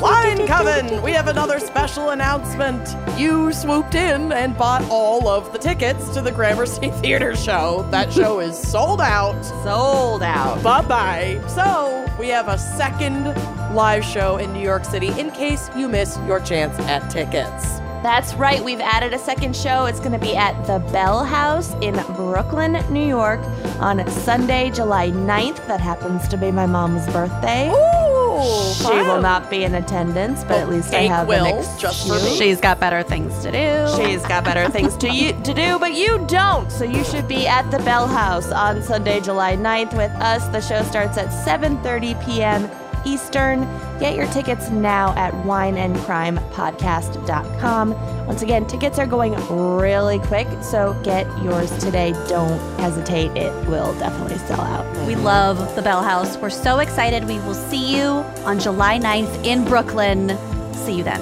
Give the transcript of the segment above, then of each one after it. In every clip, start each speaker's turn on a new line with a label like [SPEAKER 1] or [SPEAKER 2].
[SPEAKER 1] Wine Coven, we have another special announcement. You swooped in and bought all of the tickets to the Gramercy Theater show. That show is sold out.
[SPEAKER 2] Sold out.
[SPEAKER 1] Bye bye. So, we have a second live show in New York City in case you miss your chance at tickets.
[SPEAKER 2] That's right. We've added a second show. It's going to be at the Bell House in Brooklyn, New York on Sunday, July 9th. That happens to be my mom's birthday.
[SPEAKER 1] Ooh,
[SPEAKER 2] She
[SPEAKER 1] fun.
[SPEAKER 2] will not be in attendance, but at
[SPEAKER 1] Oh,
[SPEAKER 2] least I
[SPEAKER 1] Jake
[SPEAKER 2] have an
[SPEAKER 1] will,
[SPEAKER 2] excuse.
[SPEAKER 1] just for me.
[SPEAKER 2] She's got better things to do. She's got better things to you to do, but you don't. So you should be at the Bell House on Sunday, July 9th with us. The show starts at 7:30 p.m. Eastern. Get your tickets now at wineandcrimepodcast.com. Once again, tickets are going really quick, so get yours today. Don't hesitate. It will definitely sell out.
[SPEAKER 3] We love the Bell House. We're so excited. We will see you on July 9th in Brooklyn. See you then.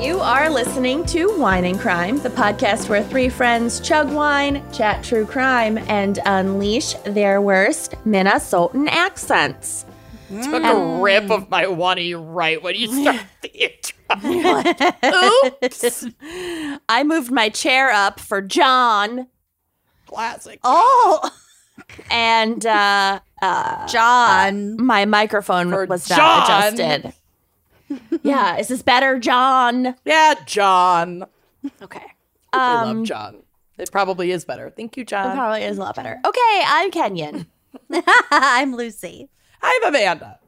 [SPEAKER 2] You are listening to Wine and Crime, the podcast where three friends chug wine, chat true crime, and unleash their worst Minnesotan accents.
[SPEAKER 1] Took a
[SPEAKER 2] Mm.
[SPEAKER 1] rip of my wani right when you started the intro. Oops.
[SPEAKER 2] I moved my chair up for John.
[SPEAKER 1] Classic.
[SPEAKER 2] Oh! And uh, uh,
[SPEAKER 3] John.
[SPEAKER 2] my microphone
[SPEAKER 1] For
[SPEAKER 2] was
[SPEAKER 1] John.
[SPEAKER 2] not adjusted. yeah, is this better, John?
[SPEAKER 1] Yeah, John.
[SPEAKER 3] Okay.
[SPEAKER 1] I love John. It probably is better. Thank you,
[SPEAKER 2] It
[SPEAKER 1] John.
[SPEAKER 2] probably is a lot better. Okay, I'm Kenyon.
[SPEAKER 3] I'm Lucy.
[SPEAKER 1] I'm Amanda.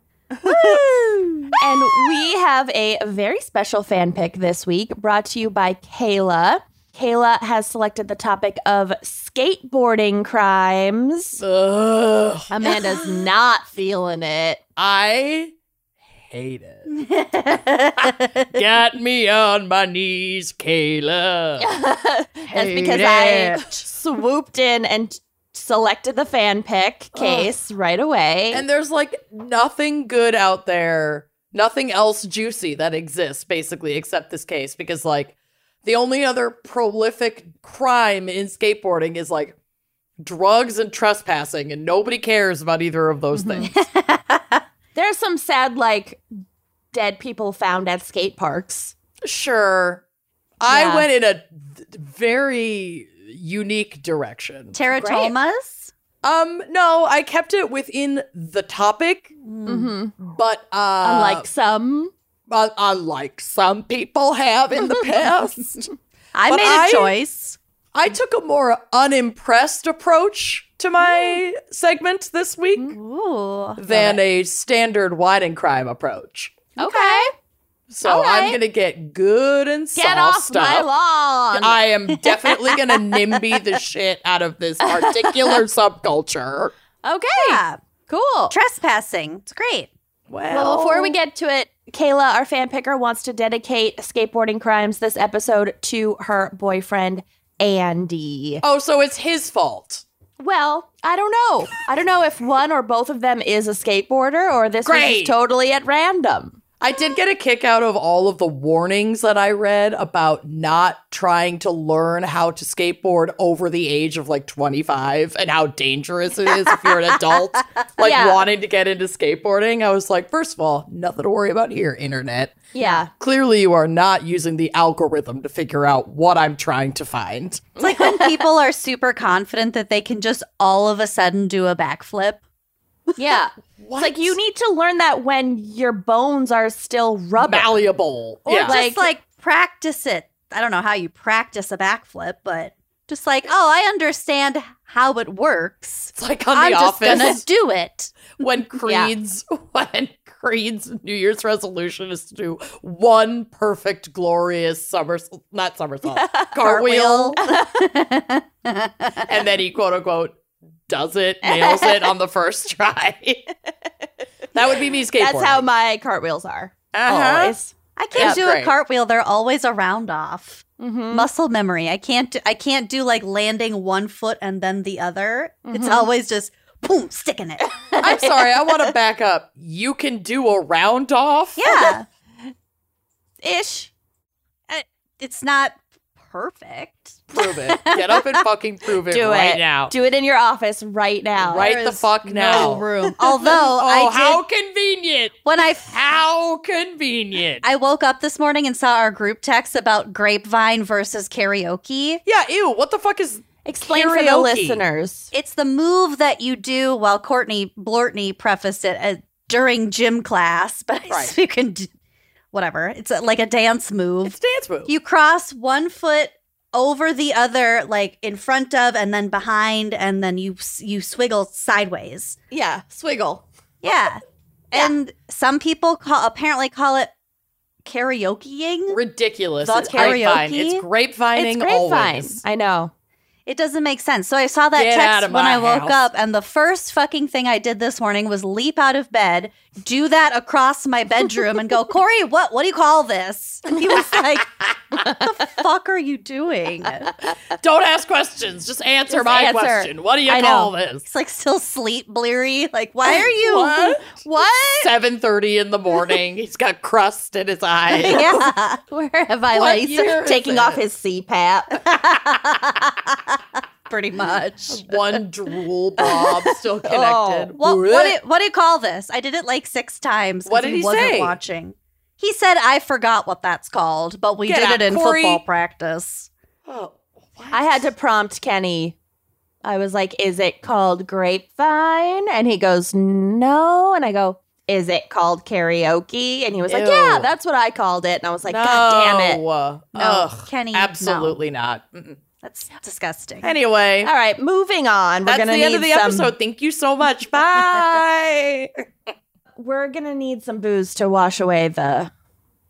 [SPEAKER 2] And we have a very special fan pick this week brought to you by Kayla. Kayla has selected the topic of skateboarding crimes.
[SPEAKER 1] Ugh,
[SPEAKER 2] Amanda's not feeling it.
[SPEAKER 1] I hate it. Get me on my knees, Kayla.
[SPEAKER 2] That's because I swooped in and selected the fan pick case right away.
[SPEAKER 1] And there's like nothing good out there, nothing else juicy that exists, basically, except this case, because like the only other prolific crime in skateboarding is like drugs and trespassing, and nobody cares about either of those things.
[SPEAKER 2] There's some sad, like, dead people found at skate parks.
[SPEAKER 1] Sure. I
[SPEAKER 2] Yeah.
[SPEAKER 1] went in a th- very unique direction.
[SPEAKER 3] Tara
[SPEAKER 2] Great.
[SPEAKER 3] Thomas.
[SPEAKER 1] Um, no, I kept it within the topic,
[SPEAKER 3] Mm.
[SPEAKER 2] Mm-hmm.
[SPEAKER 1] but uh,
[SPEAKER 2] Unlike some.
[SPEAKER 1] uh, unlike some people have in the past,
[SPEAKER 3] I
[SPEAKER 1] But
[SPEAKER 3] made a
[SPEAKER 1] I-
[SPEAKER 3] choice.
[SPEAKER 1] I took a more unimpressed approach to my
[SPEAKER 2] Mm.
[SPEAKER 1] segment this week
[SPEAKER 3] Ooh.
[SPEAKER 1] than a standard wine and crime approach.
[SPEAKER 2] Okay.
[SPEAKER 1] So I'm
[SPEAKER 2] Alright.
[SPEAKER 1] gonna get good and
[SPEAKER 2] Get
[SPEAKER 1] sauced
[SPEAKER 2] off my
[SPEAKER 1] up.
[SPEAKER 2] lawn.
[SPEAKER 1] I am definitely gonna NIMBY the shit out of this particular subculture.
[SPEAKER 2] Okay. Cool.
[SPEAKER 3] Trespassing. It's great.
[SPEAKER 2] Well, before
[SPEAKER 1] Oh.
[SPEAKER 2] we get to it, Kayla, our fan picker, wants to dedicate skateboarding crimes this episode to her boyfriend, Andy.
[SPEAKER 1] oh, so it's his fault.
[SPEAKER 2] Well, I don't know. I don't know if one or both of them is a skateboarder or this was just
[SPEAKER 1] Great.
[SPEAKER 2] totally at random.
[SPEAKER 1] I did get a kick out of all of the warnings that I read about not trying to learn how to skateboard over the age of like 25 and how dangerous it is if you're an adult, like
[SPEAKER 2] Yeah.
[SPEAKER 1] wanting to get into skateboarding. I was like, first of all, nothing to worry about here, internet.
[SPEAKER 2] Yeah.
[SPEAKER 1] Clearly, you are not using the algorithm to figure out what I'm trying to find.
[SPEAKER 3] It's like when people are super confident that they can just all of a sudden do a backflip.
[SPEAKER 2] Yeah. it's like you need to learn that when your bones are still rubber.
[SPEAKER 1] malleable.
[SPEAKER 3] Or
[SPEAKER 1] yeah.
[SPEAKER 2] Like-
[SPEAKER 3] just like, practice it. I don't know how you practice a backflip, but just like, oh, I understand how it works.
[SPEAKER 1] it's like on
[SPEAKER 3] I'm
[SPEAKER 1] the
[SPEAKER 3] just
[SPEAKER 1] office.
[SPEAKER 3] gonna do it.
[SPEAKER 1] when creeds when creeds new year's resolution is to do one perfect glorious somersault not somersault garwheel and then he quote unquote does it nails it on the first try that would be me skateboarding
[SPEAKER 2] That's how my cartwheels are.
[SPEAKER 1] Uh-huh.
[SPEAKER 2] Always.
[SPEAKER 3] I can't
[SPEAKER 1] Yeah,
[SPEAKER 3] do
[SPEAKER 1] great.
[SPEAKER 3] a cartwheel. They're always a round off.
[SPEAKER 2] Mm-hmm.
[SPEAKER 3] Muscle memory. I can't do, I can't do like landing one foot and then the other. It's
[SPEAKER 2] Mhm.
[SPEAKER 3] always just boom, sticking it.
[SPEAKER 1] I'm sorry, I want to back up. You can do a round off?
[SPEAKER 3] Yeah.
[SPEAKER 2] Ish.
[SPEAKER 3] it's not perfect.
[SPEAKER 1] Prove it. Get up and fucking prove it
[SPEAKER 2] Do
[SPEAKER 1] right
[SPEAKER 2] it.
[SPEAKER 1] now.
[SPEAKER 2] Do it in your office right now.
[SPEAKER 1] Right
[SPEAKER 3] There
[SPEAKER 1] the
[SPEAKER 3] is
[SPEAKER 1] fuck now.
[SPEAKER 3] No room. Although I
[SPEAKER 1] Oh,
[SPEAKER 3] did
[SPEAKER 1] how convenient.
[SPEAKER 3] when I
[SPEAKER 1] How convenient.
[SPEAKER 3] I woke up this morning and saw our group text about grapevine versus karaoke.
[SPEAKER 1] yeah, ew, what the fuck is
[SPEAKER 2] Explain for the
[SPEAKER 1] Karaoke.
[SPEAKER 2] listeners.
[SPEAKER 3] It's the move that you do while Courtney Blortney prefaced it uh, during gym class, but
[SPEAKER 1] Right.
[SPEAKER 3] you can d- whatever. It's a, like a dance move.
[SPEAKER 1] it's dance move.
[SPEAKER 3] you cross one foot over the other like in front of and then behind and then you s- you swiggle sideways.
[SPEAKER 2] Yeah, swiggle.
[SPEAKER 3] Yeah. And some people call apparently call it karaokeing.
[SPEAKER 1] Ridiculous.
[SPEAKER 3] The
[SPEAKER 1] It's grapevine.
[SPEAKER 3] karaoke?
[SPEAKER 1] It's grapevining
[SPEAKER 2] It's grapevine.
[SPEAKER 1] always.
[SPEAKER 2] I know.
[SPEAKER 3] It doesn't make sense. So I saw that
[SPEAKER 1] Get out
[SPEAKER 3] text
[SPEAKER 1] of
[SPEAKER 3] when
[SPEAKER 1] my
[SPEAKER 3] I woke
[SPEAKER 1] house.
[SPEAKER 3] up, and the first fucking thing I did this morning was leap out of bed, do that across my bedroom, and go, Corey, what? What do you call this? And he was like, "What the fuck are you doing?"
[SPEAKER 1] Don't ask questions. Just answer
[SPEAKER 2] Just
[SPEAKER 1] my
[SPEAKER 2] answer.
[SPEAKER 1] question. What do you
[SPEAKER 2] I
[SPEAKER 1] call
[SPEAKER 2] know.
[SPEAKER 1] this?
[SPEAKER 3] He's like still sleep bleary. Like, why are you?
[SPEAKER 1] What?
[SPEAKER 3] What?
[SPEAKER 1] Seven thirty in the morning. He's got crust in his eyes.
[SPEAKER 3] yeah. Where have I?
[SPEAKER 1] What
[SPEAKER 3] laid-
[SPEAKER 1] year is
[SPEAKER 2] Taking
[SPEAKER 1] it?
[SPEAKER 2] off his CPAP.
[SPEAKER 3] Pretty much.
[SPEAKER 1] One drool blob
[SPEAKER 2] Oh.
[SPEAKER 1] still connected.
[SPEAKER 3] What, what, do, what do you call this? I did it like six times. 'cause
[SPEAKER 1] What did he
[SPEAKER 3] wasn't
[SPEAKER 1] say?
[SPEAKER 3] Watching. He said, "I forgot what that's called, but we
[SPEAKER 1] Get
[SPEAKER 3] did
[SPEAKER 1] out,
[SPEAKER 3] it in
[SPEAKER 1] Corey."
[SPEAKER 3] football practice."
[SPEAKER 1] Oh, what?
[SPEAKER 2] I had to prompt Kenny. I was like, is it called grapevine? And he goes, no. And I go, is it called karaoke? And he was like,
[SPEAKER 1] Ew.
[SPEAKER 2] yeah, that's what I called it. And I was like, God damn it.
[SPEAKER 1] No.
[SPEAKER 3] No,
[SPEAKER 1] Ugh,
[SPEAKER 3] Kenny, no.
[SPEAKER 1] absolutely not. Mm-mm.
[SPEAKER 3] That's disgusting.
[SPEAKER 1] Anyway,
[SPEAKER 2] All right, moving on. We're
[SPEAKER 1] that's
[SPEAKER 2] gonna
[SPEAKER 1] the
[SPEAKER 2] need
[SPEAKER 1] end of the
[SPEAKER 2] some,
[SPEAKER 1] episode. Thank you so much. Bye.
[SPEAKER 2] We're gonna need some booze to wash away the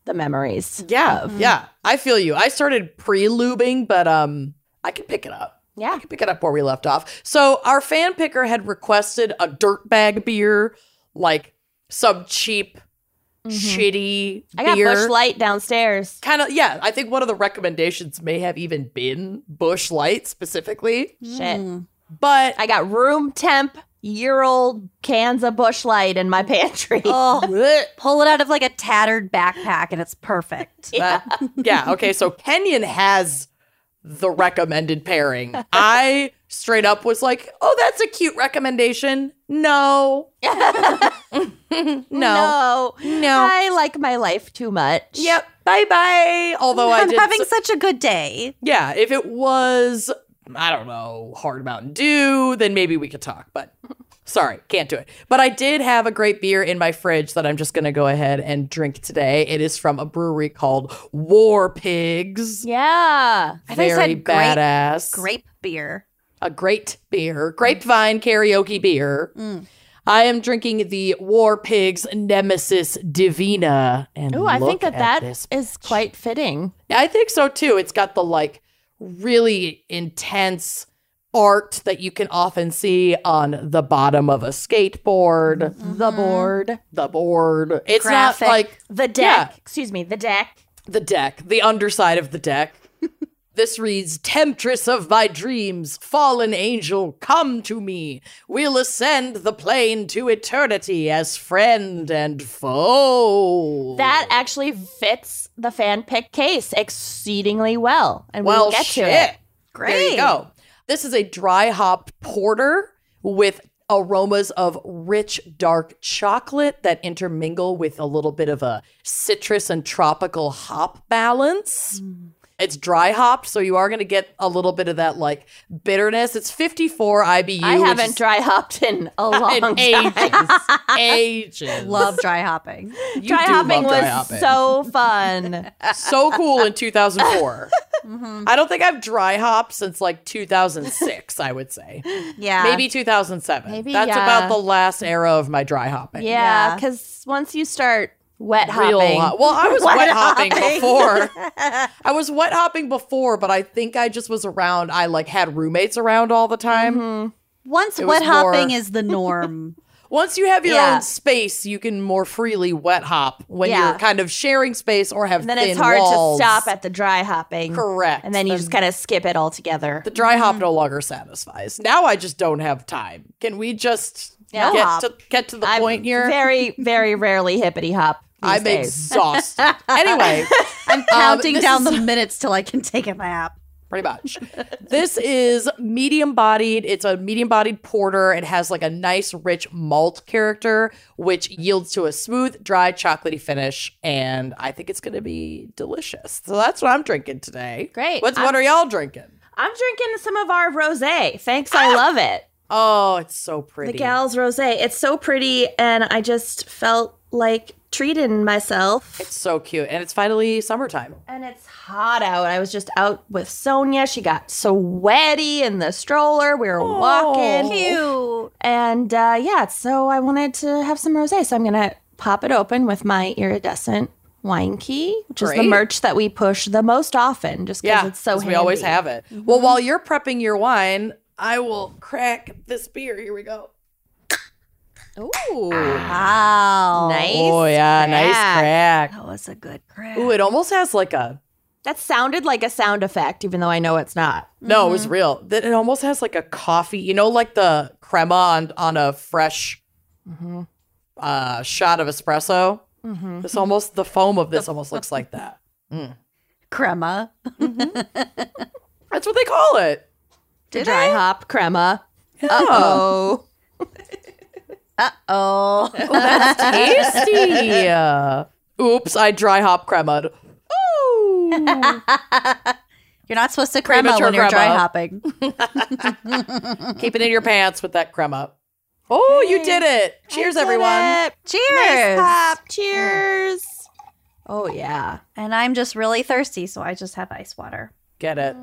[SPEAKER 2] the memories.
[SPEAKER 1] yeah, yeah. I feel you. I started pre-lubing, but um, I can pick it up.
[SPEAKER 2] Yeah.
[SPEAKER 1] pick it up where we left off. So our fan picker had requested a dirtbag beer, like some cheap, shitty
[SPEAKER 2] Mm-hmm. I got
[SPEAKER 1] beer.
[SPEAKER 2] Bush Light downstairs.
[SPEAKER 1] Kind of, yeah. I think one of the recommendations may have even been Bush Light specifically,
[SPEAKER 2] Shit.
[SPEAKER 3] Mm.
[SPEAKER 1] but
[SPEAKER 2] I got room temp year old cans of Bush Light in my pantry.
[SPEAKER 3] Oh,
[SPEAKER 1] Blech.
[SPEAKER 3] pull it out of like a tattered backpack, and it's perfect.
[SPEAKER 1] That- yeah. Okay. So Kenyon has the recommended pairing. I straight up was like, oh, that's a cute recommendation. No. no.
[SPEAKER 2] no.
[SPEAKER 1] No.
[SPEAKER 2] I like my life too much.
[SPEAKER 1] Yep. Bye bye. Although I
[SPEAKER 3] I'm
[SPEAKER 1] did
[SPEAKER 3] having
[SPEAKER 1] so-
[SPEAKER 3] such a good day.
[SPEAKER 1] yeah, if it was, I don't know, Hard Mountain Dew, then maybe we could talk. But sorry, can't do it. But I did have a great beer in my fridge that I'm just going to go ahead and drink today. It is from a brewery called War Pigs.
[SPEAKER 2] Yeah.
[SPEAKER 3] I think I
[SPEAKER 1] Very
[SPEAKER 3] said grape-
[SPEAKER 1] badass.
[SPEAKER 3] Grape beer.
[SPEAKER 1] A great beer. Grapevine karaoke beer.
[SPEAKER 3] Mm.
[SPEAKER 1] I am drinking the War Pigs Nemesis Divina. And
[SPEAKER 2] Oh, I
[SPEAKER 1] look
[SPEAKER 2] think that
[SPEAKER 1] at
[SPEAKER 2] that
[SPEAKER 1] this
[SPEAKER 2] is quite fitting.
[SPEAKER 1] I think so too. It's got the like really intense art that you can often see on the bottom of a skateboard,
[SPEAKER 2] The board,
[SPEAKER 1] the board. It's
[SPEAKER 3] Graphic.
[SPEAKER 1] not like
[SPEAKER 2] the deck.
[SPEAKER 1] Yeah.
[SPEAKER 2] Excuse me, the deck.
[SPEAKER 1] the deck, the underside of the deck. this reads Temptress of my dreams, fallen angel, come to me. We'll ascend the plane to eternity as friend and foe.
[SPEAKER 2] That actually fits the fan pick case exceedingly well, and
[SPEAKER 1] well,
[SPEAKER 2] we'll get
[SPEAKER 1] shit.
[SPEAKER 2] to it.
[SPEAKER 3] Great.
[SPEAKER 1] There you go. This is a dry hop porter with aromas of rich dark chocolate that intermingle with a little bit of a citrus and tropical hop balance. It's dry hopped, so you are going to get a little bit of that like bitterness. It's 54 IBU.
[SPEAKER 2] I
[SPEAKER 1] which
[SPEAKER 2] haven't
[SPEAKER 1] is
[SPEAKER 2] dry hopped in a long
[SPEAKER 1] in
[SPEAKER 2] time.
[SPEAKER 1] ages. ages.
[SPEAKER 3] Love dry hopping.
[SPEAKER 1] You
[SPEAKER 2] Dry
[SPEAKER 1] do love
[SPEAKER 2] hopping
[SPEAKER 1] dry
[SPEAKER 2] was
[SPEAKER 1] hopping.
[SPEAKER 2] so fun.
[SPEAKER 1] so cool in 2004.
[SPEAKER 3] Mhm.
[SPEAKER 1] I don't think I've dry hopped since like 2006, I would say.
[SPEAKER 3] Yeah.
[SPEAKER 1] Maybe 2007.
[SPEAKER 2] Maybe,
[SPEAKER 1] That's
[SPEAKER 2] yeah.
[SPEAKER 1] about the last era of my dry hopping.
[SPEAKER 2] yeah,
[SPEAKER 3] Yeah.
[SPEAKER 2] because once you start wet
[SPEAKER 1] Real
[SPEAKER 2] hopping,
[SPEAKER 1] hop- Well, I was
[SPEAKER 2] Wet
[SPEAKER 1] wet, hopping,
[SPEAKER 2] hopping.
[SPEAKER 1] before. I was wet hopping before, but I think I just was around. I like had roommates around all the time.
[SPEAKER 2] Mhm.
[SPEAKER 3] Once
[SPEAKER 1] It was
[SPEAKER 3] wet hopping
[SPEAKER 1] more-
[SPEAKER 3] is the norm.
[SPEAKER 1] Once you have your
[SPEAKER 2] Yeah.
[SPEAKER 1] own space, you can more freely wet hop when
[SPEAKER 2] Yeah.
[SPEAKER 1] you're kind of sharing space or have
[SPEAKER 2] And then
[SPEAKER 1] thin
[SPEAKER 2] it's hard
[SPEAKER 1] walls.
[SPEAKER 2] to stop at the dry hopping.
[SPEAKER 1] Correct.
[SPEAKER 2] And then you Mm-hmm. just kind of skip it all together.
[SPEAKER 1] the dry hop no longer satisfies. Now I just don't have time. Can we just
[SPEAKER 2] Yeah.
[SPEAKER 1] get
[SPEAKER 2] Hop.
[SPEAKER 1] to get to the
[SPEAKER 2] I'm
[SPEAKER 1] point here?
[SPEAKER 2] Very, very rarely hippity hop. these
[SPEAKER 1] I'm
[SPEAKER 2] days.
[SPEAKER 1] exhausted. anyway,
[SPEAKER 3] I'm counting
[SPEAKER 1] this
[SPEAKER 3] down
[SPEAKER 1] is-
[SPEAKER 3] the minutes till I can take a nap.
[SPEAKER 1] pretty much. this is medium bodied. It's a medium bodied porter. It has like a nice, rich malt character, which yields to a smooth, dry, chocolatey finish. And I think it's going to be delicious. So that's what I'm drinking today.
[SPEAKER 2] Great.
[SPEAKER 1] What's, what are y'all drinking?
[SPEAKER 2] I'm drinking some of our rosé. Thanks, I love it.
[SPEAKER 1] Oh, it's so pretty.
[SPEAKER 2] Ah! The gal's rosé. It's so pretty, and I just felt like treating myself.
[SPEAKER 1] It's so cute. And it's finally summertime.
[SPEAKER 2] and it's hot out. I was just out with Sonia. She got sweaty in the stroller. We were walking.
[SPEAKER 3] Ew.
[SPEAKER 2] And uh, yeah, so I wanted to have some rosé, so I'm gonna pop it open with my iridescent wine key, which is
[SPEAKER 1] Great.
[SPEAKER 2] the merch that we push the most often, just because
[SPEAKER 1] Yeah,
[SPEAKER 2] it's so
[SPEAKER 1] 'cause
[SPEAKER 2] handy. Mm-hmm.
[SPEAKER 1] we always have it. Well, while you're prepping your wine, I will crack this beer. Here we go.
[SPEAKER 2] Ooh,
[SPEAKER 3] Wow.
[SPEAKER 2] nice.
[SPEAKER 1] oh yeah, nice
[SPEAKER 2] crack.
[SPEAKER 1] crack.
[SPEAKER 3] That was a good crack.
[SPEAKER 1] Ooh, it almost has like a
[SPEAKER 2] That sounded like a sound effect, even though I know it's not.
[SPEAKER 1] no, it was real. That it almost has like a coffee. You know, like the crema on on a fresh Mm-hmm. uh, shot of espresso. This almost the foam of this almost looks like that.
[SPEAKER 3] Crema.
[SPEAKER 1] That's what they call it.
[SPEAKER 3] Did
[SPEAKER 2] Dry hop crema. Oh,
[SPEAKER 3] Oh.
[SPEAKER 1] Tasty. Oops, I dry hop crema. Ooh.
[SPEAKER 3] You're not supposed to crema
[SPEAKER 1] Premature
[SPEAKER 3] when you're dry
[SPEAKER 1] crema.
[SPEAKER 3] hopping.
[SPEAKER 1] Keep it in your pants with that crema. Oh, you did it. Cheers, everyone.
[SPEAKER 3] Cheers.
[SPEAKER 2] Cheers. Oh yeah.
[SPEAKER 3] and I'm just really thirsty, so I just have ice water.
[SPEAKER 1] Get it.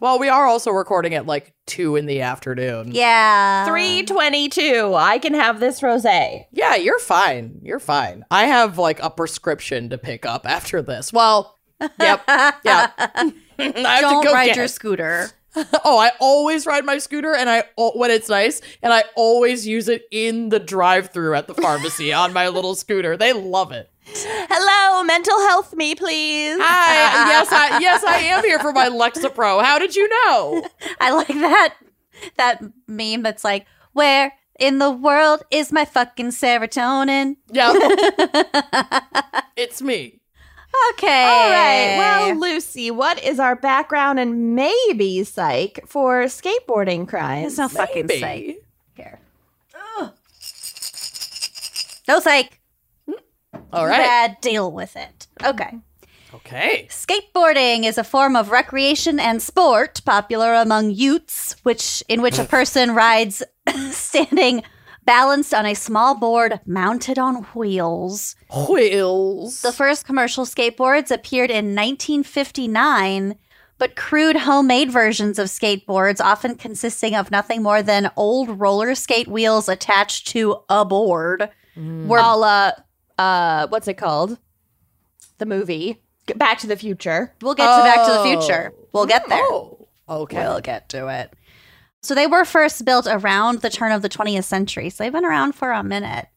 [SPEAKER 1] Well, we are also recording at like two in the afternoon. Uh,
[SPEAKER 3] Yeah.
[SPEAKER 2] 322. I can have this rosé.
[SPEAKER 1] Yeah, you're fine. You're fine. I have like a prescription to pick up after this. Well, yep. yeah. I have
[SPEAKER 3] Don't
[SPEAKER 1] to go
[SPEAKER 3] ride
[SPEAKER 1] get
[SPEAKER 3] your
[SPEAKER 1] it.
[SPEAKER 3] scooter.
[SPEAKER 1] Oh, I always ride my scooter and I al- when it's nice and I always use it in the drive-through at the pharmacy on my little scooter. They love it.
[SPEAKER 2] Hello, mental health me, please.
[SPEAKER 1] Hi. Yes, I yes, I am here for my Lexapro. How did you know?
[SPEAKER 3] I like that that meme that's like, where in the world is my fucking serotonin?
[SPEAKER 1] Yeah. it's me.
[SPEAKER 3] Okay.
[SPEAKER 2] All right. Well, Lucy, what is our background and maybe psych for skateboarding crimes?
[SPEAKER 3] there's no fucking
[SPEAKER 1] Maybe.
[SPEAKER 3] psych here. No psych.
[SPEAKER 1] All right.
[SPEAKER 3] Bad deal with it. Okay.
[SPEAKER 1] Okay.
[SPEAKER 3] Skateboarding is a form of recreation and sport popular among youths, which in which a person rides standing balanced on a small board mounted on wheels.
[SPEAKER 1] Wheels.
[SPEAKER 3] The first commercial skateboards appeared in 1959, but crude homemade versions of skateboards, often consisting of nothing more than old roller skate wheels attached to a board, were
[SPEAKER 2] A la, uh, what's it called? The movie. G- Back to the Future.
[SPEAKER 3] We'll get to Back to the
[SPEAKER 1] Oh.
[SPEAKER 3] Future. We'll get there.
[SPEAKER 1] Oh. Okay.
[SPEAKER 3] We'll get to it. So they were first built around the turn of the 20th century. So they've been around for a minute.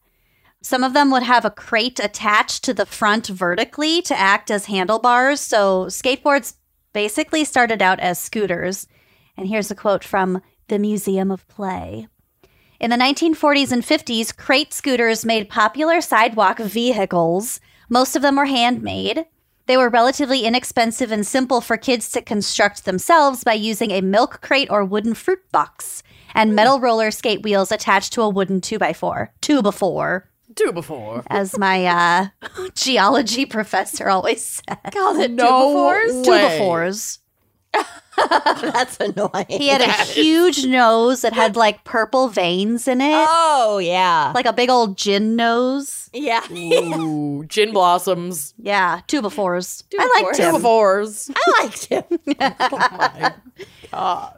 [SPEAKER 3] Some of them would have a crate attached to the front vertically to act as handlebars. So skateboards basically started out as scooters. And here's a quote from the Museum of Play. In the 1940s and 50s, crate scooters made popular sidewalk vehicles. Most of them were handmade. They were relatively inexpensive and simple for kids to construct themselves by using a milk crate or wooden fruit box and metal roller skate wheels attached to a wooden 2x4. 2x4,
[SPEAKER 1] Do before.
[SPEAKER 3] as my uh, geology professor always said. Called it
[SPEAKER 1] No
[SPEAKER 3] 2x4s?
[SPEAKER 1] way.
[SPEAKER 3] 2x4s.
[SPEAKER 2] That's annoying.
[SPEAKER 3] He had a huge nose that had like purple veins in it,
[SPEAKER 2] Oh, yeah.
[SPEAKER 3] like a big old gin nose.
[SPEAKER 2] Yeah.
[SPEAKER 1] Ooh, gin blossoms.
[SPEAKER 3] Yeah, 2x4s. I liked
[SPEAKER 1] Do
[SPEAKER 3] him.
[SPEAKER 1] befores.
[SPEAKER 2] I liked him.
[SPEAKER 1] Oh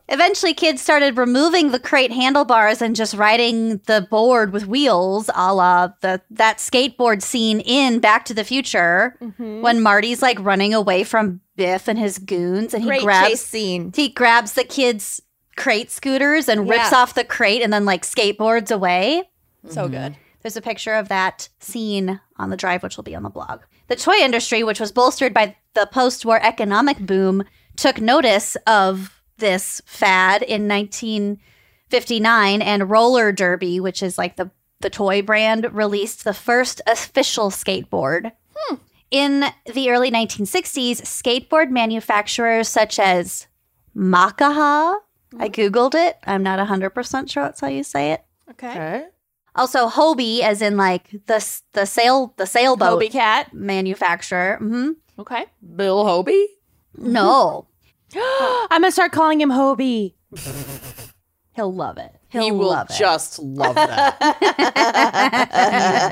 [SPEAKER 3] Eventually, kids started removing the crate handlebars and just riding the board with wheels, a la the, that skateboard scene in Back to the Future,
[SPEAKER 2] Mm-hmm.
[SPEAKER 3] when Marty's like running away from Biff and his goons, and he
[SPEAKER 2] Great
[SPEAKER 3] grabs
[SPEAKER 2] chase scene.
[SPEAKER 3] he grabs the kids' crate scooters and rips
[SPEAKER 2] Yeah.
[SPEAKER 3] off the crate and then like skateboards away. So
[SPEAKER 2] Mm-hmm.
[SPEAKER 3] good. There's a picture of that scene on the drive, which will be on the blog. The toy industry, which was bolstered by the post war economic boom, took notice of this fad in 1959, and Roller Derby, which is like the, the toy brand, released the first official skateboard. In the early 1960s, skateboard manufacturers such as Makaha, I Googled it. I'm not 100% sure that's how you say it.
[SPEAKER 2] Okay.
[SPEAKER 1] Okay.
[SPEAKER 3] Also, Hobie, as in like the s- the sail the sailboat
[SPEAKER 2] Hobie cat.
[SPEAKER 3] manufacturer. hmm
[SPEAKER 1] Mm-hmm.
[SPEAKER 2] Okay.
[SPEAKER 1] Bill Hobie?
[SPEAKER 3] No,
[SPEAKER 2] I'm gonna start calling him Hobie.
[SPEAKER 3] he'll love it. He'll
[SPEAKER 1] he will
[SPEAKER 3] love it.
[SPEAKER 1] just love that.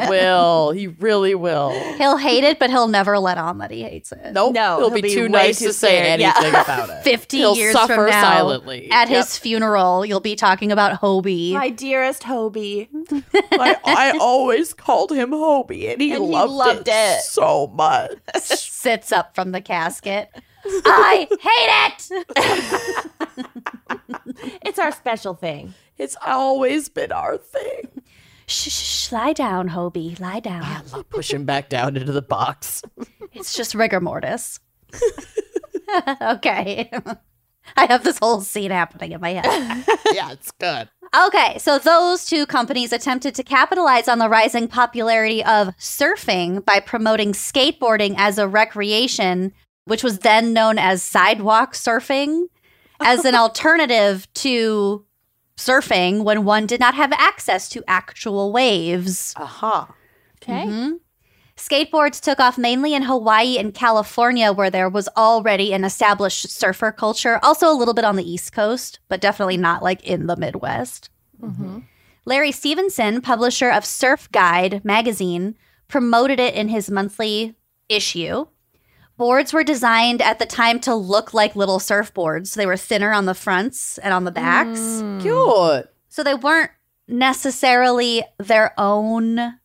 [SPEAKER 1] he will. He really will.
[SPEAKER 3] He'll hate it, but he'll never let on that he hates it.
[SPEAKER 1] Nope.
[SPEAKER 2] No,
[SPEAKER 1] he'll,
[SPEAKER 2] he'll
[SPEAKER 1] be,
[SPEAKER 2] be
[SPEAKER 1] too
[SPEAKER 2] way
[SPEAKER 1] nice
[SPEAKER 2] too
[SPEAKER 1] to say
[SPEAKER 2] scared. Yeah.
[SPEAKER 1] anything about it.
[SPEAKER 3] 50
[SPEAKER 1] He'll
[SPEAKER 3] years
[SPEAKER 1] suffer
[SPEAKER 3] from now,
[SPEAKER 1] silently.
[SPEAKER 3] at
[SPEAKER 1] Yep.
[SPEAKER 3] his funeral, you'll be talking about Hobie.
[SPEAKER 2] My dearest Hobie.
[SPEAKER 1] I, I always called him Hobie, and he,
[SPEAKER 2] And he
[SPEAKER 1] loved,
[SPEAKER 2] loved
[SPEAKER 1] it,
[SPEAKER 2] it.
[SPEAKER 1] so much.
[SPEAKER 3] sits up from the casket. I hate it.
[SPEAKER 2] It's our special thing.
[SPEAKER 1] It's always been our thing.
[SPEAKER 3] Shh, shh, shh, lie down, Hobie. Lie
[SPEAKER 1] I
[SPEAKER 3] down.
[SPEAKER 1] love pushing back down into the box.
[SPEAKER 3] It's just rigor mortis. okay. I have this whole scene happening in my head.
[SPEAKER 1] yeah, it's good.
[SPEAKER 3] Okay, so those two companies attempted to capitalize on the rising popularity of surfing by promoting skateboarding as a recreation, which was then known as sidewalk surfing, as an alternative to surfing when one did not have access to actual waves.
[SPEAKER 1] Aha. Uh-huh.
[SPEAKER 2] Okay.
[SPEAKER 3] Mhm. Skateboards took off mainly in Hawaii and California, where there was already an established surfer culture, also a little bit on the East Coast, but definitely not like in the Midwest.
[SPEAKER 2] Mm-hmm.
[SPEAKER 3] Larry Stevenson, publisher of Surf Guide magazine, promoted it in his monthly issue. Boards were designed at the time to look like little surfboards. They were thinner on the fronts and on the backs.
[SPEAKER 2] Mm. Mm-hmm.
[SPEAKER 1] Cute.
[SPEAKER 3] So they weren't necessarily their own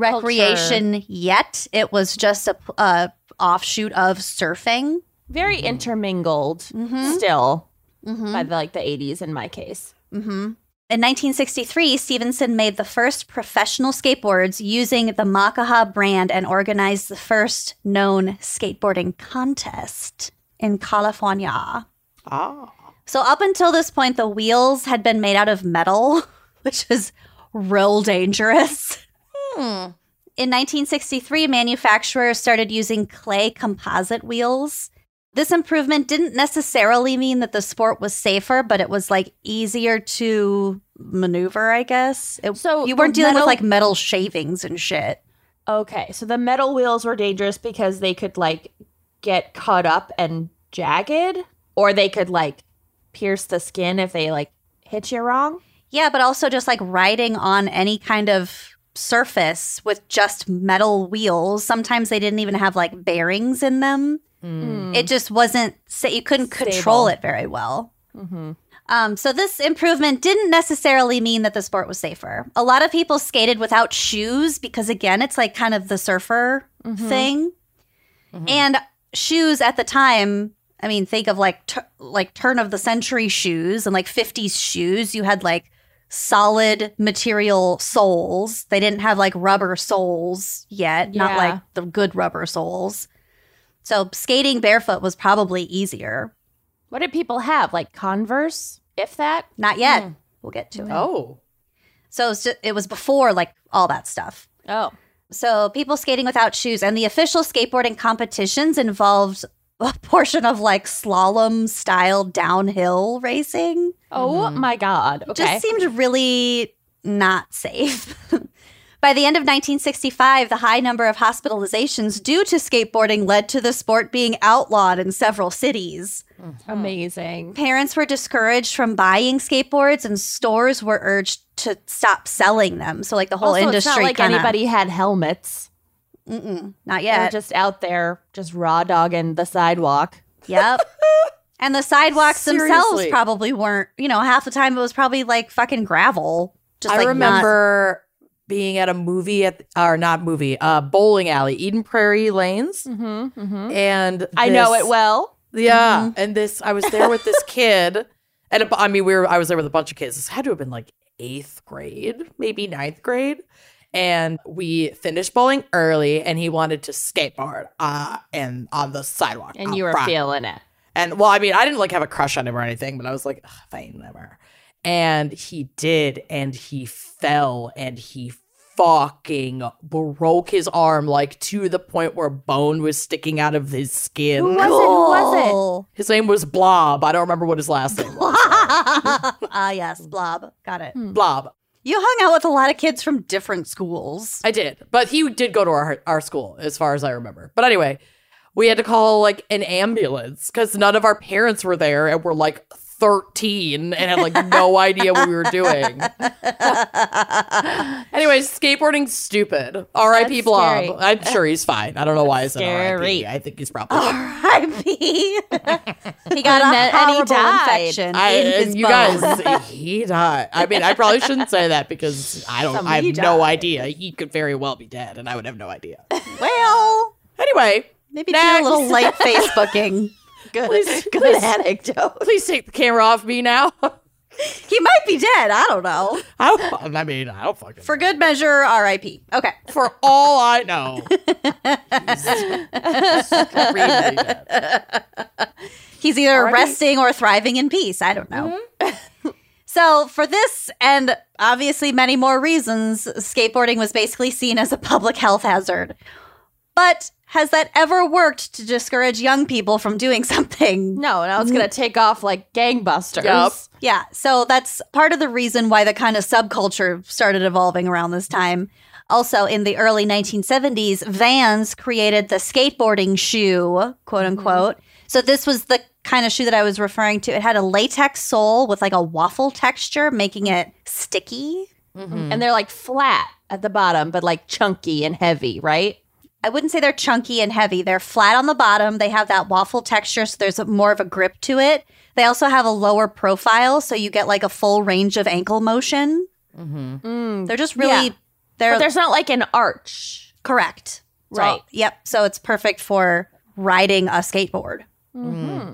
[SPEAKER 3] recreation yet. It was just a, p- a offshoot of surfing.
[SPEAKER 2] Very intermingled
[SPEAKER 3] Mhm.
[SPEAKER 2] still
[SPEAKER 3] Mm-hmm.
[SPEAKER 2] by the, like the 80s in my case.
[SPEAKER 3] Mm-hmm. In 1963, Stevenson made the first professional skateboards using the Makaha brand and organized the first known skateboarding contest in California.
[SPEAKER 1] Ah.
[SPEAKER 3] So, up until this point, the wheels had been made out of metal, which was real dangerous.
[SPEAKER 2] Hmm.
[SPEAKER 3] In 1963, manufacturers started using clay composite wheels. This improvement didn't necessarily mean that the sport was safer, but it was like easier to maneuver, I guess. It,
[SPEAKER 2] So
[SPEAKER 3] you weren't
[SPEAKER 2] the
[SPEAKER 3] dealing
[SPEAKER 2] metal-
[SPEAKER 3] with like metal shavings and shit.
[SPEAKER 2] Okay, so the metal wheels were dangerous because they could like get cut up and jagged, or they could like pierce the skin if they like hit you wrong.
[SPEAKER 3] Yeah, but also just like riding on any kind of surface with just metal wheels. Sometimes they didn't even have like bearings in them.
[SPEAKER 2] Mm.
[SPEAKER 3] It just wasn't, sa- you couldn't control
[SPEAKER 2] Stable.
[SPEAKER 3] it very well.
[SPEAKER 2] Mm-hmm.
[SPEAKER 3] Um, so this improvement didn't necessarily mean that the sport was safer. A lot of people skated without shoes because, again, it's like kind of the surfer thing. And shoes at the time, I mean, think of like tur like turn of the century shoes and like 50s shoes. You had like solid material soles. They didn't have like rubber soles yet, not
[SPEAKER 2] Yeah.
[SPEAKER 3] like the good rubber soles. So skating barefoot was probably easier.
[SPEAKER 2] What did people have? Like Converse, if that?
[SPEAKER 3] Not yet. We'll get to it.
[SPEAKER 1] Oh.
[SPEAKER 3] So it was, ju- it was before like all that stuff.
[SPEAKER 2] Oh.
[SPEAKER 3] So people skating without shoes and the official skateboarding competitions involved a portion of like slalom style downhill racing.
[SPEAKER 2] Oh my god. Okay.
[SPEAKER 3] Just seemed really not safe. By the end of 1965, the high number of hospitalizations due to skateboarding led to the sport being outlawed in several cities.
[SPEAKER 2] Amazing.
[SPEAKER 3] Parents were discouraged from buying skateboards and stores were urged to stop selling them. So like the whole
[SPEAKER 2] also,
[SPEAKER 3] industry
[SPEAKER 2] it's not like
[SPEAKER 3] kinda-
[SPEAKER 2] anybody had helmets.
[SPEAKER 3] Mm-mm, Mm, not
[SPEAKER 2] They
[SPEAKER 3] yet.
[SPEAKER 2] were just out there, just raw dogging the sidewalk.
[SPEAKER 3] Yep. And the sidewalks themselves
[SPEAKER 1] Seriously.
[SPEAKER 3] probably weren't, you know, half the time it was probably like fucking gravel. Just
[SPEAKER 1] I
[SPEAKER 3] like not-
[SPEAKER 1] remember being at a movie at or not movie, uh bowling alley, Eden Prairie Lanes.
[SPEAKER 2] Mm-hmm, mm-hmm.
[SPEAKER 1] And
[SPEAKER 2] I know
[SPEAKER 1] this-
[SPEAKER 2] it Mm-hmm. well.
[SPEAKER 1] Yeah, and this I was there with this kid, and a bu- I mean we were I was there with a bunch of kids. This had to have been like eighth grade, maybe ninth grade. And we finished bowling early, and he wanted to skateboard uh, and on the sidewalk.
[SPEAKER 2] And
[SPEAKER 1] out
[SPEAKER 2] you were
[SPEAKER 1] front.
[SPEAKER 2] feeling it.
[SPEAKER 1] And well, I mean, I didn't like have a crush on him or anything, but I was like, "Ugh, fine, whatever. And he did, and he fell, and he fucking broke his arm like to the point where bone was sticking out of his skin.
[SPEAKER 2] was it? Who was it?
[SPEAKER 3] Cool.
[SPEAKER 1] His name was Blob. I don't remember what his last name was.
[SPEAKER 3] ah, yes, Blob. Got it.
[SPEAKER 1] Blob.
[SPEAKER 3] You hung out with a lot of kids from different schools.
[SPEAKER 1] I did, but he did go to our our school, as far as I remember. But anyway, we had to call like an ambulance because none of our parents were there, and we're like thirteen and had like no idea what we were doing. anyway, skateboarding's stupid. R.I.P.
[SPEAKER 2] That's
[SPEAKER 1] Blob.
[SPEAKER 2] scary.
[SPEAKER 1] I'm sure he's fine. I don't know why I said
[SPEAKER 2] Scary.
[SPEAKER 1] R.I.P. I think he's probably.
[SPEAKER 3] R.I.P. he got
[SPEAKER 2] And
[SPEAKER 3] a
[SPEAKER 2] then- and he
[SPEAKER 3] horrible
[SPEAKER 2] died.
[SPEAKER 3] infection
[SPEAKER 1] I,
[SPEAKER 3] in his
[SPEAKER 1] and you
[SPEAKER 3] bones.
[SPEAKER 1] guys, he died. I mean, I probably shouldn't say that because I don't. I have
[SPEAKER 3] Somebody
[SPEAKER 1] no
[SPEAKER 3] died.
[SPEAKER 1] idea. He could very well be dead, and I would have no idea.
[SPEAKER 3] Well,
[SPEAKER 1] Anyway,
[SPEAKER 3] maybe do a little
[SPEAKER 1] Next.
[SPEAKER 3] light Facebooking. Good,
[SPEAKER 1] Please-
[SPEAKER 3] good
[SPEAKER 1] please.
[SPEAKER 3] anecdote.
[SPEAKER 1] please take the camera off me now.
[SPEAKER 3] He might be dead. I don't know.
[SPEAKER 1] I, don't, I mean, I don't fucking.
[SPEAKER 3] For good measure, R.I.P. Okay.
[SPEAKER 1] for all I know. He's extremely dead.
[SPEAKER 3] He's either
[SPEAKER 1] R.I.P.
[SPEAKER 3] resting or thriving in peace. I don't know. so, for this and obviously many more reasons, skateboarding was basically seen as a public health hazard. But has that ever worked to discourage young people from doing something?
[SPEAKER 2] No, now it's gonna take off like gangbusters.
[SPEAKER 1] Yup.
[SPEAKER 3] Yeah, so that's part of the reason why the kind of subculture started evolving around this time. Also, in the early 1970s, Vans created the skateboarding shoe, quote unquote. So, this was the kind of shoe that I was referring to. It had a latex sole with like a waffle texture, making it sticky.
[SPEAKER 2] And they're like flat at the bottom, but like chunky and heavy, right?
[SPEAKER 3] I wouldn't say they're chunky and heavy. They're flat on the bottom. They have that waffle texture, so there's a, more of a grip to it. They also have a lower profile, so you get like a full range of ankle motion. They're just really
[SPEAKER 2] Mm. Yeah.
[SPEAKER 3] they're
[SPEAKER 2] But there's not like an arch.
[SPEAKER 3] correct, So-
[SPEAKER 2] Right.
[SPEAKER 3] yep. So it's perfect for riding a skateboard. Mm-hmm.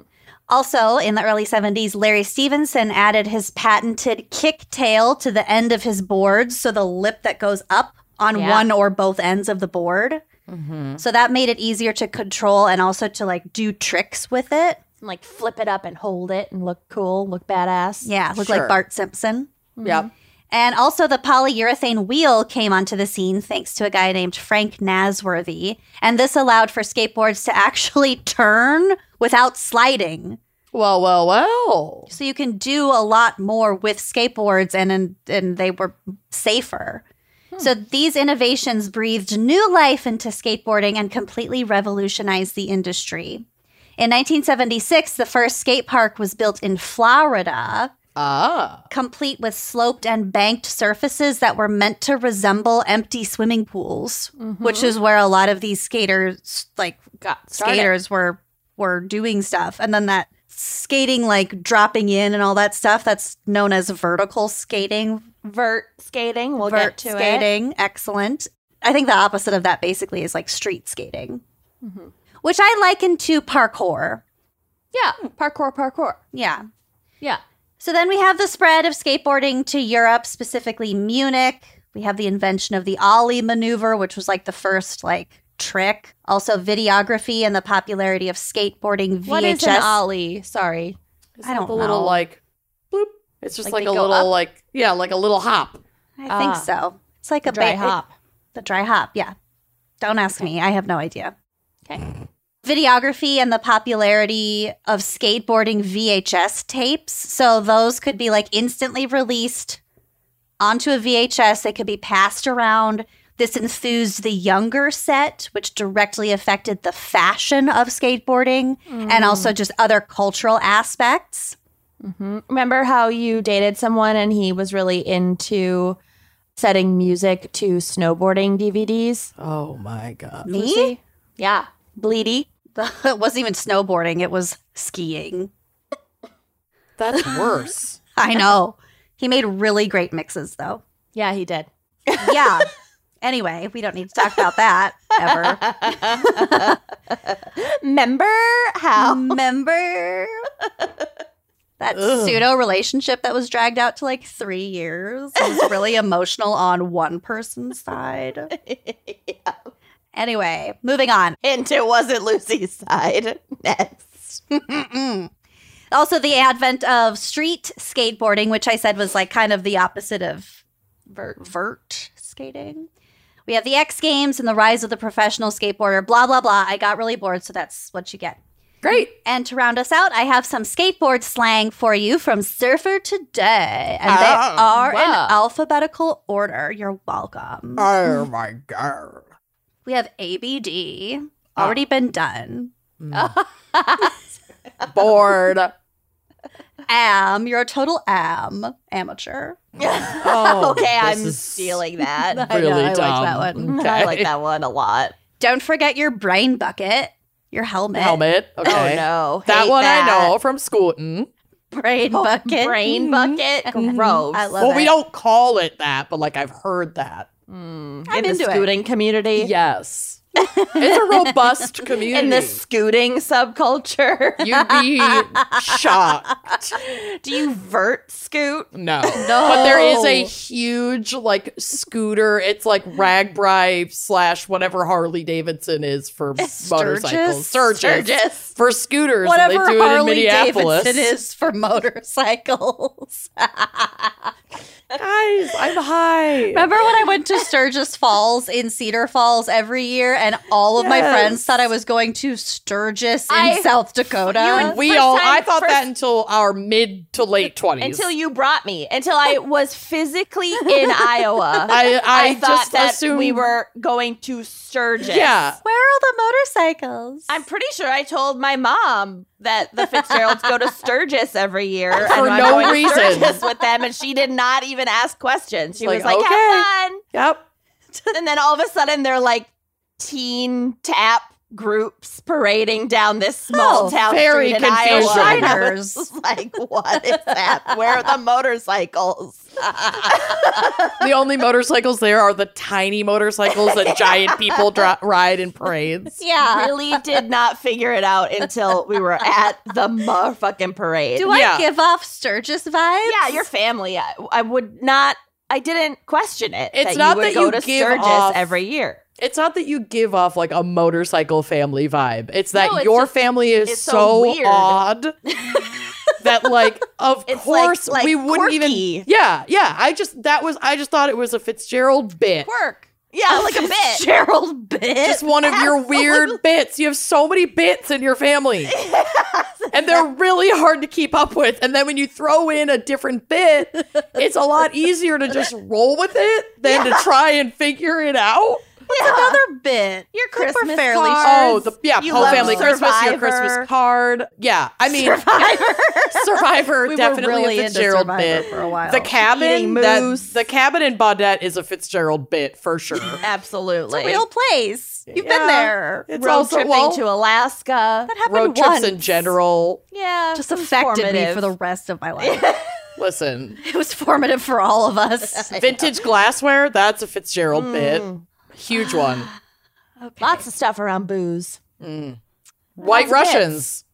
[SPEAKER 3] Also, in the early 70s, Larry Stevenson added his patented kick tail to the end of his board, so the lip that goes up on
[SPEAKER 2] Yeah. Mm-hmm.
[SPEAKER 3] one or both ends of the board. So that made it easier to control and also to like do tricks with it.
[SPEAKER 2] And, like flip it up and hold it and look cool, look badass.
[SPEAKER 3] Yeah, look
[SPEAKER 1] Sure.
[SPEAKER 3] like Bart Simpson.
[SPEAKER 1] Yep.
[SPEAKER 3] And also, the polyurethane wheel came onto the scene thanks to a guy named Frank Nasworthy. And this allowed for skateboards to actually turn without sliding.
[SPEAKER 1] Well, well, well.
[SPEAKER 3] So you can do a lot more with skateboards, and and, and they were safer. So these innovations breathed new life into skateboarding and completely revolutionized the industry. In 1976, the first skate park was built in Florida,
[SPEAKER 1] Ah.
[SPEAKER 3] complete with sloped and banked surfaces that were meant to resemble empty swimming pools, which is where a lot of these skaters like
[SPEAKER 2] Mm-hmm. Got started.
[SPEAKER 3] skaters were were doing stuff and then that skating like dropping in and all that stuff that's known as vertical skating
[SPEAKER 2] Vert skating. We'll get
[SPEAKER 3] vert
[SPEAKER 2] to it.
[SPEAKER 3] skating excellent i think the opposite of that basically is like street skating
[SPEAKER 2] Mm-hmm.
[SPEAKER 3] which i liken to parkour
[SPEAKER 2] Yeah. Parkour, parkour.
[SPEAKER 3] yeah
[SPEAKER 2] Yeah.
[SPEAKER 3] So then we have the spread of skateboarding to Europe, specifically Munich. We have the invention of the Ollie maneuver, which was like the first like trick. Also videography and the popularity of skateboarding VHS.
[SPEAKER 2] What is an ollie? Sorry.
[SPEAKER 1] It's
[SPEAKER 3] I
[SPEAKER 1] like
[SPEAKER 3] don't
[SPEAKER 1] a little
[SPEAKER 3] know.
[SPEAKER 1] like bloop. It's just
[SPEAKER 2] Like
[SPEAKER 1] like,
[SPEAKER 2] they
[SPEAKER 1] a
[SPEAKER 2] go
[SPEAKER 1] little
[SPEAKER 2] up?
[SPEAKER 1] like yeah, like a little hop.
[SPEAKER 3] I think
[SPEAKER 2] Ah.
[SPEAKER 3] so. It's like a
[SPEAKER 2] Dry
[SPEAKER 3] ba-
[SPEAKER 2] hop.
[SPEAKER 3] The dry hop, yeah. Don't ask me. I have no idea.
[SPEAKER 2] Okay.
[SPEAKER 3] Videography and the popularity of skateboarding VHS tapes. So those could be like instantly released onto a VHS. They could be passed around. This enthused the younger set, which directly affected the fashion of skateboarding and also just other cultural aspects.
[SPEAKER 2] Remember how you dated someone and he was really into setting music to snowboarding DVDs?
[SPEAKER 1] Oh my god.
[SPEAKER 3] Me?
[SPEAKER 2] Yeah. Bleedy.
[SPEAKER 3] it wasn't even snowboarding, it was skiing.
[SPEAKER 1] That's worse.
[SPEAKER 3] I know. He made really great mixes though.
[SPEAKER 2] Yeah, he did.
[SPEAKER 3] Yeah. Anyway, we don't need to talk about that ever.
[SPEAKER 2] Remember how?
[SPEAKER 3] Remember? That
[SPEAKER 1] Ugh.
[SPEAKER 3] pseudo relationship that was dragged out to like three years It was really emotional on one person's side. Anyway, moving on.
[SPEAKER 2] Hint, it wasn't Lucy's side. Next.
[SPEAKER 3] Mm-mm. Also, the advent of street skateboarding, which I said was like kind of the opposite of vert, vert skating. We have the X Games and the rise of the professional skateboarder, blah, blah, blah. I got really bored, so that's what you get.
[SPEAKER 1] Great.
[SPEAKER 3] And to round us out, I have some skateboard slang for you from Surfer Today. And they
[SPEAKER 2] Oh,
[SPEAKER 3] are
[SPEAKER 2] wow.
[SPEAKER 3] in alphabetical order. You're welcome.
[SPEAKER 1] Oh my god.
[SPEAKER 3] We have ABD, already been done.
[SPEAKER 1] Bored.
[SPEAKER 3] Am, you're a total am, amateur.
[SPEAKER 1] Oh,
[SPEAKER 2] okay, I'm
[SPEAKER 1] this is
[SPEAKER 2] stealing that.
[SPEAKER 3] I know,
[SPEAKER 1] Really
[SPEAKER 3] I like
[SPEAKER 1] dumb.
[SPEAKER 3] that one.
[SPEAKER 1] Okay.
[SPEAKER 2] I like that one a lot.
[SPEAKER 3] Don't forget your brain bucket, your helmet.
[SPEAKER 1] Helmet. Okay.
[SPEAKER 2] Oh no,
[SPEAKER 1] That
[SPEAKER 2] Hate
[SPEAKER 1] one
[SPEAKER 2] that.
[SPEAKER 1] I know from Mm. Scootin'.
[SPEAKER 3] Oh, Brain bucket.
[SPEAKER 2] Brain bucket,
[SPEAKER 3] Mhm.
[SPEAKER 2] gross.
[SPEAKER 3] I love
[SPEAKER 1] Mm-hmm. Well,
[SPEAKER 3] it.
[SPEAKER 1] we don't call it that, but like I've heard that.
[SPEAKER 2] Mm.
[SPEAKER 3] I'm
[SPEAKER 2] in
[SPEAKER 3] into
[SPEAKER 2] the
[SPEAKER 3] it.
[SPEAKER 2] scooting community.
[SPEAKER 1] Yes. it's a robust community.
[SPEAKER 2] In the scooting subculture,
[SPEAKER 1] You'd be shocked.
[SPEAKER 2] do you vert scoot?
[SPEAKER 1] No. But there is a huge like scooter. It's like Ragbri slash whatever Harley Davidson is for motorcycles. Sturgis.
[SPEAKER 2] Sturgis.
[SPEAKER 1] For scooters. and
[SPEAKER 3] Whatever
[SPEAKER 1] they do it
[SPEAKER 3] Harley
[SPEAKER 1] in Minneapolis.
[SPEAKER 3] Davidson is for motorcycles.
[SPEAKER 1] Guys, I'm high.
[SPEAKER 3] Remember when I went to Sturgis Falls in Cedar Falls every year, and all of my
[SPEAKER 1] Yes.
[SPEAKER 3] friends thought I was going to Sturgis in
[SPEAKER 2] I-
[SPEAKER 3] South Dakota?
[SPEAKER 2] and-
[SPEAKER 1] We
[SPEAKER 2] First
[SPEAKER 1] all
[SPEAKER 2] time-
[SPEAKER 1] I thought
[SPEAKER 2] first-
[SPEAKER 1] that until our mid to late twenties.
[SPEAKER 2] Until you brought me, until I was physically in Iowa,
[SPEAKER 1] I, I,
[SPEAKER 2] I thought
[SPEAKER 1] just
[SPEAKER 2] that
[SPEAKER 1] assumed
[SPEAKER 2] we were going to Sturgis.
[SPEAKER 1] Yeah.
[SPEAKER 3] Where are the motorcycles?
[SPEAKER 2] I'm pretty sure I told my mom that the Fitzgeralds go to Sturgis every year and
[SPEAKER 1] For
[SPEAKER 2] I'm
[SPEAKER 1] no
[SPEAKER 2] going to
[SPEAKER 1] reason.
[SPEAKER 2] Sturgis with them, and she did not even ask questions. She
[SPEAKER 1] Like,
[SPEAKER 2] was like,
[SPEAKER 1] okay.
[SPEAKER 2] "Have
[SPEAKER 1] Yep.
[SPEAKER 2] fun," and then all of a sudden they're like teen tap groups parading down this small
[SPEAKER 3] Oh,
[SPEAKER 2] town
[SPEAKER 1] very
[SPEAKER 2] street in Iowa.
[SPEAKER 1] confusing.
[SPEAKER 2] And I was
[SPEAKER 3] Shiners.
[SPEAKER 2] like, what is that? Where are the motorcycles?
[SPEAKER 1] the only motorcycles there are the tiny motorcycles that giant people dri ride in parades.
[SPEAKER 3] yeah.
[SPEAKER 2] Really did not figure it out until we were at the motherfucking parade.
[SPEAKER 3] Do
[SPEAKER 1] Yeah.
[SPEAKER 3] I give off Sturgis vibes?
[SPEAKER 2] yeah, your family. I, I would not. I didn't question it.
[SPEAKER 1] It's
[SPEAKER 2] that you
[SPEAKER 1] not
[SPEAKER 2] would
[SPEAKER 1] that
[SPEAKER 2] go
[SPEAKER 1] you
[SPEAKER 2] to
[SPEAKER 1] give
[SPEAKER 2] Sturgis
[SPEAKER 1] off-
[SPEAKER 2] every year.
[SPEAKER 1] It's not that you give off like a motorcycle family vibe. It's that
[SPEAKER 2] No, it's
[SPEAKER 1] your
[SPEAKER 2] just-
[SPEAKER 1] family is
[SPEAKER 2] it's
[SPEAKER 1] so,
[SPEAKER 2] so weird.
[SPEAKER 1] odd that like of
[SPEAKER 2] It's like-
[SPEAKER 1] course
[SPEAKER 2] like
[SPEAKER 1] we wouldn't
[SPEAKER 2] quirky.
[SPEAKER 1] even Yeah, yeah. I just that was I just thought it was a Fitzgerald bit.
[SPEAKER 2] Quirk. Yeah, like a Oh, bit.
[SPEAKER 3] Gerald bit.
[SPEAKER 1] Just one of your weird bits. You have so many bits in your family. and they're really hard to keep up with. And then when you throw in a different bit, it's a lot easier to just roll with it than to try and figure it out.
[SPEAKER 3] another bit.
[SPEAKER 2] Your
[SPEAKER 3] think we're
[SPEAKER 2] Christmas
[SPEAKER 3] fairly
[SPEAKER 2] cards.
[SPEAKER 1] Oh, the yeah,
[SPEAKER 2] You
[SPEAKER 1] whole
[SPEAKER 2] love
[SPEAKER 1] family Christmas, your
[SPEAKER 2] Survivor.
[SPEAKER 1] Christmas card. Yeah, I mean
[SPEAKER 3] Survivor.
[SPEAKER 1] Survivor
[SPEAKER 3] We
[SPEAKER 1] definitely
[SPEAKER 3] were really
[SPEAKER 1] a
[SPEAKER 3] into
[SPEAKER 1] Fitzgerald
[SPEAKER 3] Survivor
[SPEAKER 1] bit.
[SPEAKER 3] for a while.
[SPEAKER 1] The cabin,
[SPEAKER 2] Eating
[SPEAKER 1] that-
[SPEAKER 2] moose.
[SPEAKER 1] the cabin in Baudette is a Fitzgerald bit for sure.
[SPEAKER 2] Absolutely.
[SPEAKER 3] real place. You've
[SPEAKER 1] Yeah.
[SPEAKER 3] been there.
[SPEAKER 1] It's
[SPEAKER 2] road
[SPEAKER 1] also
[SPEAKER 2] tripping
[SPEAKER 1] well,
[SPEAKER 2] to Alaska.
[SPEAKER 3] That happened
[SPEAKER 1] road trips
[SPEAKER 3] once.
[SPEAKER 1] in general.
[SPEAKER 2] Yeah,
[SPEAKER 3] Just
[SPEAKER 2] it was
[SPEAKER 3] affected me
[SPEAKER 2] formative.
[SPEAKER 3] for the rest of my life.
[SPEAKER 1] Listen,
[SPEAKER 3] it was formative for all of us.
[SPEAKER 1] vintage glassware, that's a Fitzgerald
[SPEAKER 2] Mm.
[SPEAKER 1] bit. Huge one.
[SPEAKER 3] Okay.
[SPEAKER 2] Lots of stuff around booze.
[SPEAKER 1] Mm.
[SPEAKER 2] Lots
[SPEAKER 1] White
[SPEAKER 2] of
[SPEAKER 1] Russians,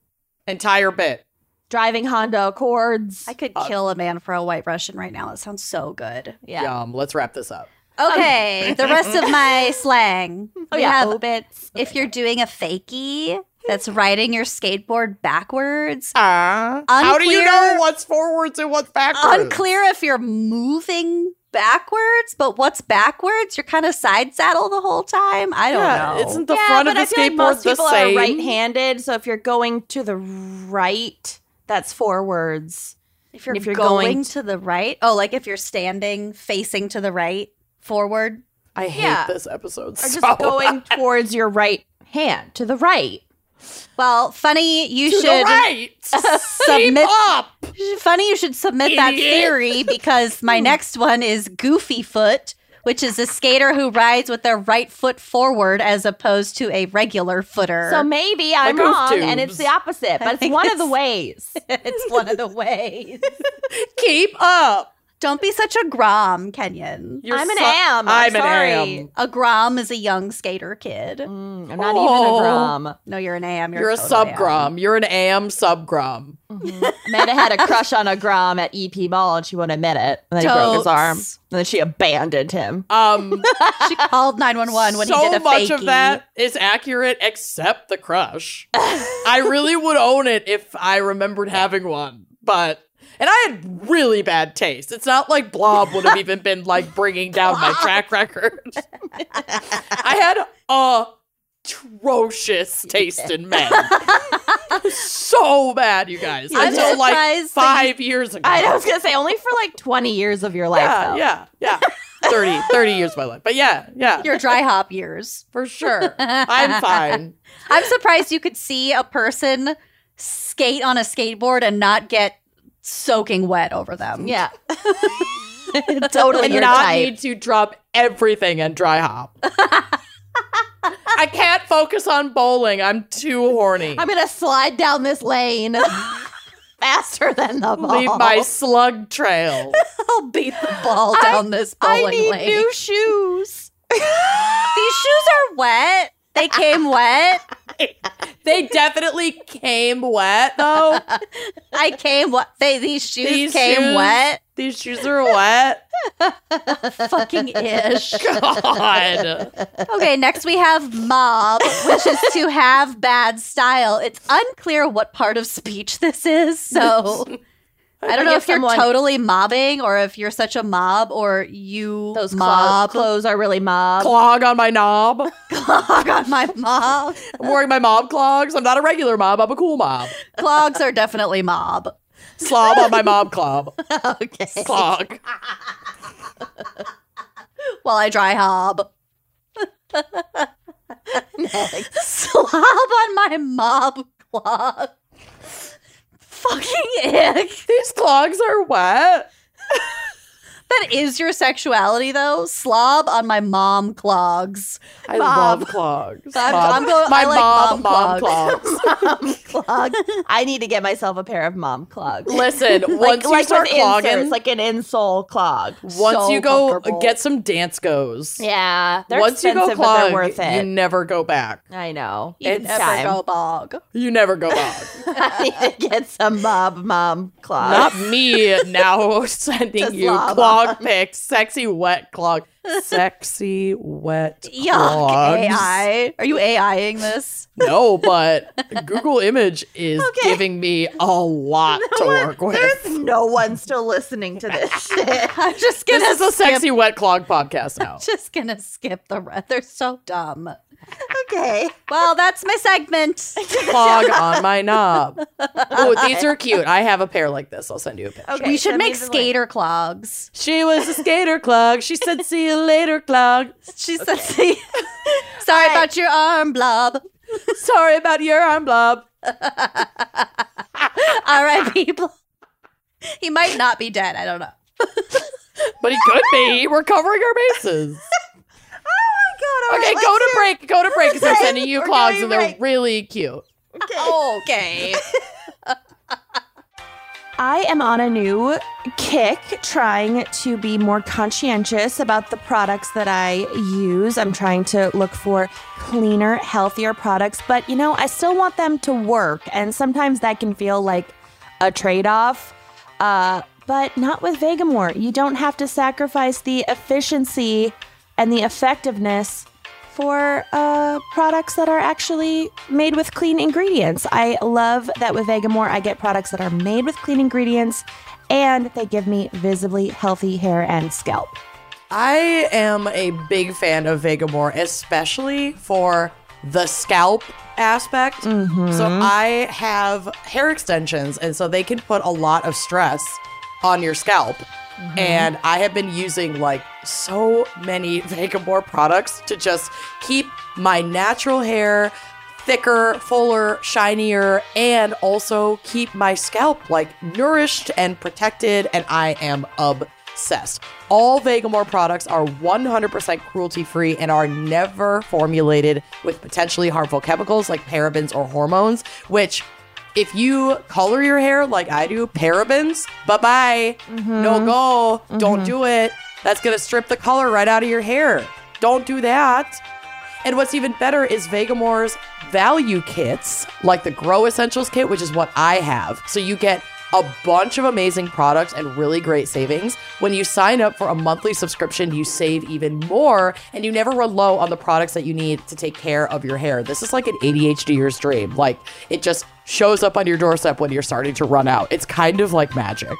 [SPEAKER 1] entire bit.
[SPEAKER 2] Driving Honda Accords.
[SPEAKER 3] I could
[SPEAKER 1] Uh,
[SPEAKER 3] kill a man for a white Russian right now. That sounds so good.
[SPEAKER 2] yeah. Um,
[SPEAKER 1] Yum. Let's wrap this up.
[SPEAKER 3] Okay, the rest of my slang.
[SPEAKER 2] Oh
[SPEAKER 3] We
[SPEAKER 2] yeah.
[SPEAKER 3] have,
[SPEAKER 2] Obits.
[SPEAKER 3] if you're doing a fakie, that's riding your skateboard backwards.
[SPEAKER 1] Ah, how do you
[SPEAKER 3] Unclear-
[SPEAKER 1] know what's forwards and what's backwards?
[SPEAKER 3] Unclear if you're moving backwards, but what's backwards? You're kind of side saddle the whole time. I don't
[SPEAKER 1] Yeah,
[SPEAKER 3] know.
[SPEAKER 1] isn't the front
[SPEAKER 2] but
[SPEAKER 1] of the
[SPEAKER 2] I feel like
[SPEAKER 1] skateboard
[SPEAKER 2] most
[SPEAKER 1] the
[SPEAKER 2] people
[SPEAKER 1] same?
[SPEAKER 2] are right-handed, so if you're going to the right, that's forwards.
[SPEAKER 3] If you're,
[SPEAKER 2] If you're
[SPEAKER 3] going,
[SPEAKER 2] going
[SPEAKER 3] to the right, oh, like if you're standing facing to the right, forward.
[SPEAKER 1] I hate
[SPEAKER 2] Yeah.
[SPEAKER 1] this episode
[SPEAKER 2] Or
[SPEAKER 1] so
[SPEAKER 2] just going towards your right hand, to the right.
[SPEAKER 3] Well, funny you
[SPEAKER 1] to the
[SPEAKER 3] should
[SPEAKER 1] right. Submit
[SPEAKER 3] Submit-
[SPEAKER 1] up.
[SPEAKER 3] funny you should submit that
[SPEAKER 1] Idiot.
[SPEAKER 3] theory because my next one is goofy foot, which is a skater who rides with their right foot forward as opposed to a regular footer.
[SPEAKER 2] So maybe I'm
[SPEAKER 1] Like hoof
[SPEAKER 2] wrong, and it's
[SPEAKER 1] tubes.
[SPEAKER 2] the opposite, but it's
[SPEAKER 3] think
[SPEAKER 2] one of the
[SPEAKER 3] it's-
[SPEAKER 2] ways.
[SPEAKER 3] it's one of the ways.
[SPEAKER 1] Keep up.
[SPEAKER 3] Don't be such a grom, Kenyon.
[SPEAKER 1] You're
[SPEAKER 2] I'm an
[SPEAKER 1] so-
[SPEAKER 2] am. I'm,
[SPEAKER 1] I'm an
[SPEAKER 2] sorry.
[SPEAKER 1] am.
[SPEAKER 3] A grom is a young skater kid.
[SPEAKER 2] Mm, I'm not
[SPEAKER 1] Oh.
[SPEAKER 2] even a grom.
[SPEAKER 3] No, you're an am. You're,
[SPEAKER 1] You're a
[SPEAKER 3] totally
[SPEAKER 1] sub
[SPEAKER 3] am.
[SPEAKER 1] grom. You're an am sub grom.
[SPEAKER 2] Meta had a crush on a grom at EP Mall and she won't admit it. And then he broke his
[SPEAKER 3] Totes.
[SPEAKER 2] arm. And then she abandoned him.
[SPEAKER 1] Um,
[SPEAKER 3] She called 911 when
[SPEAKER 1] so
[SPEAKER 3] he did a
[SPEAKER 1] much
[SPEAKER 3] fakie.
[SPEAKER 1] of that is accurate except the crush. I really would own it if I remembered having one, but and I had really bad taste. It's not like Blob would have even been like bringing down my track record. I had atrocious taste in men. so bad, you guys.
[SPEAKER 3] I'm
[SPEAKER 1] Until like
[SPEAKER 3] surprised that
[SPEAKER 1] five years ago.
[SPEAKER 2] I was gonna say only for like 20 years of your life.
[SPEAKER 1] yeah,
[SPEAKER 2] though.
[SPEAKER 1] yeah, yeah. 30, 30 years of my life. But yeah, yeah,
[SPEAKER 3] Your dry hop years.
[SPEAKER 1] for sure. I'm fine.
[SPEAKER 3] I'm surprised you could see a person skate on a skateboard and not get soaking wet over them.
[SPEAKER 2] Yeah. totally
[SPEAKER 1] and
[SPEAKER 2] your
[SPEAKER 1] not
[SPEAKER 2] type.
[SPEAKER 1] need to drop everything and dry hop. I can't focus on bowling. I'm too horny.
[SPEAKER 2] I'm gonna slide down this lane faster than the ball.
[SPEAKER 1] Leave my slug trail.
[SPEAKER 3] I'll beat the ball down this bowling
[SPEAKER 2] I need
[SPEAKER 3] lane.
[SPEAKER 2] new shoes.
[SPEAKER 3] These shoes are wet. They came wet.
[SPEAKER 1] they definitely came wet though.
[SPEAKER 3] I came wet. They these shoes
[SPEAKER 1] These
[SPEAKER 3] came
[SPEAKER 1] shoes-
[SPEAKER 3] wet.
[SPEAKER 1] These shoes are wet.
[SPEAKER 3] Fucking ish.
[SPEAKER 1] God.
[SPEAKER 3] Okay, next we have mob, which is to have bad style. It's unclear what part of speech this is, so I don't know if you're
[SPEAKER 2] someone-
[SPEAKER 3] totally mobbing or if you're such a mob or you
[SPEAKER 2] Those mob
[SPEAKER 3] mob
[SPEAKER 2] clothes are really mob.
[SPEAKER 1] Clog on my knob.
[SPEAKER 3] clog on my mob.
[SPEAKER 1] I'm wearing my mob clogs. I'm not a regular mob. I'm a cool mob.
[SPEAKER 3] Clogs are definitely mob.
[SPEAKER 1] Slob on my mob clob.
[SPEAKER 2] okay.
[SPEAKER 1] Clog.
[SPEAKER 3] While I dry hob. Slob on my mob clog. Fucking ick.
[SPEAKER 1] These clogs are wet.
[SPEAKER 3] That is your sexuality, though. Slob on my mom clogs.
[SPEAKER 1] I
[SPEAKER 3] Bob.
[SPEAKER 1] love clogs.
[SPEAKER 3] I'm-
[SPEAKER 1] Bob.
[SPEAKER 3] I'm go-
[SPEAKER 1] my
[SPEAKER 3] I like
[SPEAKER 1] mom,
[SPEAKER 3] mom
[SPEAKER 1] clogs.
[SPEAKER 2] mom clog. I need to get myself a pair of mom clogs.
[SPEAKER 1] Listen, once you
[SPEAKER 2] like
[SPEAKER 1] start
[SPEAKER 2] with inserts,
[SPEAKER 1] clogging,
[SPEAKER 2] like an insole clog.
[SPEAKER 1] once
[SPEAKER 3] so
[SPEAKER 1] you go
[SPEAKER 3] comfortable.
[SPEAKER 1] get some dance goes.
[SPEAKER 2] Yeah, they're
[SPEAKER 1] once you
[SPEAKER 2] expensive,
[SPEAKER 1] go
[SPEAKER 2] but
[SPEAKER 1] clog,
[SPEAKER 2] they're worth
[SPEAKER 1] you
[SPEAKER 2] it.
[SPEAKER 1] never go back.
[SPEAKER 2] I know.
[SPEAKER 3] You
[SPEAKER 1] It's
[SPEAKER 3] never
[SPEAKER 2] time.
[SPEAKER 3] go bog.
[SPEAKER 1] You never go back.
[SPEAKER 2] I need to get some mob mom clogs.
[SPEAKER 1] Not me now sending
[SPEAKER 2] Just
[SPEAKER 1] you
[SPEAKER 2] lava.
[SPEAKER 1] clog pics, sexy wet clog, sexy wet
[SPEAKER 3] Yuck,
[SPEAKER 1] clogs.
[SPEAKER 3] AI. Are you AIing this?
[SPEAKER 1] No, but Google Image is
[SPEAKER 2] Okay.
[SPEAKER 1] giving me a lot to work with.
[SPEAKER 2] There's no one still listening to this shit.
[SPEAKER 3] I'm just gonna
[SPEAKER 1] This is a sexy wet clog podcast now.
[SPEAKER 3] just gonna skip the rest. They're so dumb.
[SPEAKER 2] Okay.
[SPEAKER 3] Well, that's my segment.
[SPEAKER 1] clog on my knob. Oh, these are cute. I have a pair like this. I'll send you a picture.
[SPEAKER 2] Okay.
[SPEAKER 3] we should
[SPEAKER 2] send me
[SPEAKER 3] make
[SPEAKER 2] the link.
[SPEAKER 3] skater clogs.
[SPEAKER 1] She was a skater clog. She said, "See you later, clog."
[SPEAKER 3] She said, "See, sorry
[SPEAKER 2] Hi.
[SPEAKER 3] about your arm, blob.
[SPEAKER 1] Sorry about your arm blob.
[SPEAKER 3] R.I.P. blob." He might not be dead. I don't know.
[SPEAKER 2] Oh
[SPEAKER 1] But he could be. We're covering our bases.
[SPEAKER 2] Oh my god. all
[SPEAKER 1] Okay,
[SPEAKER 2] right,
[SPEAKER 1] go to break. Go to break because I'm
[SPEAKER 2] Break.
[SPEAKER 1] sending you
[SPEAKER 2] We're
[SPEAKER 1] clogs,
[SPEAKER 2] going
[SPEAKER 1] and they're
[SPEAKER 2] break.
[SPEAKER 1] really cute.
[SPEAKER 2] let's- okay.
[SPEAKER 3] Oh, Okay.
[SPEAKER 2] I am on a new kick trying to be more conscientious about the products that I use. I'm trying to look for cleaner, healthier products, but you know, I still want them to work. And sometimes that can feel like a trade off. Uh, but not with Vegamore. You don't have to sacrifice the efficiency and the effectiveness for uh, products that are actually made with clean ingredients. I love that with Vegamore, I get products that are made with clean ingredients and they give me visibly healthy hair and scalp.
[SPEAKER 1] I am a big fan of Vegamore, especially for the scalp aspect. So I have hair extensions, and so they can put a lot of stress on your scalp. And I have been using like so many Vegamore products to just keep my natural hair thicker, fuller, shinier, and also keep my scalp like nourished and protected. And I am obsessed. All Vegamore products are 100% cruelty free and are never formulated with potentially harmful chemicals like parabens or hormones, which If you color your hair like I do, parabens, bye bye. No go. Don't do it. That's going to strip the color right out of your hair. Don't do that. And what's even better is Vegamore's value kits, like the Grow Essentials kit, which is what I have. So you get a bunch of amazing products and really great savings. When you sign up for a monthly subscription, you save even more and you never run low on the products that you need to take care of your hair. This is like an ADHDer's dream. Like it just shows up on your doorstep when you're starting to run out. It's kind of like magic.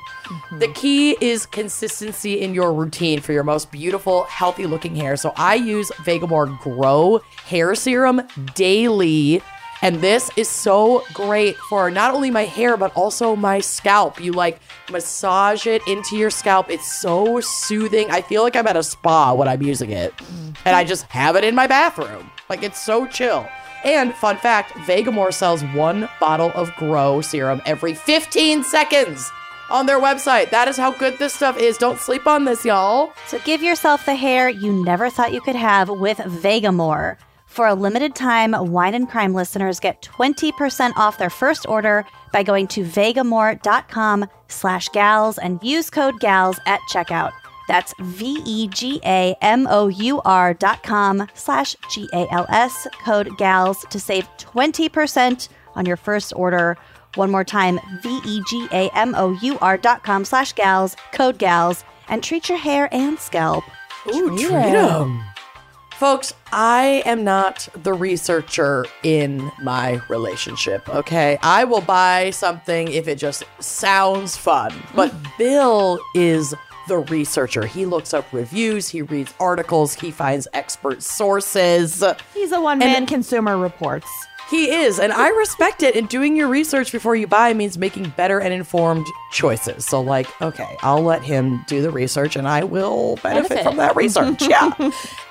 [SPEAKER 1] The key is consistency in your routine for your most beautiful, healthy looking hair. So I use Vegamore Grow hair serum daily. And this is so great for not only my hair, but also my scalp. You like massage it into your scalp. It's so soothing. I feel like I'm at a spa when I'm using it. And I just have it in my bathroom. Like it's so chill. And fun fact Vegamore sells one bottle of Grow serum every 15 seconds on their website. That is how good this stuff is. Don't sleep on this, y'all.
[SPEAKER 3] So give yourself the hair you never thought you could have with Vegamore. For a limited time, Wine and Crime listeners get 20% off their first order by going to vegamore.com slash gals and use code gals at checkout. That's E V-E-G-A-M-O-U-R dot com slash G-A-L-S, code gals to save 20% on your first order. One more time, E V-E-G-A-M-O-U-R dot com slash gals, code gals, and treat your hair and scalp.
[SPEAKER 1] Ooh, treat 'em. Folks, I am not the researcher in my relationship, okay? I will buy something if it just sounds fun. But Bill is the researcher. He looks up reviews, he reads articles, he finds expert sources.
[SPEAKER 2] He's a one man consumer reports.
[SPEAKER 1] He is, and I respect it. And doing your research before you buy means making better and informed choices. So, like, okay, I'll let him do the research and I will benefit, from that research. Yeah.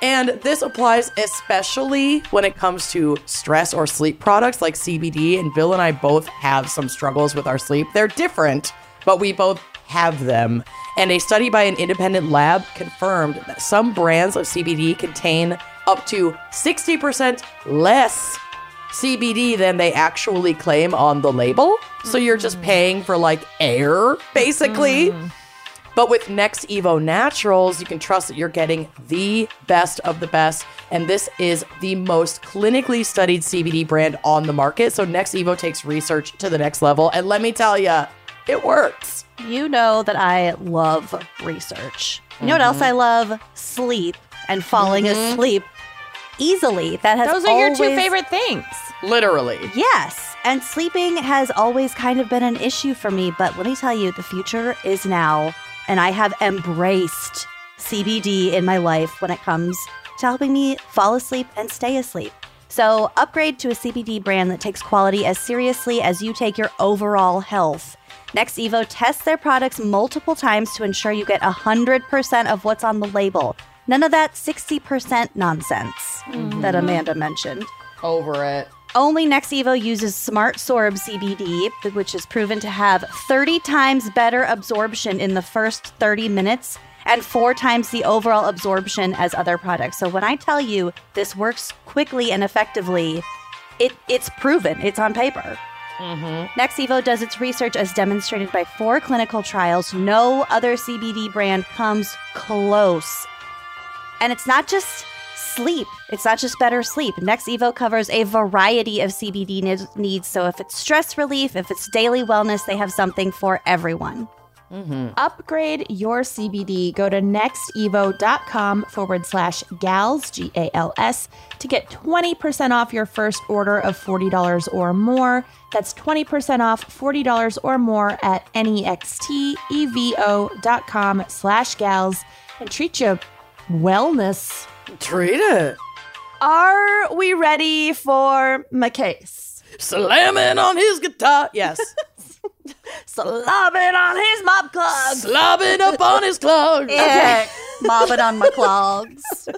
[SPEAKER 1] and this applies especially when it comes to stress or sleep products like CBD. And Bill and I both have some struggles with our sleep. They're different, but we both have them. And a study by an independent lab confirmed that some brands of CBD contain up to 60% less CBD than they actually claim on the label. So you're just paying for like air, basically. But with Next Evo Naturals, you can trust that you're getting the best of the best. And this is the most clinically studied CBD brand on the market. So Next Evo takes research to the next level. And let me tell you, it works.
[SPEAKER 3] You know that I love research. You know what else
[SPEAKER 2] Mm-hmm.
[SPEAKER 3] I love? Sleep and falling asleep easily. That has
[SPEAKER 2] Those are your two
[SPEAKER 3] always-
[SPEAKER 2] favorite things.
[SPEAKER 1] Literally.
[SPEAKER 3] Yes, and sleeping has always kind of been an issue for me. But let me tell you, the future is now, and I have embraced CBD in my life when it comes to helping me fall asleep and stay asleep. So upgrade to a CBD brand that takes quality as seriously as you take your overall health. Next Evo tests their products multiple times to ensure you get 100% of what's on the label. None of that 60% nonsense that Amanda mentioned.
[SPEAKER 1] Over it.
[SPEAKER 3] Only Nexevo uses Smart Sorb CBD, which is proven to have 30 times better absorption in the first 30 minutes and four times the overall absorption as other products. So when I tell you this works quickly and effectively, it, it's proven. It's on paper. NexEvo does its research as demonstrated by four clinical trials. No other CBD brand comes close. And it's not just sleep, it's not just better sleep. NexEvo covers a variety of CBD ne- needs. So if it's stress relief, if it's daily wellness, they have something for everyone.
[SPEAKER 2] Upgrade your CBD. Go to nextevo.com forward slash gals, G A L S, to get 20% off your first order of $40 or more. That's 20% off $40 or more at nextevo.com slash gals and treat your wellness.
[SPEAKER 1] Treat it.
[SPEAKER 2] Are we ready for my case?
[SPEAKER 1] Slamming on his guitar. Yes.
[SPEAKER 2] Slob it on his mop club.
[SPEAKER 1] Slobbing up on his clothes.
[SPEAKER 2] Okay.
[SPEAKER 3] Mobbing on my clogs.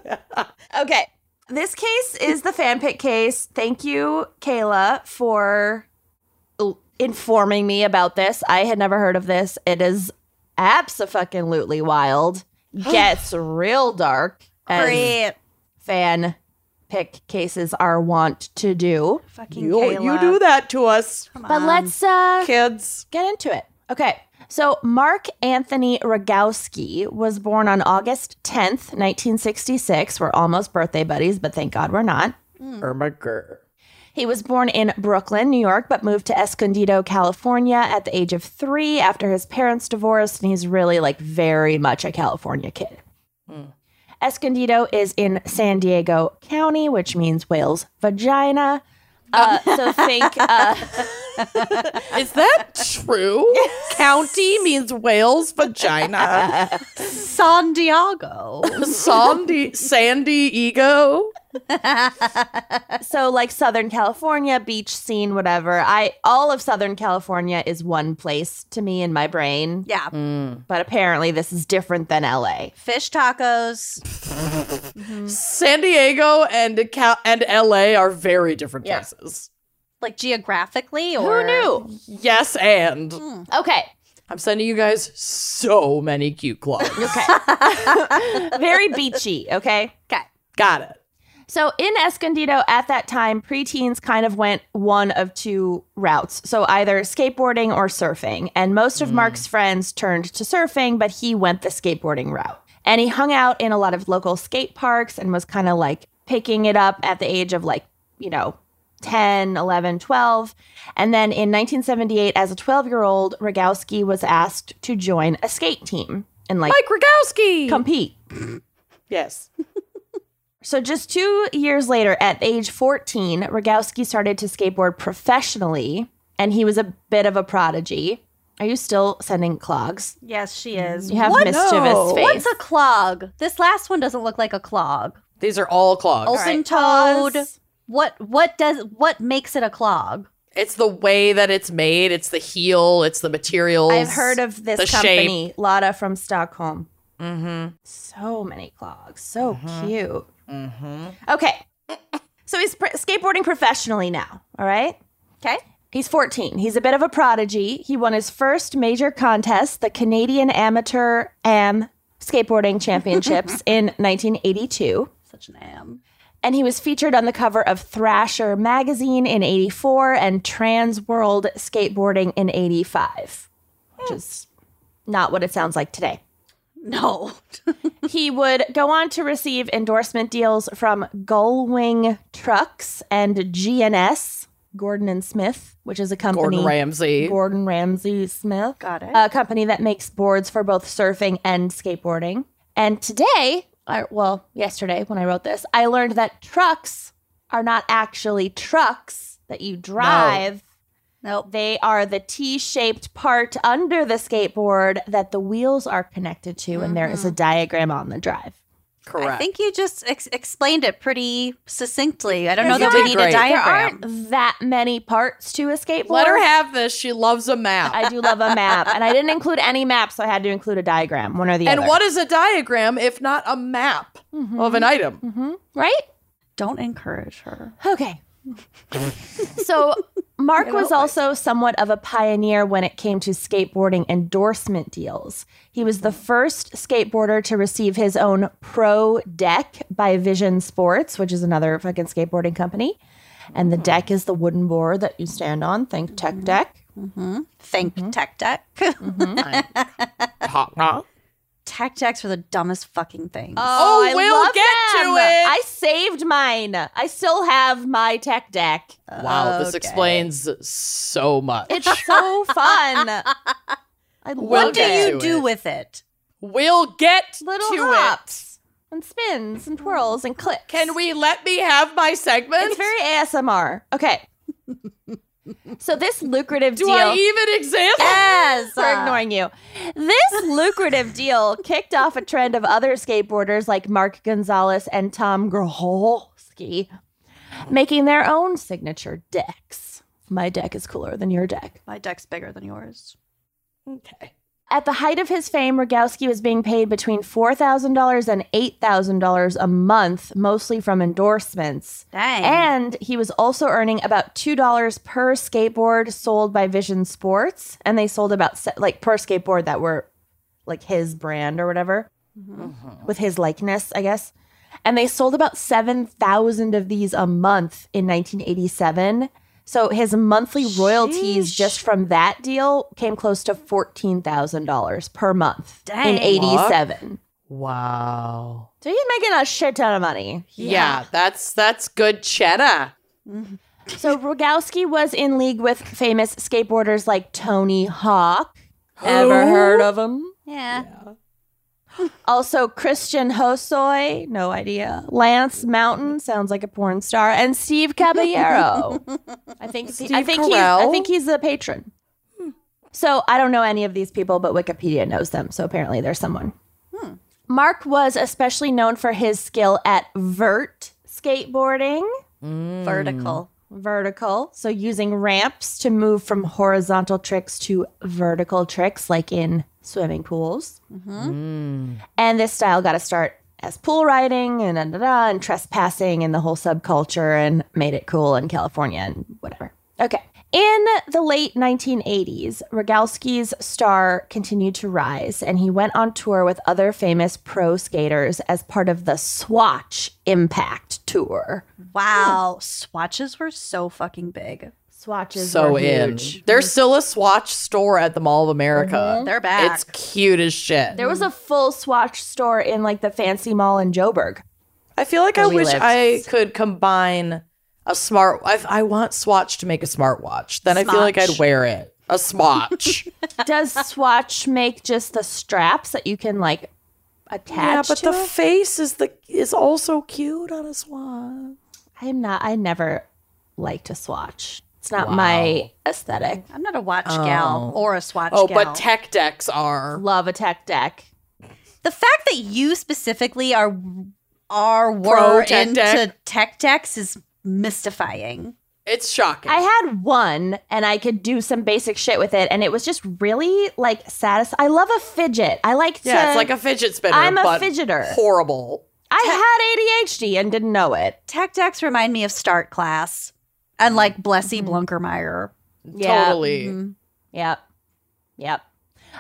[SPEAKER 2] Okay. This case is the fan pick case. Thank you, Kayla, for l- informing me about this. I had never heard of this. It is absolutely wild. Gets real dark. as
[SPEAKER 3] Great.
[SPEAKER 2] fan pick cases are wont to do.
[SPEAKER 3] Fucking
[SPEAKER 1] You, you
[SPEAKER 3] Kayla.
[SPEAKER 1] do that to us,
[SPEAKER 3] Come
[SPEAKER 2] But
[SPEAKER 3] on.
[SPEAKER 2] let's uh,
[SPEAKER 1] kids.
[SPEAKER 2] get into it. Okay. So Mark Anthony Rogowski was born on August 10th, 1966. We're almost birthday buddies, but thank God we're not.
[SPEAKER 1] Irma Gurr.
[SPEAKER 2] He was born in Brooklyn, New York, but moved to Escondido, California at the age of three after his parents divorced, and he's really like very much a California kid. Hmm. Escondido is in San Diego County, which means whale's vagina. Uh, so think uh,
[SPEAKER 1] Is that true? County means whale's vagina.
[SPEAKER 3] San Diego.
[SPEAKER 1] Sandy, Sandy ego.
[SPEAKER 2] so like Southern California beach scene, whatever. I all of Southern California is one place to me in my brain,
[SPEAKER 3] yeah.
[SPEAKER 2] but apparently this is different than LA.
[SPEAKER 3] Fish tacos.
[SPEAKER 1] San Diego and Cal- and LA are very different
[SPEAKER 2] Yeah.
[SPEAKER 1] places.
[SPEAKER 3] Like geographically or
[SPEAKER 2] Who knew?
[SPEAKER 1] Yes, and
[SPEAKER 2] Okay.
[SPEAKER 1] I'm sending you guys so many cute clothes.
[SPEAKER 2] Okay. Very beachy, okay?
[SPEAKER 3] Okay.
[SPEAKER 1] Got it.
[SPEAKER 2] So in Escondido at that time, preteens kind of went one of two routes. So either skateboarding or surfing. And most of Mark's friends turned to surfing, but he went the skateboarding route. And he hung out in a lot of local skate parks and was kind of like picking it up at the age of like, you know, 10, 11, 12. And then in 1978, as a 12 year old, Rogowski was asked to join a skate team and like
[SPEAKER 1] Mike Rogowski.
[SPEAKER 2] compete.
[SPEAKER 1] yes.
[SPEAKER 2] So, just two years later, at age 14, Rogowski started to skateboard professionally, and he was a bit of a prodigy. Are you still sending clogs?
[SPEAKER 3] Yes, she is.
[SPEAKER 2] You have
[SPEAKER 3] What-
[SPEAKER 2] mischievous
[SPEAKER 1] No.
[SPEAKER 2] face.
[SPEAKER 3] What's a clog? This last one doesn't look like a clog.
[SPEAKER 1] These are all clogs.
[SPEAKER 3] Olsen
[SPEAKER 2] pause.
[SPEAKER 3] toed. What what does what makes it a clog?
[SPEAKER 1] It's the way that it's made. It's the heel. It's the materials.
[SPEAKER 2] I've heard of this
[SPEAKER 1] The
[SPEAKER 2] company, Lada from Stockholm.
[SPEAKER 1] Mm-hmm.
[SPEAKER 2] So many clogs. So cute.
[SPEAKER 1] Mm-hmm.
[SPEAKER 2] Okay. so, he's pr- skateboarding professionally now, all right?
[SPEAKER 3] Okay.
[SPEAKER 2] He's 14. He's a bit of a prodigy. He won his first major contest, the Canadian Amateur Am Skateboarding Championships in 1982.
[SPEAKER 3] Such an am.
[SPEAKER 2] And he was featured on the cover of Thrasher magazine in 84 and Trans World Skateboarding in 85, which is not what it sounds like today.
[SPEAKER 3] No.
[SPEAKER 2] he would go on to receive endorsement deals from Gullwing Trucks and GNS, Gordon and Smith, which is a company.
[SPEAKER 1] Gordon Ramsay.
[SPEAKER 2] Gordon Ramsay Smith.
[SPEAKER 3] Got it.
[SPEAKER 2] A company that makes boards for both surfing and skateboarding. And today, or well, yesterday when I wrote this, I learned that trucks are not actually trucks that you drive.
[SPEAKER 3] Nope.
[SPEAKER 2] They are the T shaped part under the skateboard that the wheels are connected to, and there
[SPEAKER 1] Mm-hmm.
[SPEAKER 2] is a diagram on the drive.
[SPEAKER 1] Correct.
[SPEAKER 3] I think you just ex- explained it pretty succinctly. I don't know
[SPEAKER 1] Yeah,
[SPEAKER 3] that
[SPEAKER 1] you
[SPEAKER 3] we
[SPEAKER 1] did
[SPEAKER 3] need
[SPEAKER 1] great.
[SPEAKER 3] a
[SPEAKER 1] There
[SPEAKER 2] There
[SPEAKER 3] diagram.
[SPEAKER 2] aren't that many parts to a skateboard.
[SPEAKER 1] Let her have this. She loves a map.
[SPEAKER 2] I do love a map, and I didn't include any maps, so I had to include a diagram, one or the
[SPEAKER 1] and
[SPEAKER 2] other.
[SPEAKER 1] what is a diagram if not a map
[SPEAKER 2] Mm-hmm.
[SPEAKER 1] of an item?
[SPEAKER 2] right?
[SPEAKER 3] Don't encourage her.
[SPEAKER 2] Okay. so Mark was also somewhat of a pioneer when it came to skateboarding endorsement deals. He was the first skateboarder to receive his own pro deck by Vision Sports, which is another fucking skateboarding company. And the deck is the wooden board that you stand on. Think tech deck.
[SPEAKER 3] Mm-hmm. Think
[SPEAKER 1] Mm-hmm.
[SPEAKER 3] tech deck.
[SPEAKER 2] Mm-hmm.
[SPEAKER 1] Hot, huh?
[SPEAKER 3] tech decks are the dumbest fucking things.
[SPEAKER 1] Oh, we'll get to it.
[SPEAKER 2] I saved mine. I still have my tech deck.
[SPEAKER 1] Wow, this
[SPEAKER 3] Okay.
[SPEAKER 1] explains so much.
[SPEAKER 2] It's so fun. I
[SPEAKER 1] We'll
[SPEAKER 3] what
[SPEAKER 2] love
[SPEAKER 3] do
[SPEAKER 1] get
[SPEAKER 2] it.
[SPEAKER 3] you
[SPEAKER 1] to
[SPEAKER 3] do
[SPEAKER 1] it.
[SPEAKER 3] with it?
[SPEAKER 1] we'll get
[SPEAKER 2] Little
[SPEAKER 1] to it.
[SPEAKER 2] hops and spins and twirls and clicks.
[SPEAKER 1] Can we let me have my segment?
[SPEAKER 2] It's very ASMR. Okay. so this lucrative
[SPEAKER 1] Do
[SPEAKER 2] deal.
[SPEAKER 1] I even exist?
[SPEAKER 2] Yes, we're ignoring you. This lucrative deal kicked off a trend of other skateboarders like Mark Gonzalez and Tom Groholski making their own signature decks. My deck is cooler than your deck.
[SPEAKER 3] My deck's bigger than yours.
[SPEAKER 1] Okay.
[SPEAKER 2] At the height of his fame, Rogowski was being paid between $4,000 and $8,000 a month, mostly from endorsements.
[SPEAKER 3] Dang.
[SPEAKER 1] Eh.
[SPEAKER 2] And he was also earning about $2 per skateboard sold by Vision Sports. And they sold about, se- like, per Mm-hmm. skateboard that were, like, his brand or whatever, with his likeness, I guess. and they sold about 7,000 of these a month in 1987. So his monthly royalties
[SPEAKER 3] Sheesh.
[SPEAKER 2] just from that deal came close to $14,000 per month
[SPEAKER 3] Dang.
[SPEAKER 2] in 87.
[SPEAKER 1] Wow.
[SPEAKER 2] So he's making a shit ton of money.
[SPEAKER 1] Yeah. that's that's good cheddar.
[SPEAKER 2] So Rogowski was in league with famous skateboarders like Tony Hawk. Ever
[SPEAKER 1] Who?
[SPEAKER 2] heard of him?
[SPEAKER 3] Yeah.
[SPEAKER 2] Also, Christian Hosoi, no idea. Lance Mountain sounds like a porn star, and Steve Caballero. I think I
[SPEAKER 1] Steve
[SPEAKER 2] think he's, I
[SPEAKER 1] Carell?
[SPEAKER 2] think he's the patron. Hmm. So I don't know any of these people, but Wikipedia knows them. So apparently, there's someone. Hmm. Mark was especially known for his skill at vert skateboarding
[SPEAKER 3] Vertical.
[SPEAKER 2] vertical. So using ramps to move from horizontal tricks to vertical tricks, like in swimming pools. Mm-hmm. And this style got to start as pool riding and da, da, da, and trespassing and the whole subculture and made it cool in California and whatever. Okay. In the late 1980s, Rogalski's star continued to rise, and he went on tour with other famous pro skaters as part of the Swatch Impact Tour.
[SPEAKER 1] Mm.
[SPEAKER 3] Wow. Swatches were so fucking big.
[SPEAKER 2] Swatches
[SPEAKER 1] So
[SPEAKER 2] were
[SPEAKER 1] in.
[SPEAKER 2] huge.
[SPEAKER 1] There's still a Swatch store at the Mall of
[SPEAKER 2] Mm-hmm.
[SPEAKER 1] America.
[SPEAKER 3] They're back.
[SPEAKER 1] It's cute as shit.
[SPEAKER 2] There was a full swatch store in like the fancy mall in Joburg.
[SPEAKER 1] I feel like I
[SPEAKER 2] we
[SPEAKER 1] wish
[SPEAKER 2] lived.
[SPEAKER 1] I could combine a smart. I, I want Swatch to make a smartwatch. Then I feel like I'd
[SPEAKER 3] Swatch.
[SPEAKER 1] wear it. A swatch.
[SPEAKER 2] Does Swatch make just the straps that you can like attach
[SPEAKER 1] yeah, but
[SPEAKER 2] to
[SPEAKER 1] the
[SPEAKER 2] it?
[SPEAKER 1] face is the is also cute on a swatch.
[SPEAKER 2] I am not. I never liked to swatch. It's not my aesthetic.
[SPEAKER 3] I'm not a watch gal or a swatch
[SPEAKER 1] Oh,
[SPEAKER 3] gal.
[SPEAKER 1] but tech decks are.
[SPEAKER 2] Love a tech deck.
[SPEAKER 3] the fact that you specifically are are
[SPEAKER 1] Pro
[SPEAKER 3] were
[SPEAKER 1] tech
[SPEAKER 3] into
[SPEAKER 1] deck.
[SPEAKER 3] tech decks is mystifying.
[SPEAKER 1] It's shocking.
[SPEAKER 2] I had one and I could do some basic shit with it, and it was just really like satisfying. I love a fidget. I like to.
[SPEAKER 1] yeah, it's like a fidget spinner.
[SPEAKER 2] I'm a
[SPEAKER 1] but
[SPEAKER 2] fidgeter.
[SPEAKER 1] Horrible.
[SPEAKER 2] I had ADHD and didn't know it.
[SPEAKER 3] Tech decks remind me of start class and like Blessy
[SPEAKER 1] Mm-hmm.
[SPEAKER 3] Blunkermeyer. Mm-hmm.
[SPEAKER 2] Yeah. mm-hmm.
[SPEAKER 1] Totally.
[SPEAKER 2] Yep. Yep.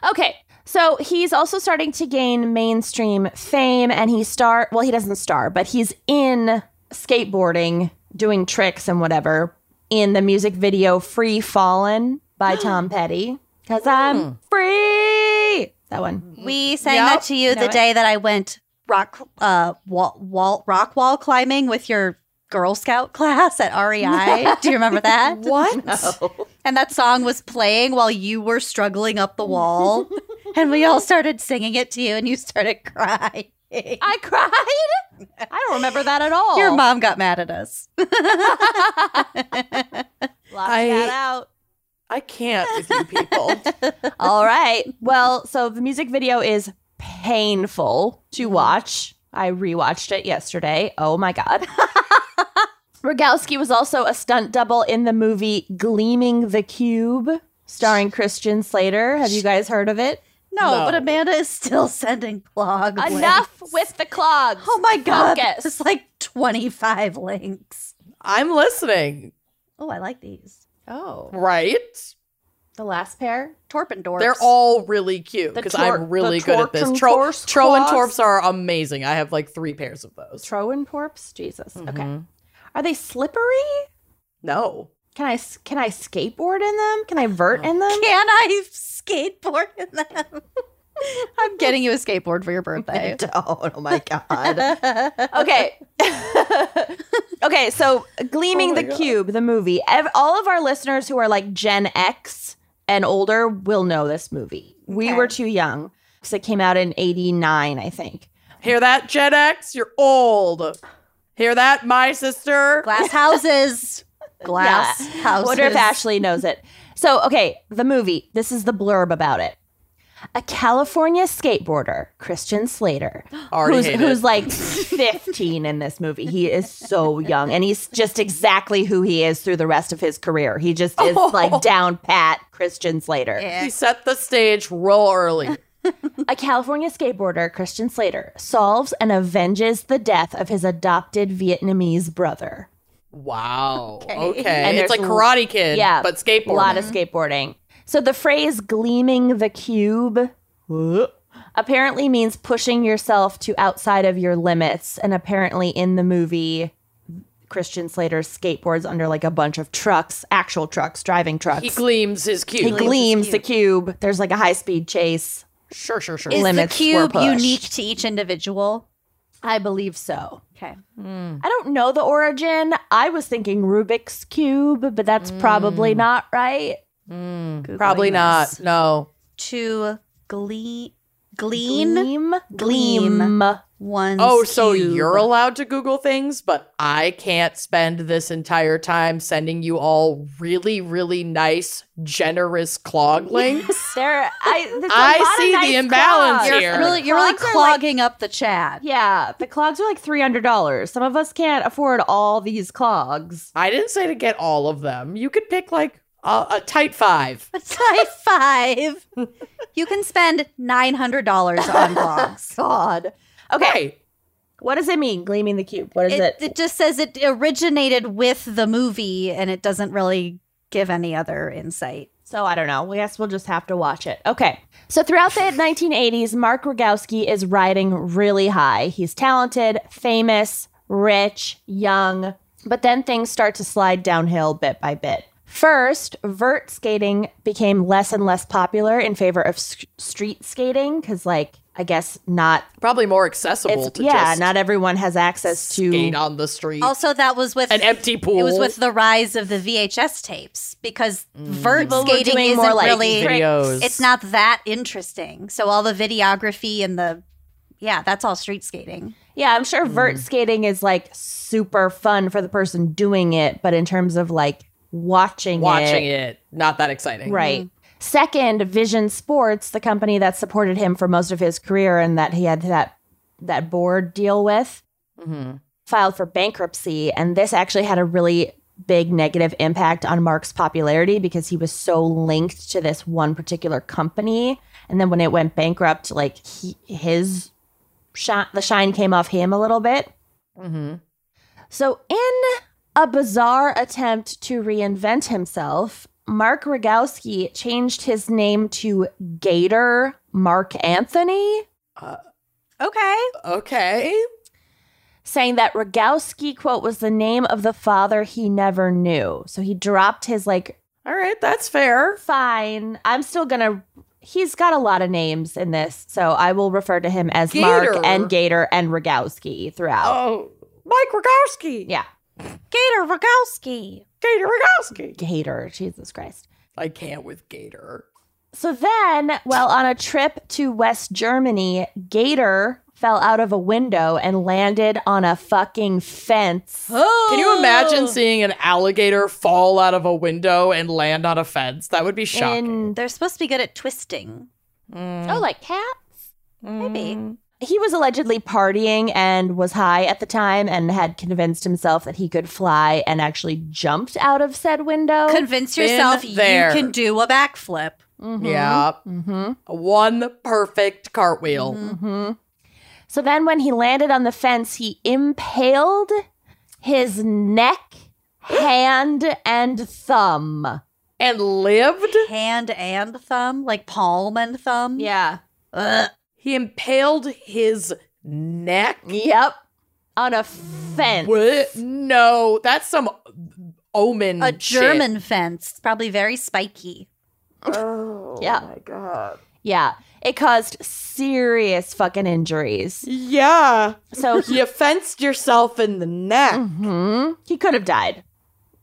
[SPEAKER 2] Okay. So he's also starting to gain mainstream fame and he star well, he doesn't star, but he's in skateboarding, doing tricks and whatever in the music video Free Fallen by Tom Petty. Cause I'm free. That one.
[SPEAKER 3] We sang
[SPEAKER 1] Yep.
[SPEAKER 3] that to you the
[SPEAKER 2] it.
[SPEAKER 3] day that I went rock uh wall, wall rock wall climbing with your Girl Scout class at REI. Do you remember that?
[SPEAKER 1] What?
[SPEAKER 3] And that song was playing while you were struggling up the wall. and we all started singing it to you and you started crying.
[SPEAKER 2] I cried. I don't remember that at all.
[SPEAKER 3] Your mom got mad at us.
[SPEAKER 2] Locked
[SPEAKER 1] I-
[SPEAKER 2] that out.
[SPEAKER 1] I can't with you people.
[SPEAKER 2] All right. Well, so the music video is painful to watch. I rewatched it yesterday. Oh my God. Rogowski was also a stunt double in the movie Gleaming the Cube, starring Christian Slater. Have you guys heard of it?
[SPEAKER 3] No,
[SPEAKER 1] No.
[SPEAKER 3] but Amanda is still sending blog links.
[SPEAKER 2] Enough with the clogs.
[SPEAKER 3] Oh my god.
[SPEAKER 2] Focus.
[SPEAKER 3] It's like 25 links.
[SPEAKER 1] I'm listening.
[SPEAKER 3] Oh, I like these.
[SPEAKER 2] Oh,
[SPEAKER 1] Right?
[SPEAKER 2] the last pair?
[SPEAKER 3] Torpendorf.
[SPEAKER 1] They're all really cute
[SPEAKER 2] The
[SPEAKER 1] because
[SPEAKER 2] tor-
[SPEAKER 1] I'm really
[SPEAKER 2] the
[SPEAKER 1] good at this.
[SPEAKER 2] torque and
[SPEAKER 1] Tro,
[SPEAKER 2] torse
[SPEAKER 1] tro and
[SPEAKER 2] claws?
[SPEAKER 1] torps are amazing. I have like three pairs of those.
[SPEAKER 2] Troenporps? Jesus. Okay. Are they slippery?
[SPEAKER 1] No.
[SPEAKER 2] Can I s- can I skateboard in them? Oh. Can I vert in them?
[SPEAKER 3] Can I skateboard in them? I'm getting you a skateboard for your birthday.
[SPEAKER 1] Oh, oh my God.
[SPEAKER 2] okay. okay, so Gleaming
[SPEAKER 1] Oh my
[SPEAKER 2] the
[SPEAKER 1] God.
[SPEAKER 2] Cube, the movie. Ev- all of our listeners who are like Gen X and older will know this movie. We
[SPEAKER 3] Okay.
[SPEAKER 2] were too young because it came out in 89, I think.
[SPEAKER 1] Hear that, Gen X? You're old. Hear that, my sister?
[SPEAKER 3] Glass houses. Glass houses.
[SPEAKER 2] Wonder if Ashley knows it. So, okay, the movie. This is the blurb about it. A California skateboarder, Christian Slater,
[SPEAKER 1] Already
[SPEAKER 2] who's,
[SPEAKER 1] hate
[SPEAKER 2] who's
[SPEAKER 1] it.
[SPEAKER 2] like 15 in this movie. He is so young and he's just exactly who he is through the rest of his career. He just is like down pat Christian Slater.
[SPEAKER 3] Yeah.
[SPEAKER 1] He set the stage real early.
[SPEAKER 2] A California skateboarder, Christian Slater, solves and avenges the death of his adopted Vietnamese brother.
[SPEAKER 1] Wow. Okay.
[SPEAKER 2] And there's
[SPEAKER 1] it's like
[SPEAKER 2] l-
[SPEAKER 1] Karate Kid,
[SPEAKER 2] yeah,
[SPEAKER 1] but skateboard.
[SPEAKER 2] A lot of skateboarding. So the phrase gleaming the cube uh, apparently means pushing yourself to outside of your limits. And apparently, in the movie, Christian Slater skateboards under like a bunch of trucks, actual trucks, driving trucks.
[SPEAKER 1] He gleams his cue.
[SPEAKER 2] He gleams the cube. There's like a high speed chase.
[SPEAKER 1] Sure, sure, sure.
[SPEAKER 3] Is the
[SPEAKER 2] limits were
[SPEAKER 3] cube
[SPEAKER 2] pushed.
[SPEAKER 3] unique to each individual?
[SPEAKER 2] I believe so.
[SPEAKER 3] Okay.
[SPEAKER 2] I don't know the origin. I was thinking Rubik's Cube, but that's probably not right.
[SPEAKER 3] Mm.
[SPEAKER 1] Probably not. No.
[SPEAKER 3] To glee- glean
[SPEAKER 2] Gleam.
[SPEAKER 3] Gleam.
[SPEAKER 2] Gleam.
[SPEAKER 3] one's
[SPEAKER 1] Oh, so
[SPEAKER 3] cube.
[SPEAKER 1] you're allowed to Google things, but I can't spend this entire time sending you all really, really nice, generous clog links.
[SPEAKER 2] There, I, there's a
[SPEAKER 1] I
[SPEAKER 2] lot of
[SPEAKER 1] see the
[SPEAKER 2] nice
[SPEAKER 1] imbalance
[SPEAKER 2] clogs.
[SPEAKER 1] here.
[SPEAKER 3] You're really, you're really
[SPEAKER 2] Clogs are like-
[SPEAKER 3] clogging up the chat.
[SPEAKER 2] Yeah, the clogs are like three hundred dollars. Some of us can't afford all these clogs.
[SPEAKER 1] I didn't say to get all of them. You could pick like a, a tight five.
[SPEAKER 3] It's high five. you can spend nine hundred dollars on clogs.
[SPEAKER 2] God. Okay,
[SPEAKER 1] Right.
[SPEAKER 2] what does it mean? Gleaming the cube. What is
[SPEAKER 3] it,
[SPEAKER 2] it?
[SPEAKER 3] it just says it originated with the movie, and it doesn't really give any other insight.
[SPEAKER 2] So I don't know. I guess we'll just have to watch it. Okay. So throughout the 1980s, Mark Rogowski is riding really high. He's talented, famous, rich, young, but then things start to slide downhill bit by bit. First, vert skating became less and less popular in favor of s- street skating because, like, I guess not.
[SPEAKER 1] Probably more accessible
[SPEAKER 2] It's,
[SPEAKER 1] to
[SPEAKER 2] yeah,
[SPEAKER 1] just
[SPEAKER 2] not everyone has access to.
[SPEAKER 1] skate on the street.
[SPEAKER 3] Also, that was with
[SPEAKER 1] An empty pool.
[SPEAKER 3] It was with the rise of the VHS tapes because vert
[SPEAKER 2] People were
[SPEAKER 3] skating
[SPEAKER 2] doing
[SPEAKER 3] isn't
[SPEAKER 2] more like
[SPEAKER 3] really.
[SPEAKER 2] tricks.
[SPEAKER 1] videos.
[SPEAKER 3] It's not that interesting. So all the videography and the yeah, that's all street skating.
[SPEAKER 2] Yeah, I'm sure
[SPEAKER 1] Mm-hmm.
[SPEAKER 2] vert skating is like super fun for the person doing it, but in terms of like watching
[SPEAKER 1] watching it. Not that exciting.
[SPEAKER 2] Right. Mm-hmm. Second, Vision Sports, the company that supported him for most of his career and that he had that that board deal with,
[SPEAKER 1] Mhm.
[SPEAKER 2] filed for bankruptcy, and this actually had a really big negative impact on Mark's popularity because he was so linked to this one particular company, and then when it went bankrupt, like he, his shine, the shine came off him a little bit.
[SPEAKER 1] Mm-hmm.
[SPEAKER 2] So, in a bizarre attempt to reinvent himself, Mark Rogowski changed his name to Gator Mark Anthony,
[SPEAKER 3] Okay.
[SPEAKER 1] Okay.
[SPEAKER 2] saying that Rogowski, quote, was the name of the father he never knew. So he dropped his, like,
[SPEAKER 1] All right. That's fair.
[SPEAKER 2] fine, I'm still gonna. He's got a lot of names in this, so I will refer to him as
[SPEAKER 1] Gator.
[SPEAKER 2] Mark and Gator and Rogowski throughout.
[SPEAKER 1] Oh, Mike Rogowski.
[SPEAKER 2] Yeah,
[SPEAKER 3] Gator Rogowski.
[SPEAKER 1] Gator Rogowski.
[SPEAKER 2] Gator, Jesus Christ.
[SPEAKER 1] I can't with Gator.
[SPEAKER 2] So then, while on a trip to West Germany, Gator fell out of a window and landed on a fucking fence.
[SPEAKER 1] Can you imagine seeing an alligator fall out of a window and land on a fence? That would be shocking.
[SPEAKER 2] In,
[SPEAKER 3] They're supposed to be good at twisting.
[SPEAKER 2] oh, like cats?
[SPEAKER 3] Maybe.
[SPEAKER 2] He was allegedly partying and was high at the time and had convinced himself that he could fly and actually jumped out of said window.
[SPEAKER 3] Convince
[SPEAKER 1] Been
[SPEAKER 3] yourself
[SPEAKER 1] there.
[SPEAKER 3] you can do a backflip.
[SPEAKER 1] Yeah.
[SPEAKER 2] mm-hmm.
[SPEAKER 1] One perfect cartwheel.
[SPEAKER 2] So then, when he landed on the fence, he impaled his neck, hand, and thumb.
[SPEAKER 1] And lived.
[SPEAKER 3] Hand and thumb, like palm and thumb.
[SPEAKER 2] Yeah.
[SPEAKER 3] Ugh.
[SPEAKER 1] He impaled his neck.
[SPEAKER 2] Yep. On a fence.
[SPEAKER 1] What? No, that's some omen.
[SPEAKER 3] A
[SPEAKER 1] Mm, shit.
[SPEAKER 3] German fence. It's probably very spiky.
[SPEAKER 2] yeah. Yeah. It caused serious fucking injuries.
[SPEAKER 1] Yeah.
[SPEAKER 2] So he,
[SPEAKER 1] You fenced yourself in the neck. Mm-hmm.
[SPEAKER 2] Mhm. he could have died.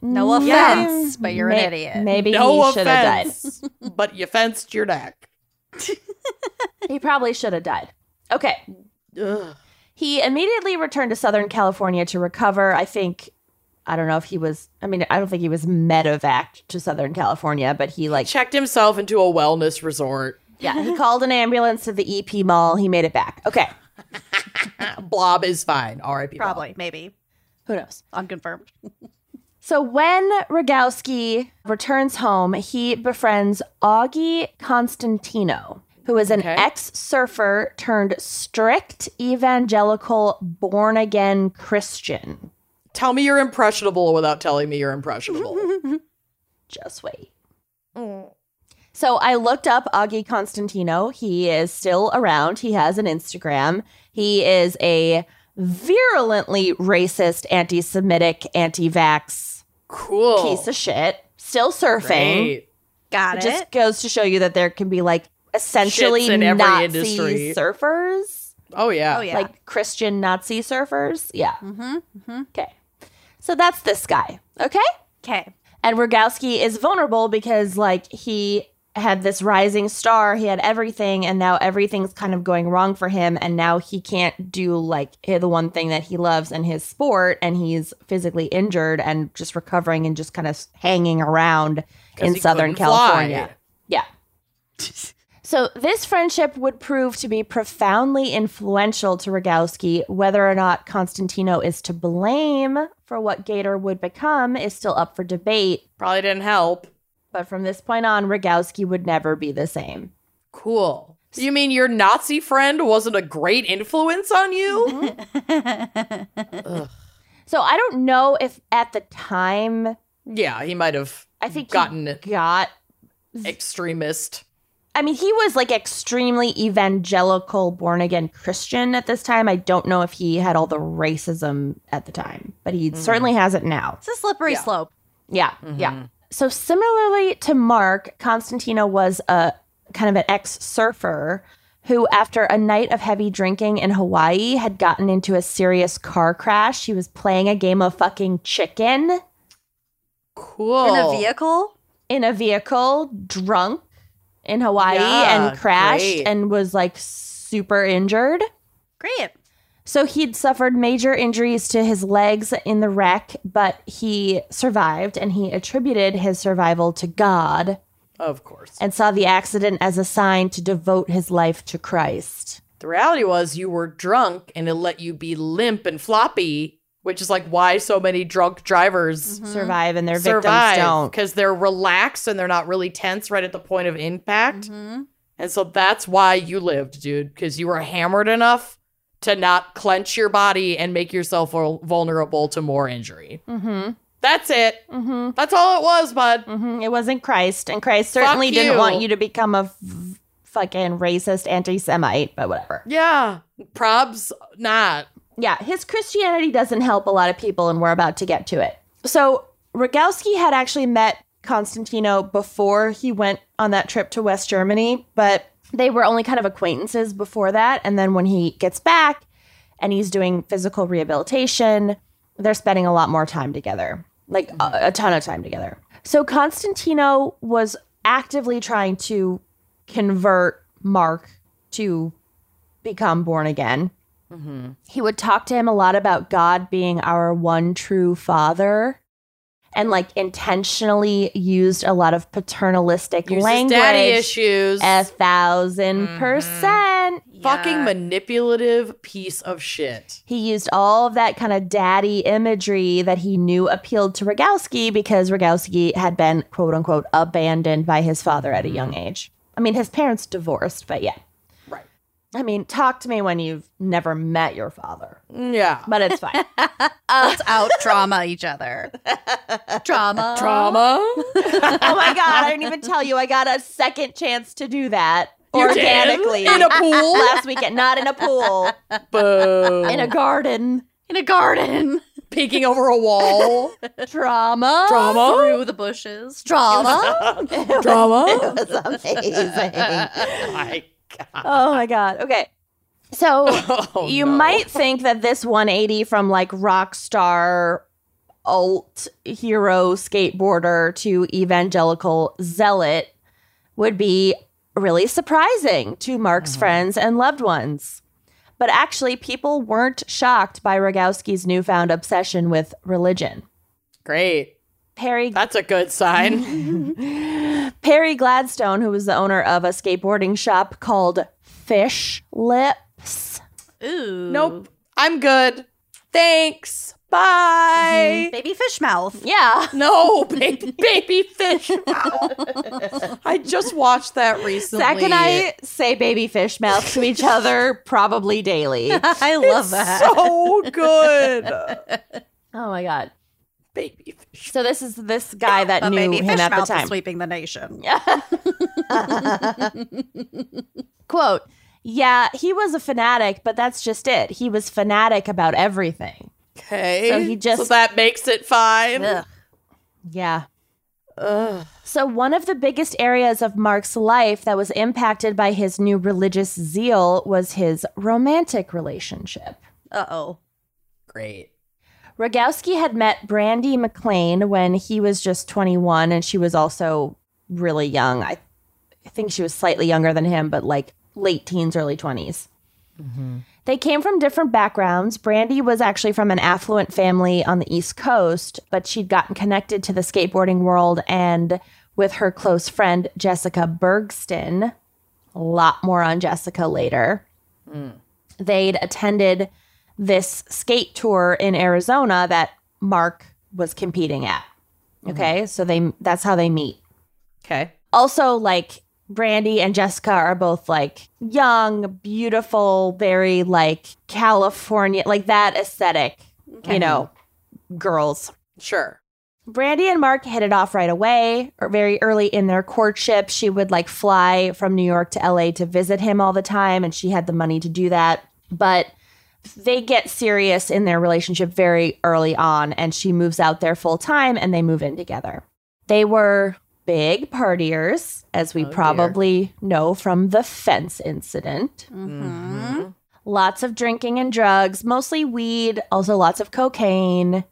[SPEAKER 3] No
[SPEAKER 2] Yeah.
[SPEAKER 3] offense, but you're
[SPEAKER 2] May-
[SPEAKER 3] an idiot.
[SPEAKER 2] Maybe
[SPEAKER 1] No
[SPEAKER 2] he should have died.
[SPEAKER 1] offense, but you fenced your neck.
[SPEAKER 2] He probably should have died. Okay.
[SPEAKER 1] Ugh.
[SPEAKER 2] He immediately returned to Southern California to recover. I think, I don't know if he was, I mean, I don't think he was medevaced to Southern California, but he like,
[SPEAKER 1] Checked himself into a wellness resort.
[SPEAKER 2] yeah, he called an ambulance to the EP mall. He made it back. Okay.
[SPEAKER 1] Blob is fine. R.I.P. Blob.
[SPEAKER 3] Probably, maybe.
[SPEAKER 2] Who knows?
[SPEAKER 3] Unconfirmed.
[SPEAKER 2] So when Rogowski returns home, he befriends Augie Constantino, who is an
[SPEAKER 1] Okay.
[SPEAKER 2] ex surfer turned strict evangelical born again Christian.
[SPEAKER 1] Tell me you're impressionable without telling me you're impressionable.
[SPEAKER 2] Just wait. So I looked up Augie Constantino. He is still around. He has an Instagram. He is a virulently racist, anti Semitic, anti vax
[SPEAKER 1] Cool.
[SPEAKER 2] piece of shit. Still surfing.
[SPEAKER 1] Great.
[SPEAKER 3] Got
[SPEAKER 2] It
[SPEAKER 3] it.
[SPEAKER 2] just goes to show you that there can be like essentially
[SPEAKER 1] Shits in every
[SPEAKER 2] Nazi
[SPEAKER 1] industry.
[SPEAKER 2] surfers,
[SPEAKER 1] Oh yeah.
[SPEAKER 3] oh yeah.
[SPEAKER 2] like Christian Nazi surfers. Yeah.
[SPEAKER 3] mm-hmm. Mm-hmm.
[SPEAKER 2] Okay. So that's this guy. Okay.
[SPEAKER 3] Okay.
[SPEAKER 2] And Rogowski is vulnerable because, like, he had this rising star, he had everything, and now everything's kind of going wrong for him. And now he can't do, like, eh, the one thing that he loves in his sport, and he's physically injured and just recovering and just kind of hanging around
[SPEAKER 1] 'Cause
[SPEAKER 2] in
[SPEAKER 1] he
[SPEAKER 2] Southern
[SPEAKER 1] couldn't fly.
[SPEAKER 2] California. Yeah. So this friendship would prove to be profoundly influential to Rogowski. Whether or not Constantino is to blame for what Gator would become is still up for debate.
[SPEAKER 1] Probably didn't help.
[SPEAKER 2] But from this point on, Rogowski would never be the same.
[SPEAKER 1] Cool. You mean your Nazi friend wasn't a great influence on you?
[SPEAKER 3] Mm-hmm.
[SPEAKER 2] So I don't know if at the time
[SPEAKER 1] yeah, he might have
[SPEAKER 2] I think he
[SPEAKER 1] gotten
[SPEAKER 2] got
[SPEAKER 1] extremist.
[SPEAKER 2] I mean, he was like extremely evangelical, born again Christian at this time. I don't know if he had all the racism at the time, but he certainly has it now.
[SPEAKER 3] It's a slippery
[SPEAKER 1] Yeah.
[SPEAKER 3] slope.
[SPEAKER 2] Yeah,
[SPEAKER 1] Mm-hmm.
[SPEAKER 2] yeah. So similarly to Mark, Constantino was a kind of an ex-surfer who after a night of heavy drinking in Hawaii had gotten into a serious car crash. He was playing a game of fucking chicken
[SPEAKER 1] Cool.
[SPEAKER 3] In a vehicle?
[SPEAKER 2] in a vehicle, drunk in Hawaii
[SPEAKER 1] Yeah,
[SPEAKER 2] and crashed
[SPEAKER 1] great.
[SPEAKER 2] and was like super injured.
[SPEAKER 3] Great.
[SPEAKER 2] So he'd suffered major injuries to his legs in the wreck, but he survived and he attributed his survival to God.
[SPEAKER 1] Of course.
[SPEAKER 2] and saw the accident as a sign to devote his life to Christ.
[SPEAKER 1] The reality was you were drunk and it let you be limp and floppy, which is like why so many drunk
[SPEAKER 3] Mm-hmm.
[SPEAKER 1] drivers
[SPEAKER 2] Survive and their victims
[SPEAKER 1] Mm-hmm. survive
[SPEAKER 2] don't.
[SPEAKER 1] because they're relaxed and they're not really tense right at the point of impact.
[SPEAKER 2] Mm-hmm.
[SPEAKER 3] Mhm.
[SPEAKER 1] And so that's why you lived, dude, because you were hammered enough to not clench your body and make yourself vul- vulnerable to more injury.
[SPEAKER 2] Mm-hmm.
[SPEAKER 1] That's it.
[SPEAKER 2] Mm-hmm.
[SPEAKER 1] That's all it was, bud.
[SPEAKER 2] Mm-hmm. It wasn't Christ, and Christ certainly
[SPEAKER 1] Fuck
[SPEAKER 2] didn't
[SPEAKER 1] you.
[SPEAKER 2] want you to become a f- fucking racist anti-Semite, but whatever.
[SPEAKER 1] Yeah. Probs not.
[SPEAKER 2] Yeah, his Christianity doesn't help a lot of people, and we're about to get to it. So Rogowski had actually met Constantino before he went on that trip to West Germany, but they were only kind of acquaintances before that. And then when he gets back and he's doing physical rehabilitation, they're spending a lot more time together, like a, a ton of time together. So Constantino was actively trying to convert Mark to become born again
[SPEAKER 1] Mm-hmm.
[SPEAKER 2] he would talk to him a lot about God being our one true father and like intentionally used a lot of paternalistic
[SPEAKER 1] Uses
[SPEAKER 2] language.
[SPEAKER 1] daddy issues. Mm-hmm.
[SPEAKER 2] A 1000 percent.
[SPEAKER 1] Fucking manipulative piece of shit.
[SPEAKER 2] He used all of that kind of daddy imagery that he knew appealed to Rogowski because Rogowski had been quote unquote abandoned by his father
[SPEAKER 1] Mm-hmm.
[SPEAKER 2] at a young age. I mean, his parents divorced, but yeah.
[SPEAKER 1] Right.
[SPEAKER 2] I mean, talk to me when you've never met your father,
[SPEAKER 1] Yeah.
[SPEAKER 2] but it's fine.
[SPEAKER 3] Let's out trauma each other. Trauma.
[SPEAKER 1] Trauma.
[SPEAKER 2] oh my god, I didn't even tell you. I got a second chance to do that
[SPEAKER 1] You did?
[SPEAKER 2] organically
[SPEAKER 1] In a pool?
[SPEAKER 2] last weekend. Not in a pool,
[SPEAKER 1] Boom.
[SPEAKER 2] in a garden.
[SPEAKER 3] In a garden.
[SPEAKER 1] peeking over a wall.
[SPEAKER 2] Drama.
[SPEAKER 1] Drama.
[SPEAKER 3] Through the bushes. Trauma.
[SPEAKER 1] Drama.
[SPEAKER 2] It was amazing.
[SPEAKER 1] My God.
[SPEAKER 2] oh my god. Okay, so
[SPEAKER 1] Oh,
[SPEAKER 2] you
[SPEAKER 1] no.
[SPEAKER 2] might think that this 180 from like rock star alt hero skateboarder to evangelical zealot would be really surprising to
[SPEAKER 1] Mm-hmm.
[SPEAKER 2] Mark's friends and loved ones. But actually, people weren't shocked by Rogowski's newfound obsession with religion.
[SPEAKER 1] Great.
[SPEAKER 2] Perry
[SPEAKER 1] That's a good sign.
[SPEAKER 2] Perry Gladstone, who was the owner of a skateboarding shop called Fish Lips,
[SPEAKER 3] Ooh.
[SPEAKER 1] nope. I'm good. Thanks. Bye.
[SPEAKER 3] Baby fish mouth.
[SPEAKER 2] yeah,
[SPEAKER 1] No, baby, baby fish. I just watched that recently.
[SPEAKER 2] Zach and I say baby fish mouth to each other probably daily.
[SPEAKER 3] I love that.
[SPEAKER 1] So good.
[SPEAKER 2] Oh my God.
[SPEAKER 1] baby.
[SPEAKER 2] So this is this guy that
[SPEAKER 3] But
[SPEAKER 2] knew
[SPEAKER 3] maybe
[SPEAKER 2] him at the
[SPEAKER 3] Fishmouth
[SPEAKER 2] time.
[SPEAKER 3] is sweeping the nation.
[SPEAKER 2] Quote, yeah, he was a fanatic, but that's just it. He was fanatic about everything.
[SPEAKER 1] Okay.
[SPEAKER 2] So he just-
[SPEAKER 1] that makes it fine.
[SPEAKER 3] Ugh.
[SPEAKER 2] Yeah.
[SPEAKER 1] Ugh.
[SPEAKER 2] So, one of the biggest areas of Mark's life that was impacted by his new religious zeal was his romantic relationship.
[SPEAKER 3] Uh oh.
[SPEAKER 1] Great.
[SPEAKER 2] Rogowski had met Brandy McLean when he was just 21, and she was also really young. I, I think she was slightly younger than him, but like late teens, early 20s. They came from different backgrounds. Brandy was actually from an affluent family on the East Coast, but she'd gotten connected to the skateboarding world and with her close friend, Jessica Bergston. A lot more on Jessica later. They'd attended this skate tour in Arizona that Mark was competing at. Okay, so they that's how they meet
[SPEAKER 1] Okay.
[SPEAKER 2] also like Brandy and Jessica are both like young, beautiful, very like California, like that aesthetic, you know, girls.
[SPEAKER 1] Sure.
[SPEAKER 2] Brandy and Mark hit it off right away, or very early in their courtship. She would like fly from New York to LA to visit him all the time, and she had the money to do that. But they get serious in their relationship very early on, and she moves out there full time and they move in together. They were big partiers, as we
[SPEAKER 1] Oh, dear.
[SPEAKER 2] probably know from the fence incident.
[SPEAKER 3] Mm-hmm.
[SPEAKER 2] Lots of drinking and drugs, mostly weed, also lots of cocaine,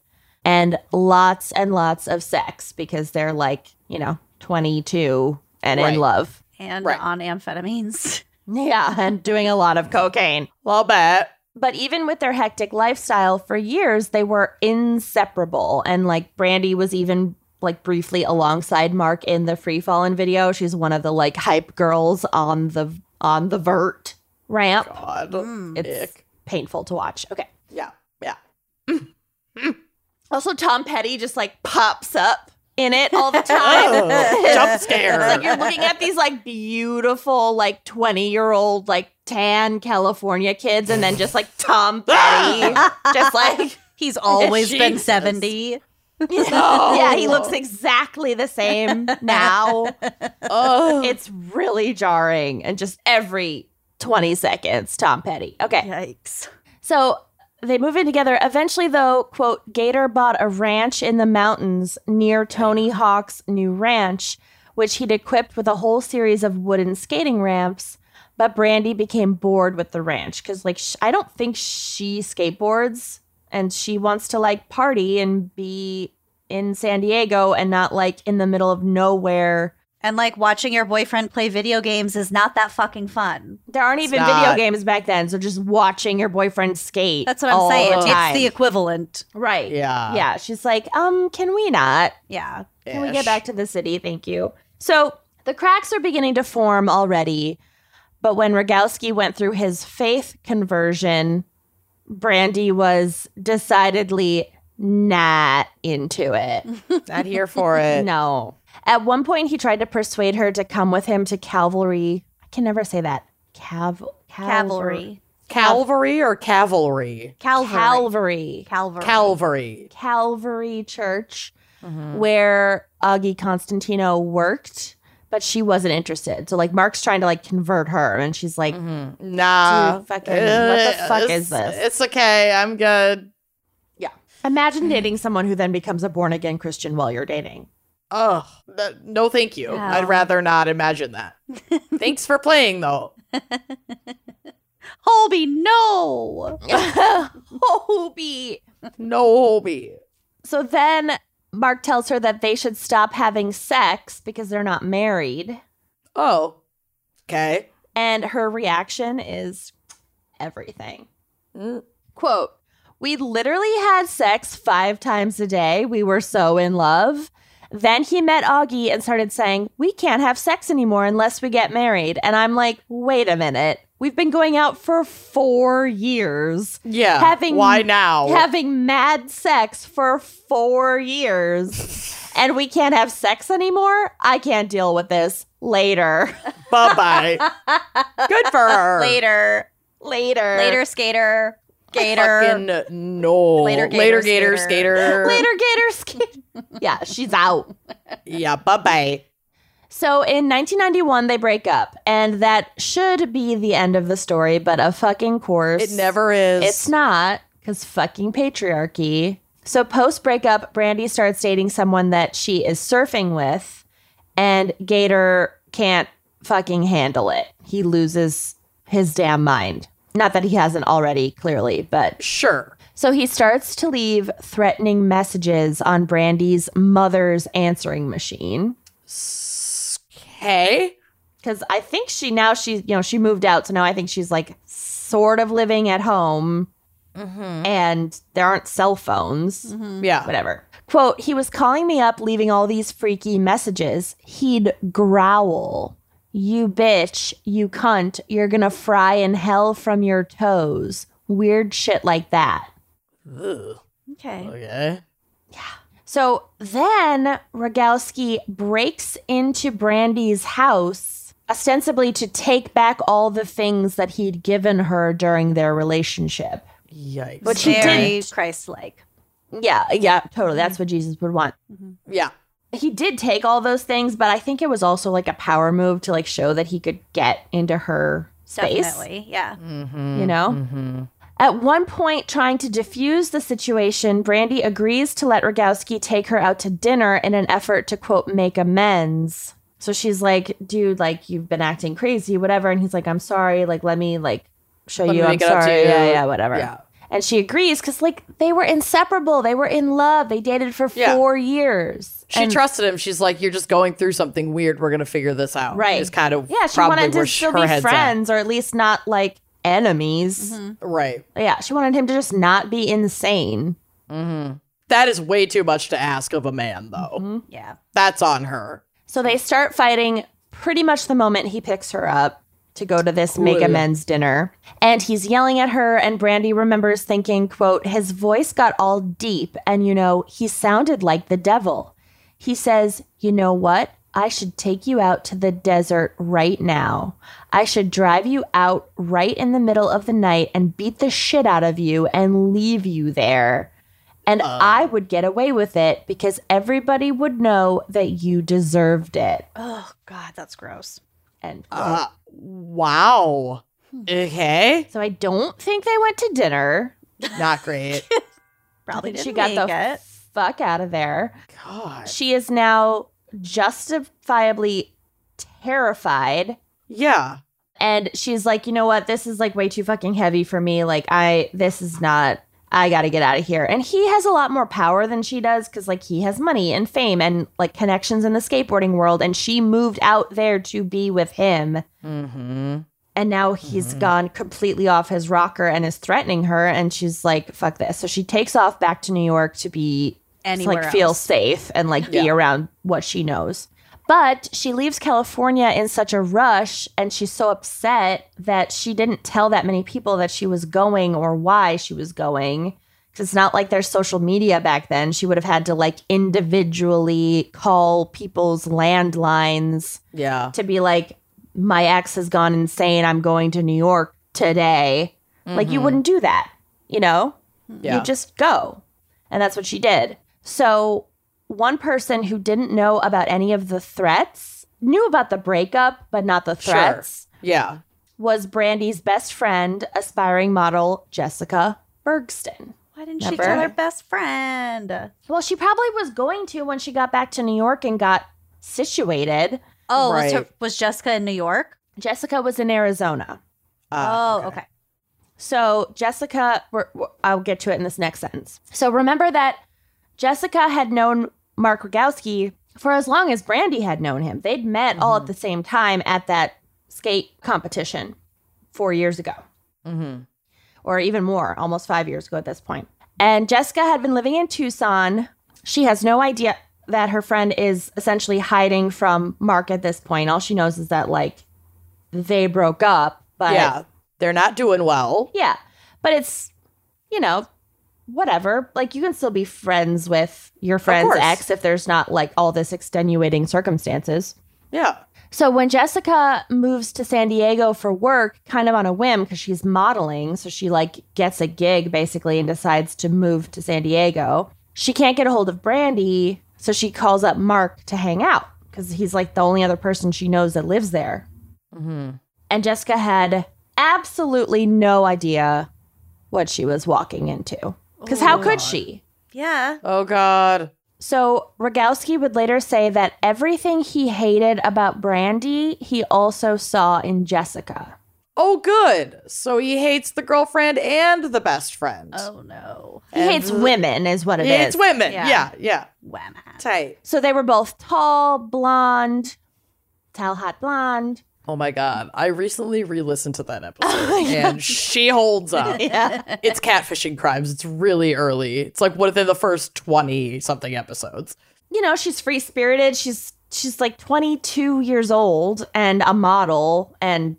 [SPEAKER 2] and lots and lots of sex because they're like, you know, 22 and
[SPEAKER 1] Right.
[SPEAKER 2] in love.
[SPEAKER 3] And
[SPEAKER 1] Right.
[SPEAKER 3] on amphetamines.
[SPEAKER 2] Yeah, and doing a lot of cocaine.
[SPEAKER 1] Well, bet.
[SPEAKER 2] But even with their hectic lifestyle for years, they were inseparable. And like Brandy was even like briefly alongside Mark in the Free Fallen video. She's one of the like hype girls on the on the vert ramp.
[SPEAKER 1] God.
[SPEAKER 2] It's
[SPEAKER 1] Ick.
[SPEAKER 2] painful to watch. Okay.
[SPEAKER 1] Yeah. Yeah.
[SPEAKER 2] Also, Tom Petty just like pops up in it all the time.
[SPEAKER 1] Oh, jump scare.
[SPEAKER 2] It's like you're looking at these like beautiful, like 20 year old, like tan California kids, and then just like Tom Petty, just like,
[SPEAKER 3] He's always been
[SPEAKER 1] Jesus.
[SPEAKER 3] 70.
[SPEAKER 2] yeah, he looks exactly the same now.
[SPEAKER 1] oh.
[SPEAKER 2] It's really jarring. And just every 20 seconds, Tom Petty. Okay.
[SPEAKER 3] Yikes.
[SPEAKER 2] So they move in together. Eventually, though, quote, Gator bought a ranch in the mountains near Tony Hawk's new ranch, which he'd equipped with a whole series of wooden skating ramps. But Brandy became bored with the ranch because, like, sh- I don't think she skateboards and she wants to, like, party and be in San Diego and not, like, in the middle of nowhere.
[SPEAKER 3] And like watching your boyfriend play video games is not that fucking fun.
[SPEAKER 2] There aren't even
[SPEAKER 1] Stop.
[SPEAKER 2] video games back then. So just watching your boyfriend skate.
[SPEAKER 3] That's what I'm
[SPEAKER 2] all
[SPEAKER 3] saying.
[SPEAKER 2] the time.
[SPEAKER 3] It's the equivalent.
[SPEAKER 2] Right.
[SPEAKER 1] Yeah.
[SPEAKER 2] Yeah. She's like, um, can we not?
[SPEAKER 3] Yeah.
[SPEAKER 2] Can we get back to the city? Thank you. So the cracks are beginning to form already. But when Rogowski went through his faith conversion, Brandy was decidedly not into it.
[SPEAKER 1] Not here for it.
[SPEAKER 2] No. At one point, he tried to persuade her to come with him to cavalry. I can never say that. Cav-
[SPEAKER 3] Cavalry.
[SPEAKER 1] Calvary or cavalry?
[SPEAKER 2] Calvary.
[SPEAKER 3] Calvary.
[SPEAKER 2] Calvary.
[SPEAKER 3] Calvary.
[SPEAKER 1] Calvary.
[SPEAKER 2] Calvary Church where Augie Constantino worked, but she wasn't interested. So like Mark's trying to like convert her and she's like,
[SPEAKER 1] Nah.
[SPEAKER 2] Dude, fucking- what the fuck
[SPEAKER 1] Eh, it's-
[SPEAKER 2] is this?
[SPEAKER 1] It's okay. I'm good.
[SPEAKER 2] imagine dating someone who then becomes a born again Christian while you're dating.
[SPEAKER 1] Oh, no, thank you. I'd rather not imagine that. Thanks for playing, though.
[SPEAKER 3] Holby, no.
[SPEAKER 2] Hobie.
[SPEAKER 1] No hobby.
[SPEAKER 2] So then Mark tells her that they should stop having sex because they're not married.
[SPEAKER 1] Oh, okay.
[SPEAKER 2] And her reaction is everything.
[SPEAKER 1] Mm.
[SPEAKER 2] Quote, we literally had sex five times a day. We were so in love. Then he met Augie and started saying, We can't have sex anymore unless we get married. And I'm like, Wait a minute. We've been going out for four years,
[SPEAKER 1] Yeah.
[SPEAKER 2] Having-
[SPEAKER 1] why now?
[SPEAKER 2] having mad sex for four years, and we can't have sex anymore? I can't deal with this. Later.
[SPEAKER 1] bye bye. Good for her.
[SPEAKER 3] Later.
[SPEAKER 2] Later.
[SPEAKER 3] Later, skater. Gator.
[SPEAKER 1] Fucking no.
[SPEAKER 3] Later, Gator,
[SPEAKER 1] Later, Gator,
[SPEAKER 3] Skater.
[SPEAKER 1] skater.
[SPEAKER 2] Later, Gator Skin. yeah, she's out.
[SPEAKER 1] Yeah, bye bye.
[SPEAKER 2] So in 1991, they break up, and that should be the end of the story, but of fucking course.
[SPEAKER 1] It never is.
[SPEAKER 2] It's not, because fucking patriarchy. So post breakup, Brandy starts dating someone that she is surfing with, and Gator can't fucking handle it. He loses his damn mind. Not that he hasn't already, clearly, but
[SPEAKER 1] Sure.
[SPEAKER 2] so he starts to leave threatening messages on Brandy's mother's answering machine.
[SPEAKER 1] Hey.
[SPEAKER 2] because I think she now she's you know she moved out, so now I think she's like sort of living at home, and there aren't cell phones,
[SPEAKER 3] Mm-hmm.
[SPEAKER 1] Yeah.
[SPEAKER 2] whatever. Quote: He was calling me up, leaving all these freaky messages. He'd growl, "You bitch, you cunt, you're gonna fry in hell from your toes." Weird shit like that.
[SPEAKER 1] Ugh.
[SPEAKER 3] Okay.
[SPEAKER 1] Okay.
[SPEAKER 2] So then Rogowski breaks into Brandy's house, ostensibly to take back all the things that he'd given her during their relationship.
[SPEAKER 1] Yikes.
[SPEAKER 2] But she
[SPEAKER 3] Very
[SPEAKER 2] didn't.
[SPEAKER 3] Christ-like.
[SPEAKER 2] Yeah, yeah, totally. That's what Jesus would want.
[SPEAKER 1] yeah.
[SPEAKER 2] He did take all those things, but I think it was also like a power move to like show that he could get into her space.
[SPEAKER 3] Definitely. Yeah.
[SPEAKER 1] Mm-hmm.
[SPEAKER 2] you know? At one point, trying to diffuse the situation, Brandy agrees to let Rogowski take her out to dinner in an effort to, quote, make amends. So she's like, dude, like, you've been acting crazy, whatever. And he's like, I'm sorry. Like, let me, like, show
[SPEAKER 1] Let
[SPEAKER 2] you
[SPEAKER 1] me
[SPEAKER 2] I'm
[SPEAKER 1] make it up to
[SPEAKER 2] sorry.
[SPEAKER 1] you.
[SPEAKER 2] Yeah, yeah, whatever.
[SPEAKER 1] Yeah.
[SPEAKER 2] And she agrees because, like, they were inseparable. They were in love. They dated for
[SPEAKER 1] Yeah.
[SPEAKER 2] four years.
[SPEAKER 1] She
[SPEAKER 2] And-
[SPEAKER 1] trusted him. She's like, "You're just going through something weird. We're gonna figure this out."
[SPEAKER 2] Right.
[SPEAKER 1] Is kind of
[SPEAKER 2] Yeah, she
[SPEAKER 1] probably
[SPEAKER 2] wanted
[SPEAKER 1] where
[SPEAKER 2] to
[SPEAKER 1] sh-
[SPEAKER 2] still
[SPEAKER 1] her
[SPEAKER 2] be
[SPEAKER 1] head's Mm-hmm. at.
[SPEAKER 2] friends or at least not, like, enemies.
[SPEAKER 1] Right.
[SPEAKER 2] Yeah, she wanted him to just not be insane.
[SPEAKER 1] That is way too much to ask of a man, though.
[SPEAKER 2] Mm-hmm.
[SPEAKER 3] Yeah.
[SPEAKER 1] That's on her.
[SPEAKER 2] So they start fighting pretty much the moment he picks her up to go to this make amends dinner. And he's yelling at her and Brandy remembers thinking, quote, his voice got all deep and you know, he sounded like the devil. He says, "You know what? I should take you out to the desert right now. I should drive you out right in the middle of the night and beat the shit out of you and leave you there." And I would get away with it because everybody would know that you deserved it.
[SPEAKER 3] Oh God, that's gross.
[SPEAKER 2] And
[SPEAKER 1] Uh, wow. Okay.
[SPEAKER 2] so I don't think they went to dinner.
[SPEAKER 1] Not great.
[SPEAKER 3] Probably didn't
[SPEAKER 2] she got
[SPEAKER 3] make
[SPEAKER 2] the
[SPEAKER 3] it.
[SPEAKER 2] fuck out of there.
[SPEAKER 1] God.
[SPEAKER 2] She is now justifiably terrified.
[SPEAKER 1] Yeah.
[SPEAKER 2] And she's like, you know what? This is like way too fucking heavy for me. Like, I, this is not, I gotta get out of here. And he has a lot more power than she does because, like, he has money and fame and, like, connections in the skateboarding world. And she moved out there to be with him.
[SPEAKER 1] Mm-hmm.
[SPEAKER 2] And now he's gone completely off his rocker and is threatening her. And she's like, fuck this. So she takes off back to New York to be
[SPEAKER 3] Anywhere
[SPEAKER 2] like
[SPEAKER 3] else.
[SPEAKER 2] feel safe and like be
[SPEAKER 1] Yeah.
[SPEAKER 2] around what she knows. But she leaves California in such a rush and she's so upset that she didn't tell that many people that she was going or why she was going. Cause it's not like there's social media back then. She would have had to like individually call people's landlines
[SPEAKER 1] Yeah.
[SPEAKER 2] to be like, my ex has gone insane. I'm going to New York today. Like,
[SPEAKER 3] Mm-hmm.
[SPEAKER 2] you wouldn't do that, you know?
[SPEAKER 1] Yeah.
[SPEAKER 2] You just go. And that's what she did. So, one person who didn't know about any of the threats knew about the breakup, but not the
[SPEAKER 1] Sure.
[SPEAKER 2] threats,
[SPEAKER 1] yeah.
[SPEAKER 2] was Brandy's best friend, aspiring model Jessica Bergston.
[SPEAKER 3] Why didn't she
[SPEAKER 2] Never.
[SPEAKER 3] tell her best friend?
[SPEAKER 2] Well, she probably was going to when she got back to New York and got situated.
[SPEAKER 3] Oh, was, her,
[SPEAKER 1] Right.
[SPEAKER 3] was Jessica in New York?
[SPEAKER 2] Jessica was in Arizona.
[SPEAKER 1] Uh,
[SPEAKER 3] oh, okay.
[SPEAKER 2] So Jessica, we're, we're- I'll get to it in this next sentence. So remember that Jessica had known Mark Rogowski for as long as Brandy had known him. They'd met all at the same time at that skate competition four years ago,
[SPEAKER 1] mhm.
[SPEAKER 2] or even more, almost five years ago at this point. And Jessica had been living in Tucson. She has no idea that her friend is essentially hiding from Mark at this point. All she knows is that like they broke up, but
[SPEAKER 1] Yeah. They're not doing well.
[SPEAKER 2] yeah. But it's, you know, whatever. Like you can still be friends with your friend's
[SPEAKER 1] course.
[SPEAKER 2] ex if there's not like all this extenuating circumstances.
[SPEAKER 1] Yeah.
[SPEAKER 2] So when Jessica moves to San Diego for work, kind of on a whim because she's modeling, so she like gets a gig basically and decides to move to San Diego. She can't get a hold of Brandy, so she calls up Mark to hang out because he's like the only other person she knows that lives there. And Jessica had absolutely no idea what she was walking into because how could she?
[SPEAKER 3] Yeah.
[SPEAKER 1] Oh God.
[SPEAKER 2] So Rogowski would later say that everything he hated about Brandy, he also saw in Jessica.
[SPEAKER 1] Oh good. So he hates the girlfriend and the best friend.
[SPEAKER 3] Oh no.
[SPEAKER 2] He hates women, is what it is.
[SPEAKER 1] he hates women.
[SPEAKER 3] Yeah.
[SPEAKER 1] Yeah. yeah,
[SPEAKER 3] Wham.
[SPEAKER 1] Tight.
[SPEAKER 2] So they were both tall, blonde, tall, hot blonde.
[SPEAKER 1] Oh my God. I recently re-listened to that episode, and she holds up.
[SPEAKER 2] Yeah.
[SPEAKER 1] It's catfishing crimes. It's really early. It's like within the first twenty something episodes.
[SPEAKER 2] you know, she's free spirited. She's she's like 22 years old and a model, and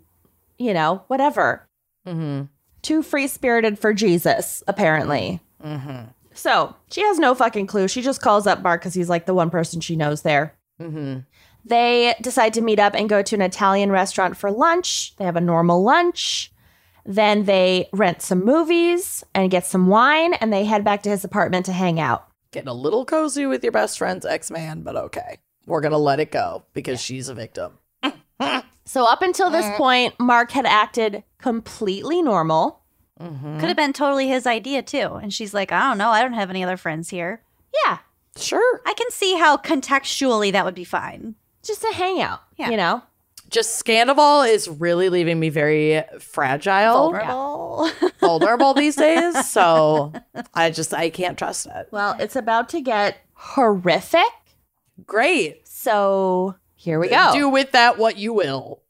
[SPEAKER 2] you know, whatever.
[SPEAKER 1] Mm-hmm.
[SPEAKER 2] Too free spirited for Jesus, apparently.
[SPEAKER 1] Mm-hmm.
[SPEAKER 2] So she has no fucking clue. She just calls up Mark because he's like the one person she knows there.
[SPEAKER 1] Mm-hmm.
[SPEAKER 2] They decide to meet up and go to an Italian restaurant for lunch. They have a normal lunch. Then they rent some movies and get some wine, and they head back to his apartment to hang out.
[SPEAKER 1] Getting a little cozy with your best friend's ex-man, but okay. We're gonna let it go because she's a victim.
[SPEAKER 2] So up until this point, Mark had acted completely normal.
[SPEAKER 1] Mm-hmm.
[SPEAKER 3] Could have been totally his idea too. And she's like, I don't know. I don't have any other friends here.
[SPEAKER 2] Yeah,
[SPEAKER 1] Sure.
[SPEAKER 3] I can see how contextually that would be fine.
[SPEAKER 2] just a hangout.
[SPEAKER 3] Yeah.
[SPEAKER 2] You know,
[SPEAKER 1] Just Scandival is really leaving me very fragile, vulnerable,
[SPEAKER 2] Well,
[SPEAKER 1] these days. So I just I can't trust it.
[SPEAKER 2] well, it's about to get horrific.
[SPEAKER 1] Great.
[SPEAKER 2] So here we go.
[SPEAKER 1] Do with that what you will.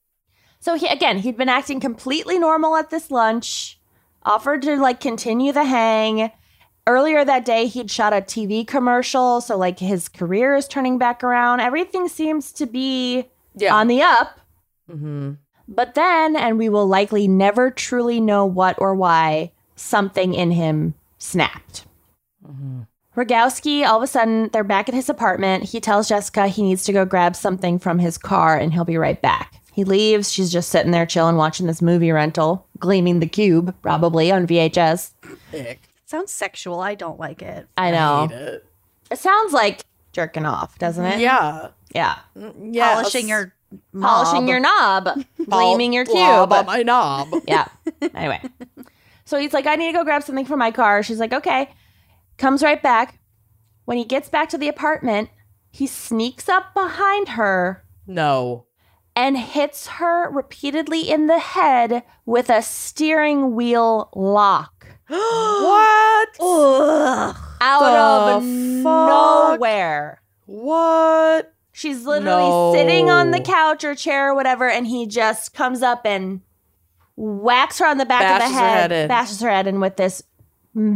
[SPEAKER 2] So he again, he'd been acting completely normal at this lunch, offered to like continue the hang. Earlier that day, he'd shot a TV commercial, so like his career is turning back around. Everything seems to be
[SPEAKER 1] Yeah.
[SPEAKER 2] on the up.
[SPEAKER 1] Mhm.
[SPEAKER 2] But then, and we will likely never truly know what or why, something in him snapped. Rogowski, all of a sudden, they're back at his apartment. He tells Jessica he needs to go grab something from his car and he'll be right back. He leaves. She's just sitting there chilling, watching this movie rental, gleaming the cube, probably on VHS.
[SPEAKER 1] Ick.
[SPEAKER 3] Sounds sexual. I don't like it.
[SPEAKER 2] I
[SPEAKER 1] I
[SPEAKER 2] know.
[SPEAKER 1] hate
[SPEAKER 2] It.
[SPEAKER 1] it.
[SPEAKER 2] sounds like jerking off, doesn't it?
[SPEAKER 1] Yeah.
[SPEAKER 2] Yeah.
[SPEAKER 1] Yeah.
[SPEAKER 3] Polishing your knob.
[SPEAKER 2] Polishing your knob, gleaming your cube.
[SPEAKER 1] Blob on my knob.
[SPEAKER 2] yeah. Anyway. So he's like, I need to go grab something from my car. She's like, okay. Comes right back. When he gets back to the apartment, he sneaks up behind her
[SPEAKER 1] No.
[SPEAKER 2] and hits her repeatedly in the head with a steering wheel lock
[SPEAKER 1] what?
[SPEAKER 3] Oh. Ugh.
[SPEAKER 2] out of
[SPEAKER 1] The fuck?
[SPEAKER 2] nowhere.
[SPEAKER 1] What?
[SPEAKER 2] She's literally sitting
[SPEAKER 1] No.
[SPEAKER 2] on the couch or chair or whatever, and he just comes up and whacks her on the back of the
[SPEAKER 1] Bashes her
[SPEAKER 2] head,
[SPEAKER 1] head in.
[SPEAKER 2] bashes her head in with this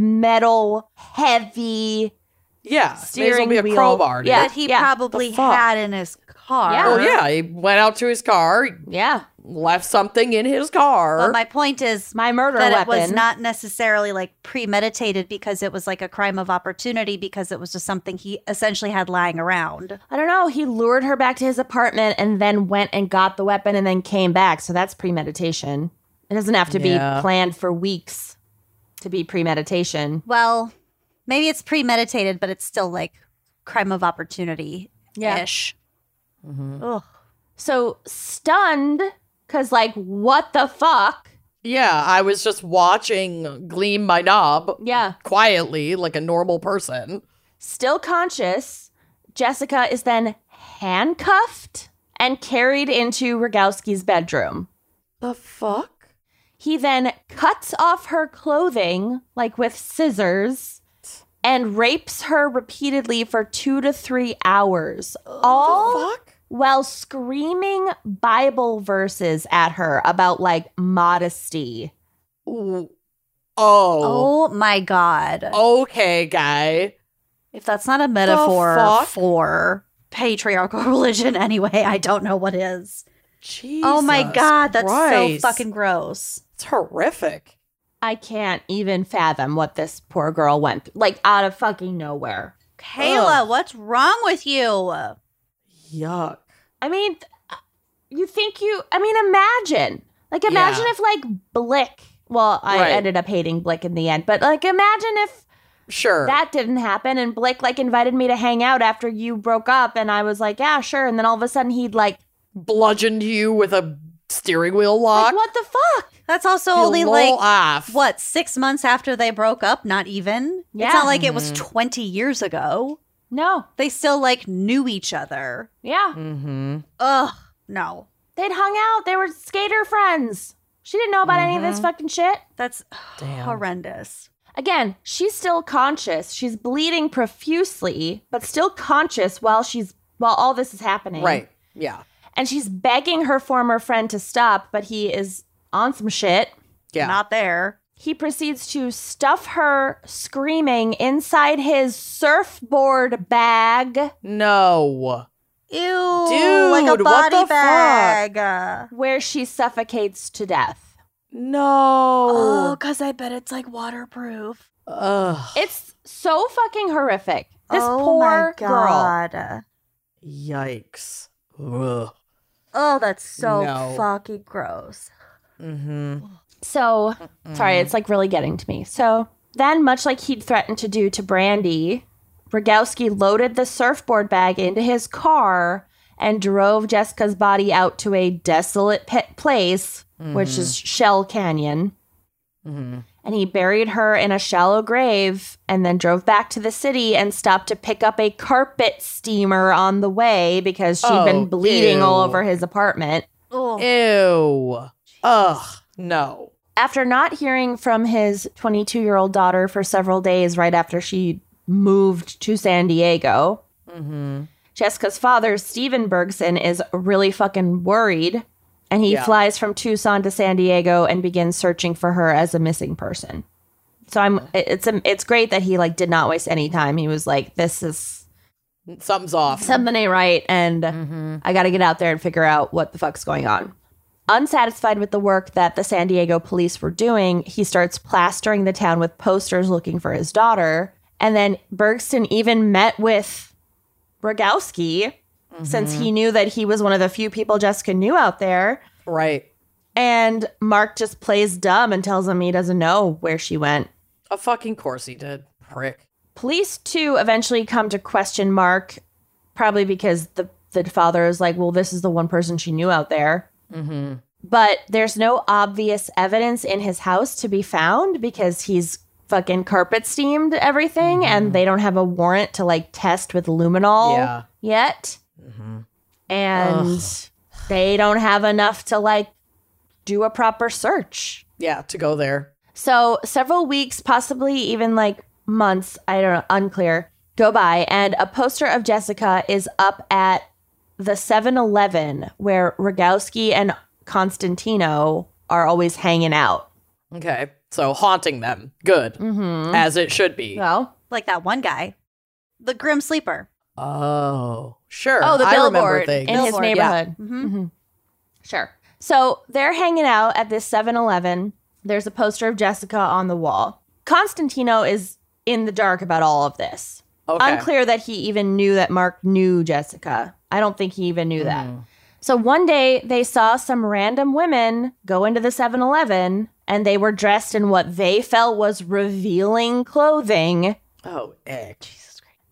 [SPEAKER 2] metal heavy
[SPEAKER 1] Yeah.
[SPEAKER 2] steering
[SPEAKER 1] may as well be
[SPEAKER 2] wheel.
[SPEAKER 1] a crowbar. dude.
[SPEAKER 2] Yeah.
[SPEAKER 3] That he
[SPEAKER 2] yeah.
[SPEAKER 3] probably
[SPEAKER 1] The fuck?
[SPEAKER 3] had in his car.
[SPEAKER 2] Yeah.
[SPEAKER 1] Well, yeah. He went out to his car,
[SPEAKER 2] Yeah,
[SPEAKER 1] left something in his car.
[SPEAKER 3] But my point is
[SPEAKER 2] my murder
[SPEAKER 3] that it
[SPEAKER 2] weapon.
[SPEAKER 3] was not necessarily like premeditated because it was like a crime of opportunity because it was just something he essentially had lying around.
[SPEAKER 2] I don't know. He lured her back to his apartment and then went and got the weapon and then came back. So that's premeditation. It doesn't have to be
[SPEAKER 1] Yeah.
[SPEAKER 2] planned for weeks to be premeditation.
[SPEAKER 3] Well, maybe it's premeditated, but it's still like crime of opportunity ish. Ugh.
[SPEAKER 2] So stunned, cause like what the fuck?
[SPEAKER 1] yeah. I was just watching Gleam My Knob
[SPEAKER 2] Yeah.
[SPEAKER 1] quietly like a normal person.
[SPEAKER 2] Still conscious, Jessica is then handcuffed and carried into Rogowski's bedroom.
[SPEAKER 1] The fuck?
[SPEAKER 2] He then cuts off her clothing, like with scissors, and rapes her repeatedly for two to three hours, all
[SPEAKER 1] Fuck?
[SPEAKER 2] while screaming Bible verses at her about like modesty.
[SPEAKER 1] Ooh. Oh.
[SPEAKER 3] Oh my God.
[SPEAKER 1] Okay, guy.
[SPEAKER 3] If that's not a metaphor
[SPEAKER 1] fuck?
[SPEAKER 3] for patriarchal religion anyway, I don't know what is.
[SPEAKER 1] Jesus.
[SPEAKER 3] oh my God. That's
[SPEAKER 1] Christ.
[SPEAKER 3] so fucking gross.
[SPEAKER 1] It's horrific.
[SPEAKER 2] I can't even fathom what this poor girl went through, like out of fucking nowhere.
[SPEAKER 3] Kayla, what's wrong with you?
[SPEAKER 1] Yuck.
[SPEAKER 2] I mean, th- uh, you think you I mean imagine. Like imagine
[SPEAKER 1] Yeah.
[SPEAKER 2] if like Blick well, I
[SPEAKER 1] Right.
[SPEAKER 2] ended up hating Blick in the end, but like imagine if
[SPEAKER 1] Sure.
[SPEAKER 2] that didn't happen and Blick like invited me to hang out after you broke up and I was like, Yeah, sure, and then all of a sudden he'd like
[SPEAKER 1] Bludgeoned you with a steering wheel
[SPEAKER 2] like,
[SPEAKER 1] lock.
[SPEAKER 2] what the fuck?
[SPEAKER 3] That's also
[SPEAKER 1] You
[SPEAKER 3] only
[SPEAKER 1] loll
[SPEAKER 3] like
[SPEAKER 1] off.
[SPEAKER 3] what six months after they broke up. Not even.
[SPEAKER 2] Yeah.
[SPEAKER 3] It's not like it was twenty years ago.
[SPEAKER 2] No.
[SPEAKER 3] They still like knew each other.
[SPEAKER 2] Yeah.
[SPEAKER 1] Mm-hmm.
[SPEAKER 3] Ugh, no.
[SPEAKER 2] They'd hung out. They were skater friends. She didn't know about any of this
[SPEAKER 1] Mm-hmm.
[SPEAKER 2] fucking shit.
[SPEAKER 3] That's
[SPEAKER 1] Damn.
[SPEAKER 3] horrendous.
[SPEAKER 2] Again, she's still conscious. She's bleeding profusely, but still conscious while she's while all this is happening.
[SPEAKER 1] Right. Yeah.
[SPEAKER 2] And she's begging her former friend to stop, but he is on some shit.
[SPEAKER 1] Yeah.
[SPEAKER 3] Not there.
[SPEAKER 2] He proceeds to stuff her screaming inside his surfboard bag
[SPEAKER 1] no.
[SPEAKER 3] Ew, like
[SPEAKER 1] Dude, what
[SPEAKER 3] a body
[SPEAKER 1] the fuck?
[SPEAKER 3] bag. Uh,
[SPEAKER 2] where she suffocates to death.
[SPEAKER 3] Oh,
[SPEAKER 1] No.
[SPEAKER 3] because I bet it's like waterproof.
[SPEAKER 1] Ugh.
[SPEAKER 2] It's so fucking horrific. This
[SPEAKER 3] oh
[SPEAKER 2] poor
[SPEAKER 3] my
[SPEAKER 2] girl.
[SPEAKER 3] God.
[SPEAKER 1] Yikes. Ugh.
[SPEAKER 3] Oh, that's so
[SPEAKER 1] No.
[SPEAKER 3] fucking gross.
[SPEAKER 1] Mm-hmm.
[SPEAKER 2] So, sorry, it's like really getting to me. So then, much like he'd threatened to do to Brandy, Rogowski loaded the surfboard bag into his car and drove Jessica's body out to a desolate pit place, which is
[SPEAKER 1] Mm-hmm.
[SPEAKER 2] Shell Canyon. And he buried her in a shallow grave and then drove back to the city and stopped to pick up a carpet steamer on the way because she had
[SPEAKER 1] Oh,
[SPEAKER 2] been bleeding all
[SPEAKER 1] ew.
[SPEAKER 2] over his apartment.
[SPEAKER 3] Oh,
[SPEAKER 1] Ew. Ugh. No.
[SPEAKER 2] after not hearing from his 22 year old daughter for several days right after she moved to San Diego, Jessica's father, Steven Bergson, is really fucking worried. And he
[SPEAKER 1] Yeah.
[SPEAKER 2] flies from Tucson to San Diego and begins searching for her as a missing person. So I'm it- it's um, it's great that he like did not waste any time. He was like, this is
[SPEAKER 1] Something's off.
[SPEAKER 2] something ain't right, and I got to get out there and figure out what the fuck's going on. Unsatisfied with the work that the San Diego police were doing, he starts plastering the town with posters looking for his daughter. And then Bergston even met with Rogowski since he knew that he was one of the few people Jessica knew out there.
[SPEAKER 1] Right.
[SPEAKER 2] And Mark just plays dumb and tells him he doesn't know where she went.
[SPEAKER 1] A fucking course he did. Prick.
[SPEAKER 2] Police too eventually come to question Mark, probably because the the father is like, "Well, this is the one person she knew out there." But there's no obvious evidence in his house to be found because he's fucking carpet steamed everything, and they don't have a warrant to like test with luminol
[SPEAKER 1] Yeah.
[SPEAKER 2] yet, and they don't have enough to like do a proper search.
[SPEAKER 1] Yeah. To go there.
[SPEAKER 2] So several weeks, possibly even like months, I don't know, unclear, go by, and a poster of Jessica is up at the 7-Eleven where Rogowski and Constantino are always hanging out.
[SPEAKER 1] Okay. So haunting them. Good. As it should be.
[SPEAKER 2] Well,
[SPEAKER 3] like that one guy, the grim sleeper.
[SPEAKER 1] Oh. Sure.
[SPEAKER 2] oh, the
[SPEAKER 1] I remember
[SPEAKER 2] billboard in
[SPEAKER 1] things.
[SPEAKER 2] his
[SPEAKER 3] Billboard, yeah.
[SPEAKER 2] neighborhood.
[SPEAKER 3] Mhm.
[SPEAKER 2] Sure. So they're hanging out at this 7 Eleven. There's a poster of Jessica on the wall. Constantino is in the dark about all of this.
[SPEAKER 1] Okay.
[SPEAKER 2] Unclear that he even knew that Mark knew Jessica. I don't think he even knew that. So one day they saw some random women go into the 7 Eleven and they were dressed in what they felt was revealing clothing.
[SPEAKER 1] Oh, eh.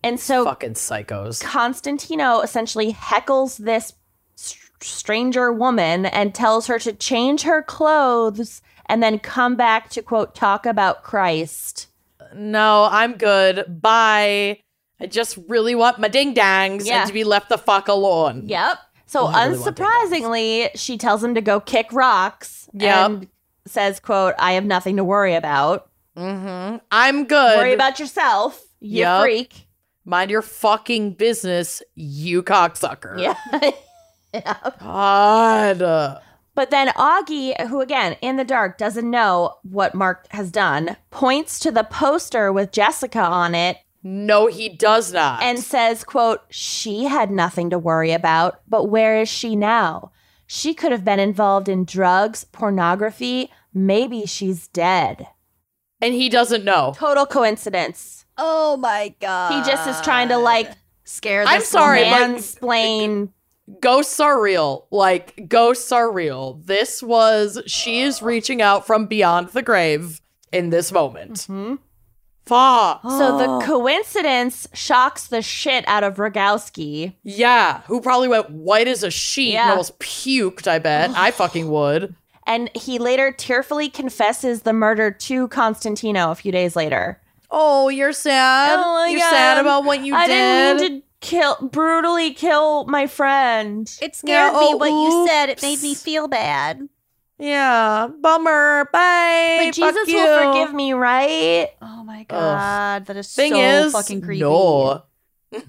[SPEAKER 2] And so
[SPEAKER 1] Fucking psychos.
[SPEAKER 2] Constantino essentially heckles this str- stranger woman and tells her to change her clothes and then come back to quote talk about Christ.
[SPEAKER 1] No, I'm good. Bye. I just really want my ding dongs
[SPEAKER 2] Yeah.
[SPEAKER 1] and to be left the fuck alone.
[SPEAKER 2] Yep. So
[SPEAKER 1] I really want
[SPEAKER 2] unsurprisingly, she tells him to go kick rocks
[SPEAKER 1] Yep.
[SPEAKER 2] and says quote, "I have nothing to worry about.
[SPEAKER 1] Mm-hmm. I'm good.
[SPEAKER 2] Worry about yourself, you
[SPEAKER 1] Yep.
[SPEAKER 2] freak."
[SPEAKER 1] Mind your fucking business, you cocksucker.
[SPEAKER 2] Yeah.
[SPEAKER 1] God.
[SPEAKER 2] But then Augie, who again in the dark doesn't know what Mark has done, points to the poster with Jessica on it
[SPEAKER 1] No, he does not.
[SPEAKER 2] and says, quote, she had nothing to worry about, but where is she now? She could have been involved in drugs, pornography. Maybe she's dead.
[SPEAKER 1] and he doesn't know.
[SPEAKER 2] Total coincidence.
[SPEAKER 3] Oh my god.
[SPEAKER 1] Uh,
[SPEAKER 2] He just is trying to like
[SPEAKER 3] scare.
[SPEAKER 1] I'm
[SPEAKER 3] this
[SPEAKER 1] sorry,
[SPEAKER 3] woman.
[SPEAKER 1] like-
[SPEAKER 2] mansplain
[SPEAKER 1] ghosts are real. Like, ghosts are real. This was she is reaching out from beyond the grave in this moment.
[SPEAKER 2] Hmm?
[SPEAKER 1] Fuck.
[SPEAKER 2] So
[SPEAKER 3] Oh.
[SPEAKER 2] the coincidence shocks the shit out of Rogowski.
[SPEAKER 1] Yeah, who probably went white as a sheet and
[SPEAKER 2] Yeah.
[SPEAKER 1] almost puked, I bet. I fucking would.
[SPEAKER 2] And he later tearfully confesses the murder to Constantino a few days later.
[SPEAKER 1] Oh, you're sad.
[SPEAKER 2] Oh my
[SPEAKER 1] you're
[SPEAKER 2] God.
[SPEAKER 1] sad about what you
[SPEAKER 2] I
[SPEAKER 1] did.
[SPEAKER 2] didn't mean to kill brutally kill my friend.
[SPEAKER 3] It scared
[SPEAKER 1] Yeah,
[SPEAKER 3] me
[SPEAKER 1] oh,
[SPEAKER 3] what you said. It made me
[SPEAKER 1] oops.
[SPEAKER 3] feel bad.
[SPEAKER 1] yeah, bummer. Bye.
[SPEAKER 2] But Jesus
[SPEAKER 1] Fuck you.
[SPEAKER 2] will forgive me, right?
[SPEAKER 3] Oh my god, that is
[SPEAKER 1] Thing
[SPEAKER 3] so
[SPEAKER 1] is,
[SPEAKER 3] fucking creepy.
[SPEAKER 1] no,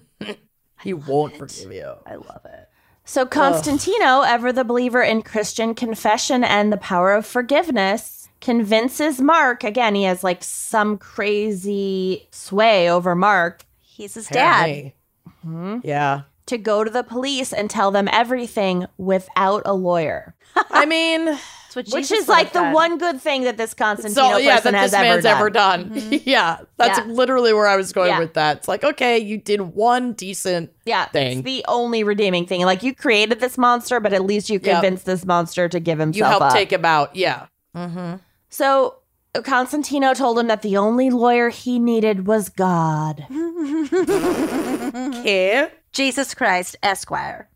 [SPEAKER 1] he won't
[SPEAKER 3] it.
[SPEAKER 1] forgive you.
[SPEAKER 3] I love it.
[SPEAKER 2] So Constantino, ever the believer in Christian confession and the power of forgiveness, convinces Mark. Again, he has like some crazy sway over Mark
[SPEAKER 3] He's his dad.
[SPEAKER 1] Apparently. Yeah.
[SPEAKER 2] to go to the police and tell them everything without a lawyer,
[SPEAKER 1] I mean,
[SPEAKER 3] That's what
[SPEAKER 2] which
[SPEAKER 3] Jesus
[SPEAKER 2] is like
[SPEAKER 3] would've
[SPEAKER 2] the
[SPEAKER 3] done.
[SPEAKER 2] one good thing that this Constantino
[SPEAKER 1] so yeah, that
[SPEAKER 2] person
[SPEAKER 1] this
[SPEAKER 2] has
[SPEAKER 1] man's
[SPEAKER 2] ever
[SPEAKER 1] ever
[SPEAKER 2] done. Mm-hmm.
[SPEAKER 1] done. yeah, that's
[SPEAKER 2] Yeah.
[SPEAKER 1] literally where I was going
[SPEAKER 2] Yeah.
[SPEAKER 1] with that. It's like, okay, you did one decent
[SPEAKER 2] Yeah,
[SPEAKER 1] thing.
[SPEAKER 2] it's the only redeeming thing. Like you created this monster, but at least you
[SPEAKER 1] Yep.
[SPEAKER 2] convinced this monster to give himself
[SPEAKER 1] You helped
[SPEAKER 2] up.
[SPEAKER 1] take him out. Yeah. Mm-hmm.
[SPEAKER 2] so Constantino told him that the only lawyer he needed was God.
[SPEAKER 1] Okay.
[SPEAKER 3] Jesus Christ Esquire.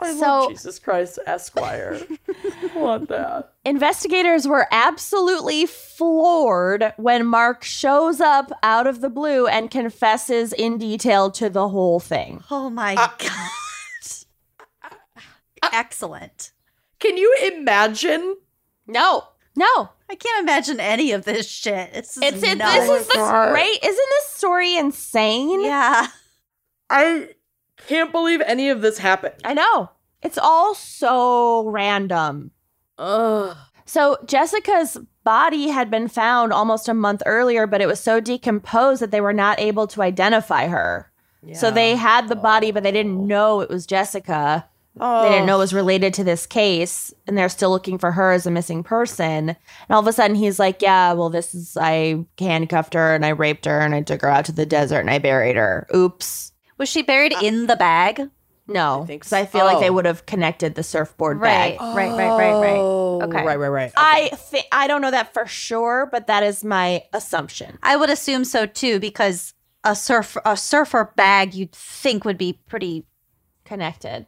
[SPEAKER 1] I
[SPEAKER 2] So-
[SPEAKER 1] love Jesus Christ Esquire. I want that.
[SPEAKER 2] Investigators were absolutely floored when Mark shows up out of the blue and confesses in detail to the whole thing.
[SPEAKER 3] Oh my
[SPEAKER 1] Uh,
[SPEAKER 3] god. Excellent.
[SPEAKER 1] Can you imagine?
[SPEAKER 2] No, no,
[SPEAKER 3] I can't imagine any of this shit. This is
[SPEAKER 2] it's it.
[SPEAKER 3] nuts.
[SPEAKER 2] This is the
[SPEAKER 1] God.
[SPEAKER 2] right. Isn't this story insane?
[SPEAKER 3] Oh yeah.
[SPEAKER 1] I can't believe any of this happened.
[SPEAKER 2] I know. It's all so random.
[SPEAKER 1] Ugh.
[SPEAKER 2] So Jessica's body had been found almost a month earlier, but it was so decomposed that they were not able to identify her. So they had the body, but they didn't know it was Jessica. They didn't know it was
[SPEAKER 3] Oh.
[SPEAKER 2] related to this case, and they're still looking for her as a missing person. And all of a sudden, he's like, "Yeah, well, this is I handcuffed her and I raped her and I took her out to the desert and I buried her. Oops,
[SPEAKER 3] Was she buried
[SPEAKER 1] Uh,
[SPEAKER 3] in the bag?
[SPEAKER 2] no,
[SPEAKER 1] I think
[SPEAKER 2] because I, feel like
[SPEAKER 1] so.
[SPEAKER 2] they would have connected the surfboard bag.
[SPEAKER 3] Right. Right, right, right, right.
[SPEAKER 1] Oh,
[SPEAKER 3] Okay.
[SPEAKER 1] Right, right, right.
[SPEAKER 2] I think I don't know that for sure, but that is my assumption.
[SPEAKER 3] I would assume so too, because a surf a surfer bag you'd think would be pretty
[SPEAKER 2] Connected,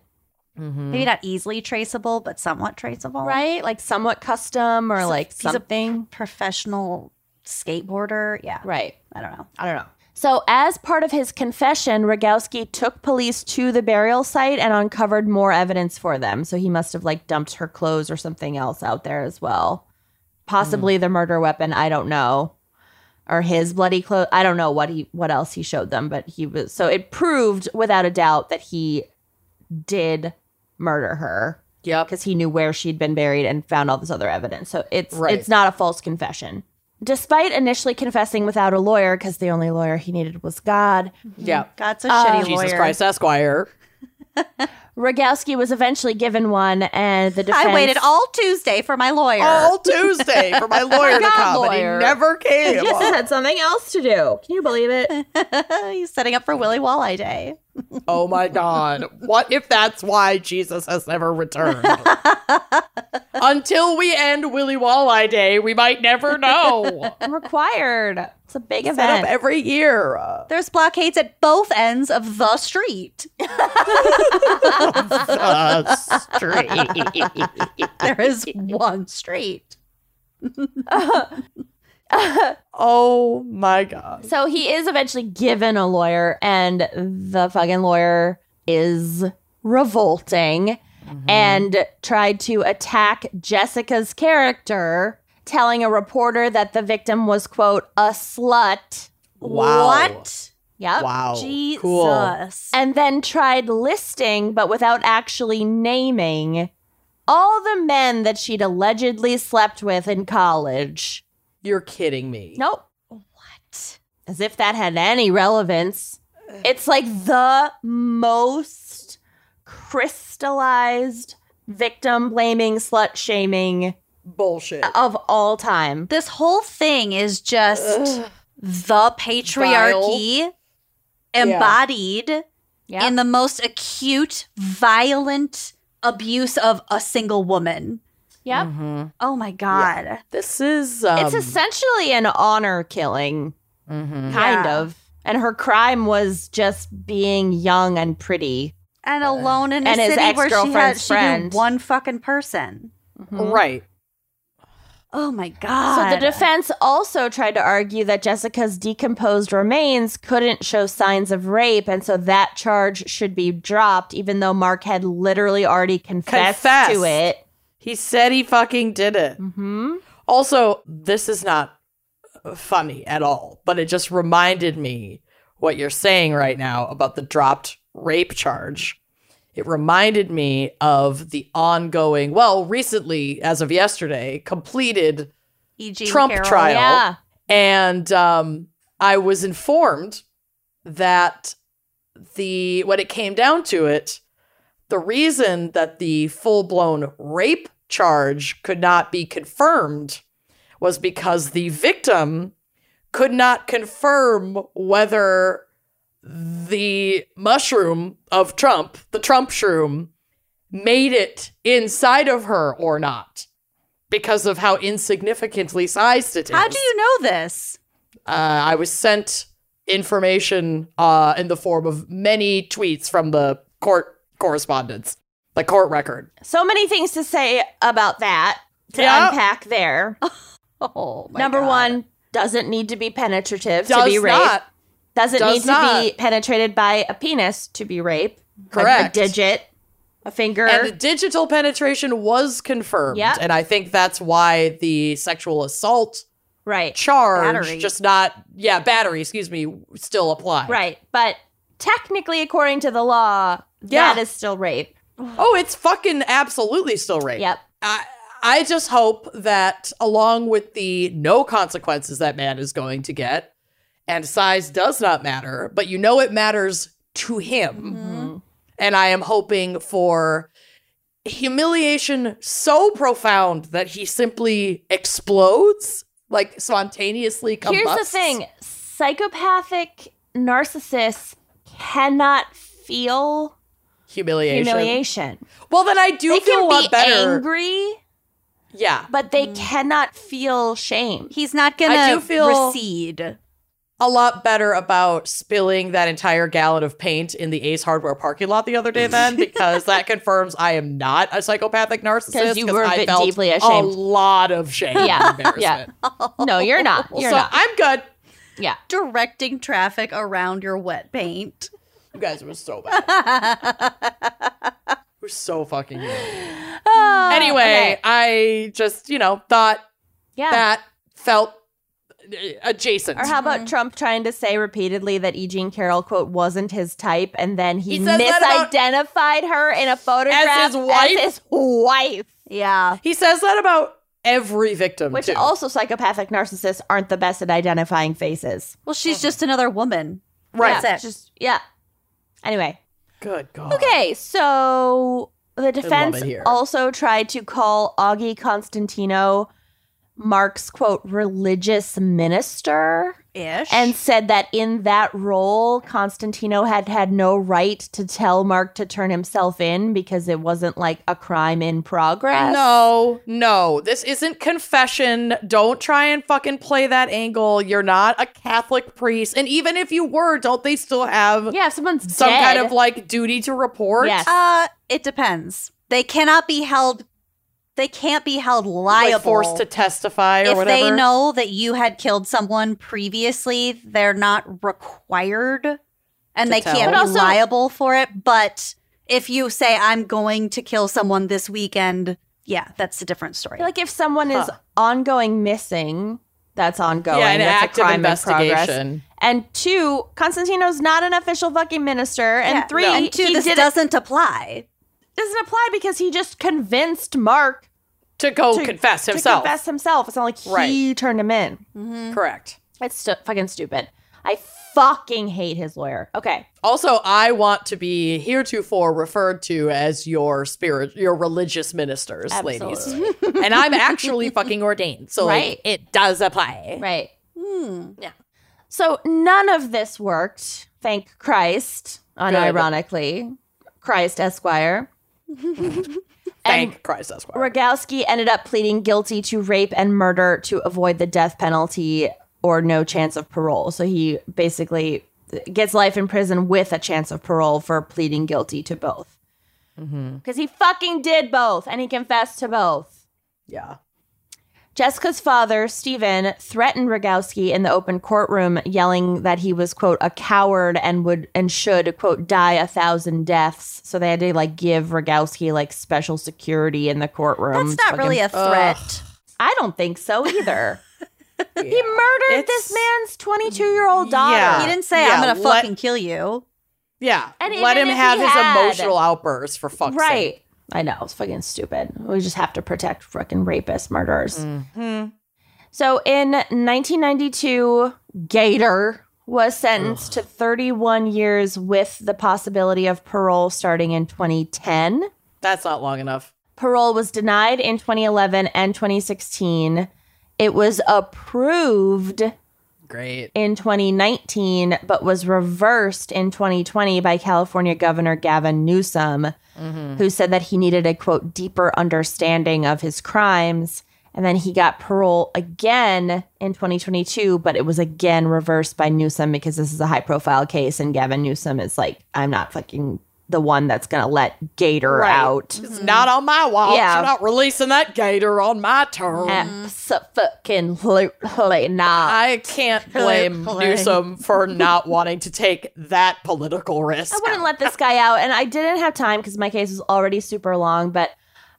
[SPEAKER 1] Mm-hmm.
[SPEAKER 3] maybe
[SPEAKER 1] Mm.
[SPEAKER 3] not easily traceable, but somewhat traceable.
[SPEAKER 2] right? Like somewhat custom or
[SPEAKER 3] It's a
[SPEAKER 2] like
[SPEAKER 3] piece of-
[SPEAKER 2] something,
[SPEAKER 3] Professional skateboarder. Yeah.
[SPEAKER 2] right?
[SPEAKER 3] I don't know.
[SPEAKER 2] I don't know. So, as part of his confession, Rogowski took police to the burial site and uncovered more evidence for them. So he must have like dumped her clothes or something else out there as well. Possibly the murder weapon, I don't know. Or his bloody clothes. I don't know what he what else he showed them, but he was so it proved without a doubt that he did murder her
[SPEAKER 1] Yep.
[SPEAKER 2] because he knew where she'd been buried and found all this other evidence. So it's
[SPEAKER 1] Right.
[SPEAKER 2] it's not a false confession. Despite initially confessing without a lawyer, because the only lawyer he needed was God,
[SPEAKER 1] Yeah.
[SPEAKER 3] God's a
[SPEAKER 2] Uh,
[SPEAKER 3] shitty
[SPEAKER 1] Jesus
[SPEAKER 3] lawyer.
[SPEAKER 1] Christ Esquire.
[SPEAKER 2] Rogowski was eventually given one, and the defense.
[SPEAKER 3] I waited all Tuesday for my lawyer.
[SPEAKER 1] All Tuesday for my lawyer to
[SPEAKER 2] God,
[SPEAKER 1] come, and he
[SPEAKER 2] lawyer.
[SPEAKER 1] never came.
[SPEAKER 2] Just had something else to do. Can you believe it?
[SPEAKER 3] He's setting up for Willy Walleye Day.
[SPEAKER 1] Oh my God. What if that's why Jesus has never returned? Until we end Willy Walleye Day, we might never know.
[SPEAKER 2] I'm required. It's a big
[SPEAKER 1] Set up
[SPEAKER 2] event.
[SPEAKER 1] every year. Uh,
[SPEAKER 3] There's blockades at both ends of the street.
[SPEAKER 1] the street.
[SPEAKER 3] There is one street.
[SPEAKER 1] Oh my God.
[SPEAKER 2] so he is eventually given a lawyer, and the fucking lawyer is revolting and tried to attack Jessica's character, telling a reporter that the victim was, quote, a slut.
[SPEAKER 1] Wow.
[SPEAKER 3] What?
[SPEAKER 2] Yep.
[SPEAKER 1] Wow.
[SPEAKER 3] Jesus.
[SPEAKER 1] Cool.
[SPEAKER 2] and then tried listing, but without actually naming, all the men that she'd allegedly slept with in college.
[SPEAKER 1] You're kidding me.
[SPEAKER 2] Nope. Oh, What? As if that had any relevance. It's like the most crystallized victim blaming, slut shaming
[SPEAKER 1] Bullshit.
[SPEAKER 2] of all time.
[SPEAKER 3] This whole thing is just the patriarchy embodied
[SPEAKER 2] Yeah.
[SPEAKER 3] in the most acute, violent abuse of a single woman.
[SPEAKER 2] Yep.
[SPEAKER 3] Oh my God.
[SPEAKER 1] Mm-hmm. This is um, mm-hmm.
[SPEAKER 2] it's essentially an honor killing, kind
[SPEAKER 3] Yeah.
[SPEAKER 2] of. And her crime was just being young and pretty.
[SPEAKER 3] And alone in a
[SPEAKER 2] And his
[SPEAKER 3] city where she had
[SPEAKER 2] ex-girlfriend's
[SPEAKER 3] she knew
[SPEAKER 2] friend.
[SPEAKER 3] one fucking person.
[SPEAKER 2] Mm-hmm.
[SPEAKER 1] right.
[SPEAKER 3] Oh my
[SPEAKER 2] So
[SPEAKER 3] God.
[SPEAKER 2] the defense also tried to argue that Jessica's decomposed remains couldn't show signs of rape, and so that charge should be dropped, even though Mark had literally already confessed,
[SPEAKER 1] Confessed.
[SPEAKER 2] to it.
[SPEAKER 1] He said he fucking did it.
[SPEAKER 2] Mm-hmm.
[SPEAKER 1] Also, this is not funny at all, but it just reminded me what you're saying right now about the dropped rape charge. It reminded me of the ongoing, well, recently, as of yesterday, completed
[SPEAKER 3] E.G.
[SPEAKER 1] Trump trial.
[SPEAKER 2] Yeah.
[SPEAKER 1] and um, I was informed that the when it came down to it, the reason that the full blown rape charge could not be confirmed was because the victim could not confirm whether the mushroom of Trump, the Trump shroom, made it inside of her or not because of how insignificantly sized it is.
[SPEAKER 3] How do you know this?
[SPEAKER 1] Uh, I was sent information uh, in the form of many tweets from the court correspondence, the court record.
[SPEAKER 2] So many things to say about that to
[SPEAKER 1] Yeah.
[SPEAKER 2] unpack there.
[SPEAKER 3] Oh my
[SPEAKER 2] Number
[SPEAKER 3] God.
[SPEAKER 2] one, doesn't need to be penetrative to
[SPEAKER 1] Does
[SPEAKER 2] be rape.
[SPEAKER 1] not.
[SPEAKER 2] Doesn't
[SPEAKER 1] Does
[SPEAKER 2] need to be
[SPEAKER 1] not.
[SPEAKER 2] penetrated by a penis to be rape. A-
[SPEAKER 1] Correct.
[SPEAKER 2] A, digit, a finger.
[SPEAKER 1] And the digital penetration was confirmed.
[SPEAKER 2] Yep.
[SPEAKER 1] And I think that's why the sexual assault
[SPEAKER 2] right.
[SPEAKER 1] charge,
[SPEAKER 3] Battery.
[SPEAKER 1] just not, yeah, battery, excuse me, still applies.
[SPEAKER 2] Right. But technically, according to the law,
[SPEAKER 1] Yeah.
[SPEAKER 2] that is still rape.
[SPEAKER 1] Oh, it's fucking absolutely still rape.
[SPEAKER 2] Yep.
[SPEAKER 1] I I just hope that along with the no consequences that man is going to get, and size does not matter, but you know it matters to him.
[SPEAKER 2] Mm-hmm.
[SPEAKER 1] And I am hoping for humiliation so profound that he simply explodes, like spontaneously combusts.
[SPEAKER 2] Here's the thing psychopathic narcissists cannot feel
[SPEAKER 1] Humiliation.
[SPEAKER 2] humiliation.
[SPEAKER 1] Well, then I do
[SPEAKER 2] They
[SPEAKER 1] feel a
[SPEAKER 2] can
[SPEAKER 1] lot
[SPEAKER 2] be
[SPEAKER 1] better. Mm.
[SPEAKER 2] angry,
[SPEAKER 1] Yeah.
[SPEAKER 2] but they cannot feel shame.
[SPEAKER 3] He's not
[SPEAKER 1] I
[SPEAKER 3] gonna
[SPEAKER 1] do feel-
[SPEAKER 3] recede.
[SPEAKER 1] a lot better about spilling that entire gallon of paint in the Ace Hardware parking lot the other day then because that confirms I am not a psychopathic narcissist
[SPEAKER 2] 'Cause you were a
[SPEAKER 1] I
[SPEAKER 2] bit
[SPEAKER 1] felt
[SPEAKER 2] deeply
[SPEAKER 1] a
[SPEAKER 2] ashamed.
[SPEAKER 1] lot of shame
[SPEAKER 2] Yeah,
[SPEAKER 1] yeah.
[SPEAKER 2] yeah.
[SPEAKER 1] and embarrassment.
[SPEAKER 2] No, you're not.
[SPEAKER 1] Well,
[SPEAKER 2] You're
[SPEAKER 1] so
[SPEAKER 2] not.
[SPEAKER 1] I'm good.
[SPEAKER 3] Directing traffic around your wet paint.
[SPEAKER 1] You guys were so bad. we're so fucking good.
[SPEAKER 2] Ah,
[SPEAKER 1] Anyway,
[SPEAKER 2] okay.
[SPEAKER 1] I just, you know, thought
[SPEAKER 2] yeah.
[SPEAKER 1] that Mm-hmm. felt uh, adjacent.
[SPEAKER 2] Or how about Trump trying to say repeatedly that E. Jean Carroll, quote, wasn't his type, and then he,
[SPEAKER 1] He says that about-
[SPEAKER 2] misidentified her in a photograph
[SPEAKER 1] As his wife?
[SPEAKER 2] as his wife,
[SPEAKER 3] Yeah.
[SPEAKER 1] he says that about every victim
[SPEAKER 2] which
[SPEAKER 1] too.
[SPEAKER 2] also psychopathic narcissists aren't the best at identifying faces.
[SPEAKER 3] Well, she's just another woman.
[SPEAKER 1] right.
[SPEAKER 3] That's it.
[SPEAKER 2] Just yeah. Anyway,
[SPEAKER 1] Good God.
[SPEAKER 2] okay, so the defense
[SPEAKER 1] it here.
[SPEAKER 2] also tried to call Augie Constantino Mark's quote religious minister.
[SPEAKER 3] Ish.
[SPEAKER 2] and said that in that role, Constantino had had no right to tell Mark to turn himself in because it wasn't like a crime in progress.
[SPEAKER 1] No, no, this isn't confession. Don't try and fucking play that angle. You're not a Catholic priest. And even if you were, don't they still have
[SPEAKER 2] Yeah, if someone's
[SPEAKER 1] some
[SPEAKER 2] dead,
[SPEAKER 1] kind of like duty to report?
[SPEAKER 2] Yes.
[SPEAKER 3] uh it depends. They cannot be held they can't be held liable.
[SPEAKER 1] Like forced to testify or
[SPEAKER 3] if
[SPEAKER 1] whatever.
[SPEAKER 3] they know that you had killed someone previously, they're not required and
[SPEAKER 1] To
[SPEAKER 3] they
[SPEAKER 1] tell.
[SPEAKER 3] can't
[SPEAKER 2] But
[SPEAKER 3] be
[SPEAKER 2] also-
[SPEAKER 3] liable for it. But if you say, I'm going to kill someone this weekend, yeah, that's a different
[SPEAKER 2] I
[SPEAKER 3] story.
[SPEAKER 2] feel like if someone is
[SPEAKER 1] Huh.
[SPEAKER 2] ongoing missing, that's ongoing.
[SPEAKER 1] yeah, an
[SPEAKER 2] that's
[SPEAKER 1] active
[SPEAKER 2] a crime In progress.
[SPEAKER 1] investigation.
[SPEAKER 2] And two, Constantino's not an official fucking minister. And
[SPEAKER 3] Yeah.
[SPEAKER 2] three,
[SPEAKER 3] and two,
[SPEAKER 2] he
[SPEAKER 3] this
[SPEAKER 2] didn't,
[SPEAKER 3] doesn't apply.
[SPEAKER 2] doesn't apply because he just convinced Mark
[SPEAKER 1] To go
[SPEAKER 2] to
[SPEAKER 1] confess
[SPEAKER 2] to
[SPEAKER 1] himself.
[SPEAKER 2] confess Mm-hmm. himself. It's not like he
[SPEAKER 1] Right.
[SPEAKER 2] turned him in.
[SPEAKER 1] Correct.
[SPEAKER 2] It's stu- fucking stupid. I fucking hate his lawyer. Okay.
[SPEAKER 1] Also, I want to be heretofore referred to as your spirit, your religious ministers, ladies. and I'm actually fucking ordained. So like,
[SPEAKER 2] Right.
[SPEAKER 1] it does apply.
[SPEAKER 2] Right.
[SPEAKER 3] Hmm.
[SPEAKER 2] So none of this worked. Thank Christ. unironically. Christ Esquire.
[SPEAKER 1] Thank Christ, that's why.
[SPEAKER 2] Rogowski ended up pleading guilty to rape and murder to avoid the death penalty or no chance of parole. So he basically gets life in prison with a chance of parole for pleading guilty to both.
[SPEAKER 3] Mm-hmm.
[SPEAKER 2] Because he fucking did both and he confessed to both.
[SPEAKER 1] Yeah.
[SPEAKER 2] Jessica's father, Stephen, threatened Rogowski in the open courtroom, yelling that he was, quote, a coward and would and should, quote, die a thousand deaths. So they had to like give Rogowski like special security in the courtroom.
[SPEAKER 3] That's
[SPEAKER 2] It's
[SPEAKER 3] not really
[SPEAKER 2] fucking-
[SPEAKER 3] a threat.
[SPEAKER 2] I don't think so either. He
[SPEAKER 1] Yeah.
[SPEAKER 2] murdered
[SPEAKER 1] It's-
[SPEAKER 2] this man's 22 year old daughter.
[SPEAKER 1] Yeah.
[SPEAKER 3] he didn't say
[SPEAKER 1] Yeah,
[SPEAKER 3] I'm gonna
[SPEAKER 1] let-
[SPEAKER 3] fucking kill you.
[SPEAKER 1] Yeah.
[SPEAKER 2] And
[SPEAKER 1] Let him
[SPEAKER 2] even if
[SPEAKER 1] have
[SPEAKER 2] he
[SPEAKER 1] his
[SPEAKER 2] had-
[SPEAKER 1] emotional outbursts for fuck's
[SPEAKER 2] Right.
[SPEAKER 1] sake.
[SPEAKER 2] I know. It's fucking stupid. We just have to protect fucking rapists, murderers.
[SPEAKER 1] Mm-hmm.
[SPEAKER 2] So in 1992, Gator was sentenced to 31 years with the possibility of parole starting in 2010.
[SPEAKER 1] That's not long enough.
[SPEAKER 2] Parole was denied in 2011 and 2016. It was approved
[SPEAKER 1] Great.
[SPEAKER 2] in 2019, but was reversed in 2020 by California Governor Gavin Newsom, who said that he needed a quote deeper understanding of his crimes. And then he got parole again in 2022, but it was again reversed by Newsom because this is a high profile case. And Gavin Newsom is like, I'm not fucking the one that's going to let Gator
[SPEAKER 1] Right.
[SPEAKER 2] out.
[SPEAKER 1] It's not on my watch.
[SPEAKER 2] Mm-hmm. Yeah.
[SPEAKER 1] You're not releasing that gator on my term.
[SPEAKER 2] Absolutely not.
[SPEAKER 1] I can't blame Newsom for not wanting to take that political risk.
[SPEAKER 2] I wouldn't let this guy out. And I didn't have time because my case was already super long, but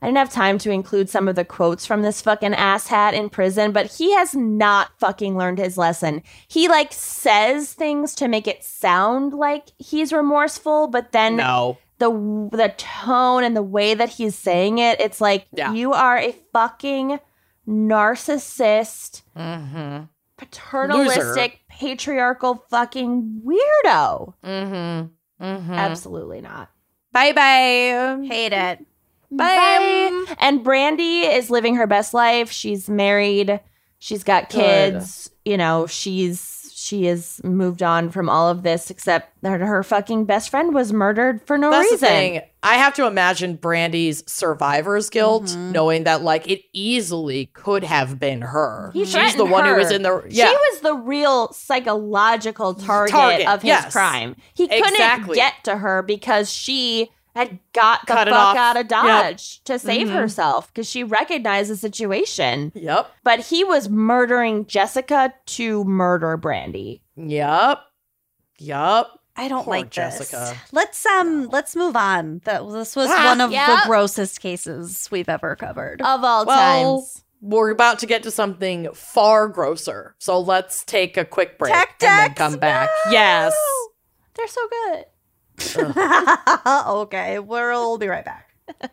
[SPEAKER 2] I didn't have time to include some of the quotes from this fucking asshat in prison. But he has not fucking learned his lesson. He like says things to make it sound like he's remorseful, but then
[SPEAKER 1] No.
[SPEAKER 2] the the tone and the way that he's saying it, it's like
[SPEAKER 1] Yeah.
[SPEAKER 2] you are a fucking narcissist,
[SPEAKER 1] Mm-hmm.
[SPEAKER 2] paternalistic, patriarchal fucking weirdo.
[SPEAKER 1] Mm-hmm. Mm-hmm.
[SPEAKER 2] Absolutely not.
[SPEAKER 1] Bye bye.
[SPEAKER 3] Hate it.
[SPEAKER 2] Bye. And Brandy is living her best life. She's married. She's got kids. You know, she's she has moved on from all of this, except that her fucking best friend was murdered for no
[SPEAKER 1] That's
[SPEAKER 2] reason.
[SPEAKER 1] the thing. I have to imagine Brandy's survivor's guilt,
[SPEAKER 2] Mm-hmm.
[SPEAKER 1] knowing that like it easily could have been her.
[SPEAKER 2] He
[SPEAKER 1] She's
[SPEAKER 2] threatened
[SPEAKER 1] the one who was
[SPEAKER 2] her.
[SPEAKER 1] in the yeah.
[SPEAKER 2] She was the real psychological target,
[SPEAKER 1] Target,
[SPEAKER 2] of his
[SPEAKER 1] yes.
[SPEAKER 2] crime. He couldn't
[SPEAKER 1] Exactly.
[SPEAKER 2] get to her because she had got the
[SPEAKER 1] Cut it
[SPEAKER 2] fuck
[SPEAKER 1] off.
[SPEAKER 2] out of
[SPEAKER 1] Yep. Mm-hmm.
[SPEAKER 2] Dodge to save herself because she recognized the situation.
[SPEAKER 1] yep.
[SPEAKER 2] But he was murdering Jessica to murder Brandy.
[SPEAKER 1] Yep. Yep.
[SPEAKER 3] I don't
[SPEAKER 1] Poor
[SPEAKER 3] like
[SPEAKER 1] Jessica.
[SPEAKER 3] this. Let's um let's move on. That this was
[SPEAKER 1] Ah,
[SPEAKER 3] one of
[SPEAKER 2] yeah.
[SPEAKER 3] the grossest cases we've ever covered.
[SPEAKER 2] Of all
[SPEAKER 1] Well,
[SPEAKER 2] times.
[SPEAKER 1] We're about to get to something far grosser. So let's take a quick break
[SPEAKER 3] Tech
[SPEAKER 1] and then
[SPEAKER 3] decks?
[SPEAKER 1] come back. Yes.
[SPEAKER 2] They're so good.
[SPEAKER 3] okay, we'll be right back.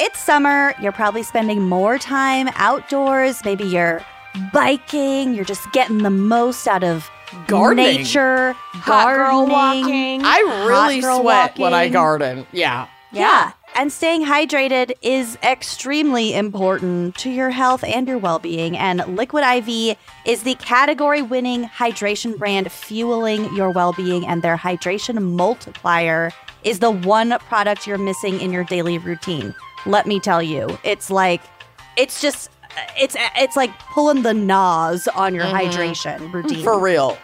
[SPEAKER 3] it's summer. You're probably spending more time outdoors. Maybe you're biking. You're just getting the most out of
[SPEAKER 1] Gardening.
[SPEAKER 3] nature,
[SPEAKER 2] Hot girl walking.
[SPEAKER 3] gardening.
[SPEAKER 1] I really
[SPEAKER 3] Hot girl
[SPEAKER 1] sweat when I
[SPEAKER 3] walking.
[SPEAKER 1] garden. Yeah.
[SPEAKER 3] Yeah. And staying hydrated is extremely important to your health and your well being. And Liquid IV is the category winning hydration brand fueling your well being, and their hydration multiplier is the one product you're missing in your daily routine. Let me tell you, it's like, it's just. It's it's like pulling the gnaws on your hydration routine.
[SPEAKER 1] For real.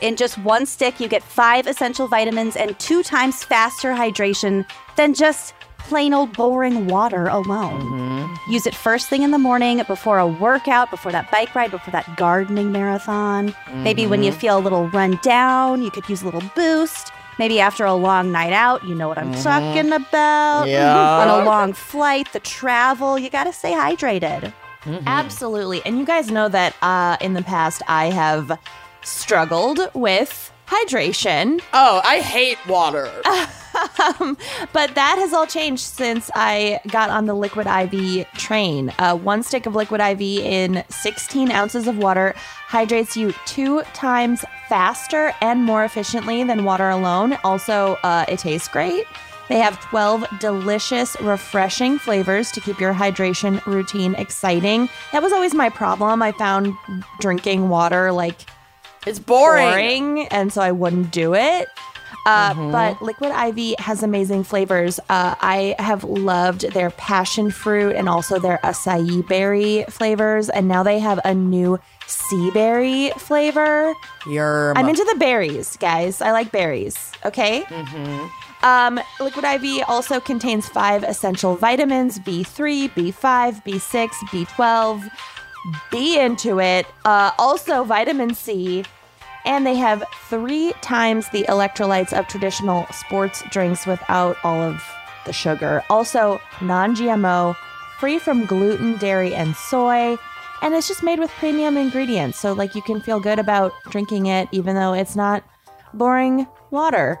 [SPEAKER 3] In just one stick, you get five essential vitamins and two times faster hydration than just plain old boring water alone. Use it first thing in the morning, before a workout, before that bike ride, before that gardening marathon. Maybe when you feel a little run down, you could use a little boost. Maybe after a long night out, you know what I'm talking about.
[SPEAKER 1] Yeah.
[SPEAKER 3] On a long flight, the travel, you gotta stay hydrated.
[SPEAKER 2] Absolutely. And you guys know that uh, in the past I have struggled with hydration.
[SPEAKER 1] Oh, I hate water.
[SPEAKER 2] Um, but that has all changed since I got on the liquid IV train. Uh, one stick of liquid IV in 16 ounces of water hydrates you two times faster and more efficiently than water alone. Also, uh, it tastes great. They have 12 delicious, refreshing flavors to keep your hydration routine exciting. That was always my problem. I found drinking water like
[SPEAKER 1] It's boring.
[SPEAKER 2] boring, and so I wouldn't do it. Uh, But Liquid Ivy has amazing flavors. Uh, I have loved their passion fruit and also their acai berry flavors. And now they have a new sea berry flavor.
[SPEAKER 1] Yerm.
[SPEAKER 2] I'm into the berries, guys. I like berries. Okay. Um, Liquid IV also contains five essential vitamins: B3, B5, B6, B12. Be into it. Uh, also, vitamin C. And they have three times the electrolytes of traditional sports drinks without all of the sugar. Also, non GMO, free from gluten, dairy, and soy. And it's just made with premium ingredients. So, like, you can feel good about drinking it, even though it's not boring water.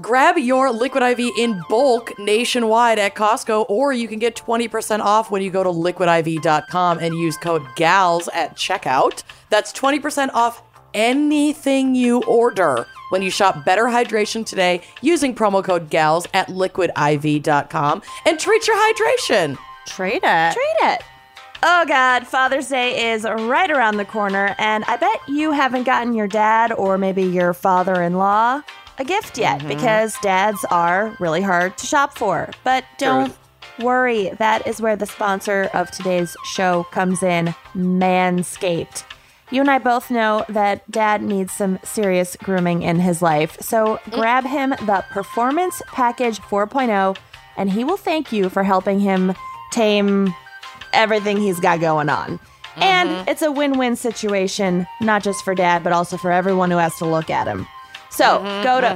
[SPEAKER 1] Grab your Liquid IV in bulk nationwide at Costco, or you can get 20% off when you go to liquidiv.com and use code GALS at checkout. That's 20% off anything you order when you shop Better Hydration today using promo code GALS at liquidiv.com and treat your hydration.
[SPEAKER 3] Trade it.
[SPEAKER 2] Read it. Oh, God, Father's Day is right around the corner, and I bet you haven't gotten your dad or maybe your father in law a gift yet because dads are really hard to shop for. But don't worry, that is where the sponsor of today's show comes in Manscaped. You and I both know that dad needs some serious grooming in his life, so grab him the Performance Package 4.0, and he will thank you for helping him tame everything he's got going on. And it's a win win situation, not just for dad, but also for everyone who has to look at him. So go to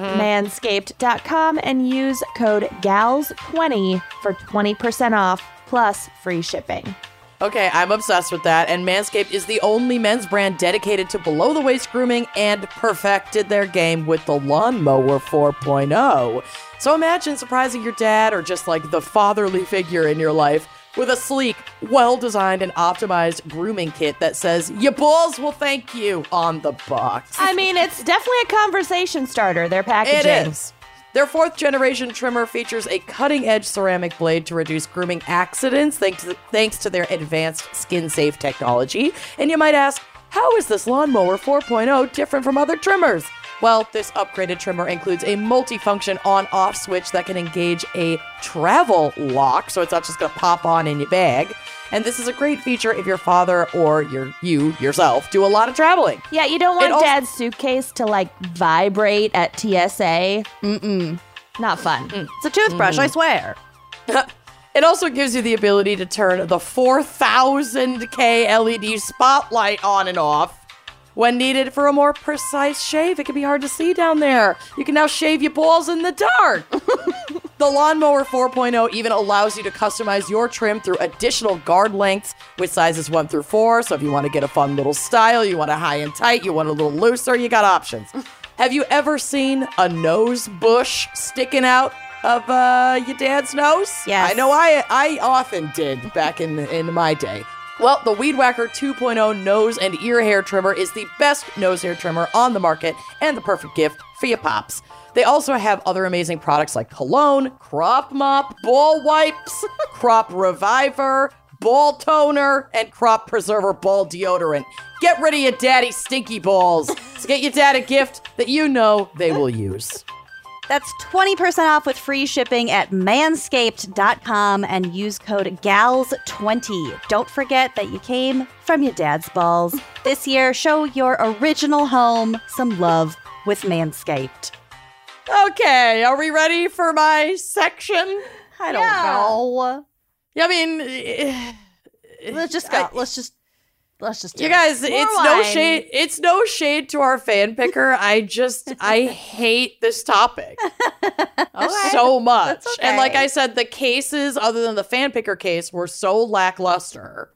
[SPEAKER 2] manscaped.com and use code GALS20 for 20% off plus free shipping.
[SPEAKER 1] Okay, I'm obsessed with that. And Manscaped is the only men's brand dedicated to below the waist grooming and perfected their game with the Lawnmower 4.0. So imagine surprising your dad or just like the fatherly figure in your life with a sleek, well designed, and optimized grooming kit that says, Your balls will thank you on the box.
[SPEAKER 2] I mean, it's definitely a conversation starter, their
[SPEAKER 1] It
[SPEAKER 2] packaging.
[SPEAKER 1] is. Their fourth generation trimmer features a cutting edge ceramic blade to reduce grooming accidents thanks to, thanks to their advanced skin safe technology. And you might ask, how is this lawnmower 4.0 different from other trimmers? Well, this upgraded trimmer includes a multifunction on off switch that can engage a travel lock, so it's not just going to pop on in your bag. And this is a great feature if your father or your you yourself do a lot of traveling.
[SPEAKER 2] Yeah, you don't want
[SPEAKER 1] also-
[SPEAKER 2] dad's suitcase to like vibrate at TSA. Mm-mm. Not fun.
[SPEAKER 3] It's a toothbrush, I swear.
[SPEAKER 1] It also gives you the ability to turn the 4000K LED E spotlight on and off when needed for a more precise shave. It can be hard to see down there. You can now shave your balls in the dark. the Lawnmower 4.0 even allows you to customize your trim through additional guard lengths with sizes 1 through 4. So if you want to get a fun little style, you want it high and tight, you want it a little looser, you got options. Have you ever seen a nose bush sticking out of uh, your dad's nose?
[SPEAKER 3] Yes.
[SPEAKER 1] I know I I often did back in in my day. Well, the Weed Whacker 2.0 nose and ear hair trimmer is the best nose hair trimmer on the market and the perfect gift for your pops. They also have other amazing products like cologne, crop mop, ball wipes, crop reviver, ball toner, and crop preserver ball deodorant. Get rid of your daddy's stinky balls. So get your dad a gift that you know they will use.
[SPEAKER 3] That's 20% off with free shipping at manscaped.com and use code GALS20. Don't forget that you came from your dad's balls. This year, show your original home some love with Manscaped.
[SPEAKER 1] Okay, are we ready for my section?
[SPEAKER 3] I don't know.
[SPEAKER 1] I mean, eh,
[SPEAKER 3] Let's just go. let's just let's just do
[SPEAKER 1] you
[SPEAKER 3] it.
[SPEAKER 1] guys, it's no
[SPEAKER 2] wine.
[SPEAKER 1] shade. It's no shade to our fan picker. I just, I hate this topic so much. And like I said, the cases other than the fan picker case were so lackluster.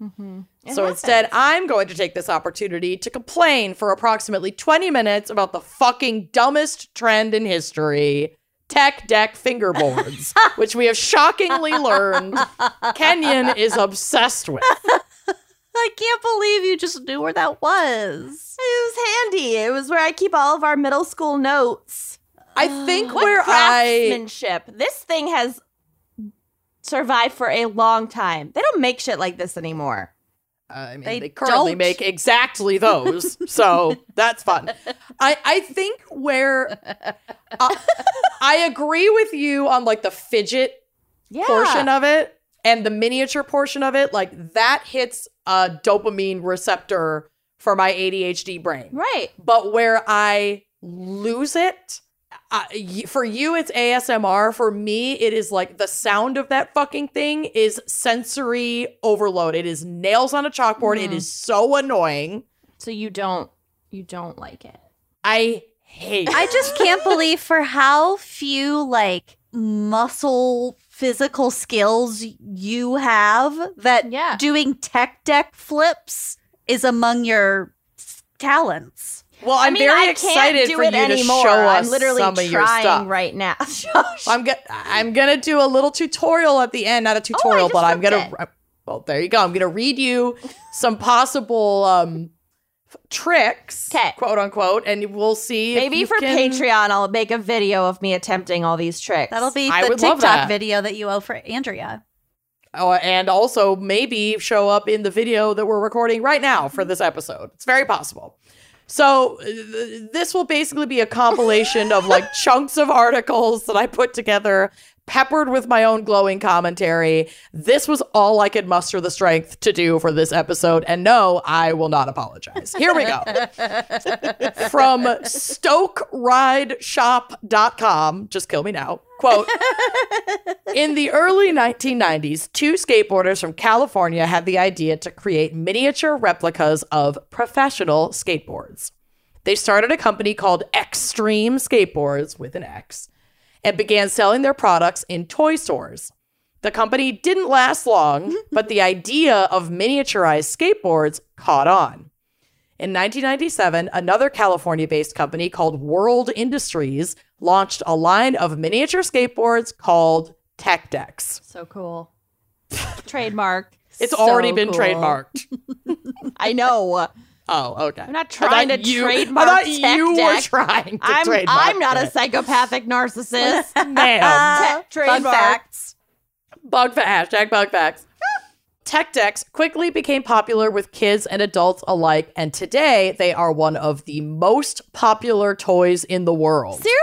[SPEAKER 1] So instead, I'm going to take this opportunity to complain for approximately 20 minutes about the fucking dumbest trend in history tech deck fingerboards, which we have shockingly learned Kenyon is obsessed with.
[SPEAKER 3] I can't believe you just knew where that was.
[SPEAKER 2] It was handy. It was where I keep all of our middle school notes.
[SPEAKER 1] I think
[SPEAKER 2] What
[SPEAKER 1] where I
[SPEAKER 2] craftsmanship. This thing has survived for a long time. They don't make shit like this anymore.
[SPEAKER 1] uh, I mean, they,
[SPEAKER 3] They
[SPEAKER 1] currently
[SPEAKER 3] don't.
[SPEAKER 1] make exactly those, so that's fun. I I think where I- I agree with you on like the fidget
[SPEAKER 2] Yeah.
[SPEAKER 1] portion of it and the miniature portion of it, like that hits a dopamine receptor for my ADHD brain.
[SPEAKER 2] Right.
[SPEAKER 1] But where I lose it, I y for you, it's ASMR. For me, it is like the sound of that fucking thing is sensory overload. It is nails on a chalkboard. It
[SPEAKER 2] Mhm.
[SPEAKER 1] is so annoying.
[SPEAKER 2] So you don't you don't like it.
[SPEAKER 1] I hate
[SPEAKER 3] I
[SPEAKER 1] it.
[SPEAKER 3] just can't believe for how few like muscle physical skills you have that
[SPEAKER 2] Yeah.
[SPEAKER 3] doing tech deck flips is among your s- talents.
[SPEAKER 1] Well, I'm
[SPEAKER 2] I mean,
[SPEAKER 1] very
[SPEAKER 2] I can't
[SPEAKER 1] excited
[SPEAKER 2] do
[SPEAKER 1] for
[SPEAKER 2] it
[SPEAKER 1] you
[SPEAKER 2] anymore.
[SPEAKER 1] to show us
[SPEAKER 2] I'm literally
[SPEAKER 1] some
[SPEAKER 2] trying
[SPEAKER 1] of your stuff.
[SPEAKER 2] right now. Show- show-
[SPEAKER 1] I'm gonna I'm gonna do a little tutorial at the end, not a tutorial,
[SPEAKER 2] Oh, just
[SPEAKER 1] but I'm
[SPEAKER 2] flipped
[SPEAKER 1] gonna. Well, there you go. I'm gonna read you some possible um f- tricks,
[SPEAKER 2] 'Kay.
[SPEAKER 1] quote unquote, and we'll see. if
[SPEAKER 2] Maybe
[SPEAKER 1] you
[SPEAKER 2] for
[SPEAKER 1] can-
[SPEAKER 2] Patreon, I'll make a video of me attempting all these tricks.
[SPEAKER 3] That'll be
[SPEAKER 1] I
[SPEAKER 3] the
[SPEAKER 1] would love
[SPEAKER 3] TikTok
[SPEAKER 1] that.
[SPEAKER 3] video that you owe for Andrea.
[SPEAKER 1] Oh, and also maybe show up in the video that we're recording right now for this episode. It's very possible. So th- this will basically be a compilation of like chunks of articles that I put together, peppered with my own glowing commentary. This was all I could muster the strength to do for this episode, and no, I will not apologize. Here we go. From stokerideshop.com, just kill me now. Quote in the early 1990s, two skateboarders from California had the idea to create miniature replicas of professional skateboards. They started a company called Extreme Skateboards with an X and began selling their products in toy stores. The company didn't last long, but the idea of miniaturized skateboards caught on. In 1997, another California based company called World Industries launched a line of miniature skateboards called Tech Decks.
[SPEAKER 2] so cool. Trademark.
[SPEAKER 1] It's
[SPEAKER 2] So
[SPEAKER 1] already been
[SPEAKER 2] cool.
[SPEAKER 1] trademarked.
[SPEAKER 2] I know.
[SPEAKER 1] Oh, okay.
[SPEAKER 2] I'm not
[SPEAKER 1] I thought
[SPEAKER 2] trying to
[SPEAKER 1] you-
[SPEAKER 2] trademark
[SPEAKER 1] I thought
[SPEAKER 2] Tech
[SPEAKER 1] you were
[SPEAKER 2] Deck.
[SPEAKER 1] trying to
[SPEAKER 2] I'm
[SPEAKER 1] trademark.
[SPEAKER 2] I'm not a
[SPEAKER 1] it.
[SPEAKER 2] psychopathic narcissist.
[SPEAKER 1] ma'am.
[SPEAKER 3] Uh, fun
[SPEAKER 2] trademark.
[SPEAKER 3] facts.
[SPEAKER 1] Bug fact, hashtag bug facts. Tech decks quickly became popular with kids and adults alike, and today they are one of the most popular toys in the world.
[SPEAKER 3] Seriously?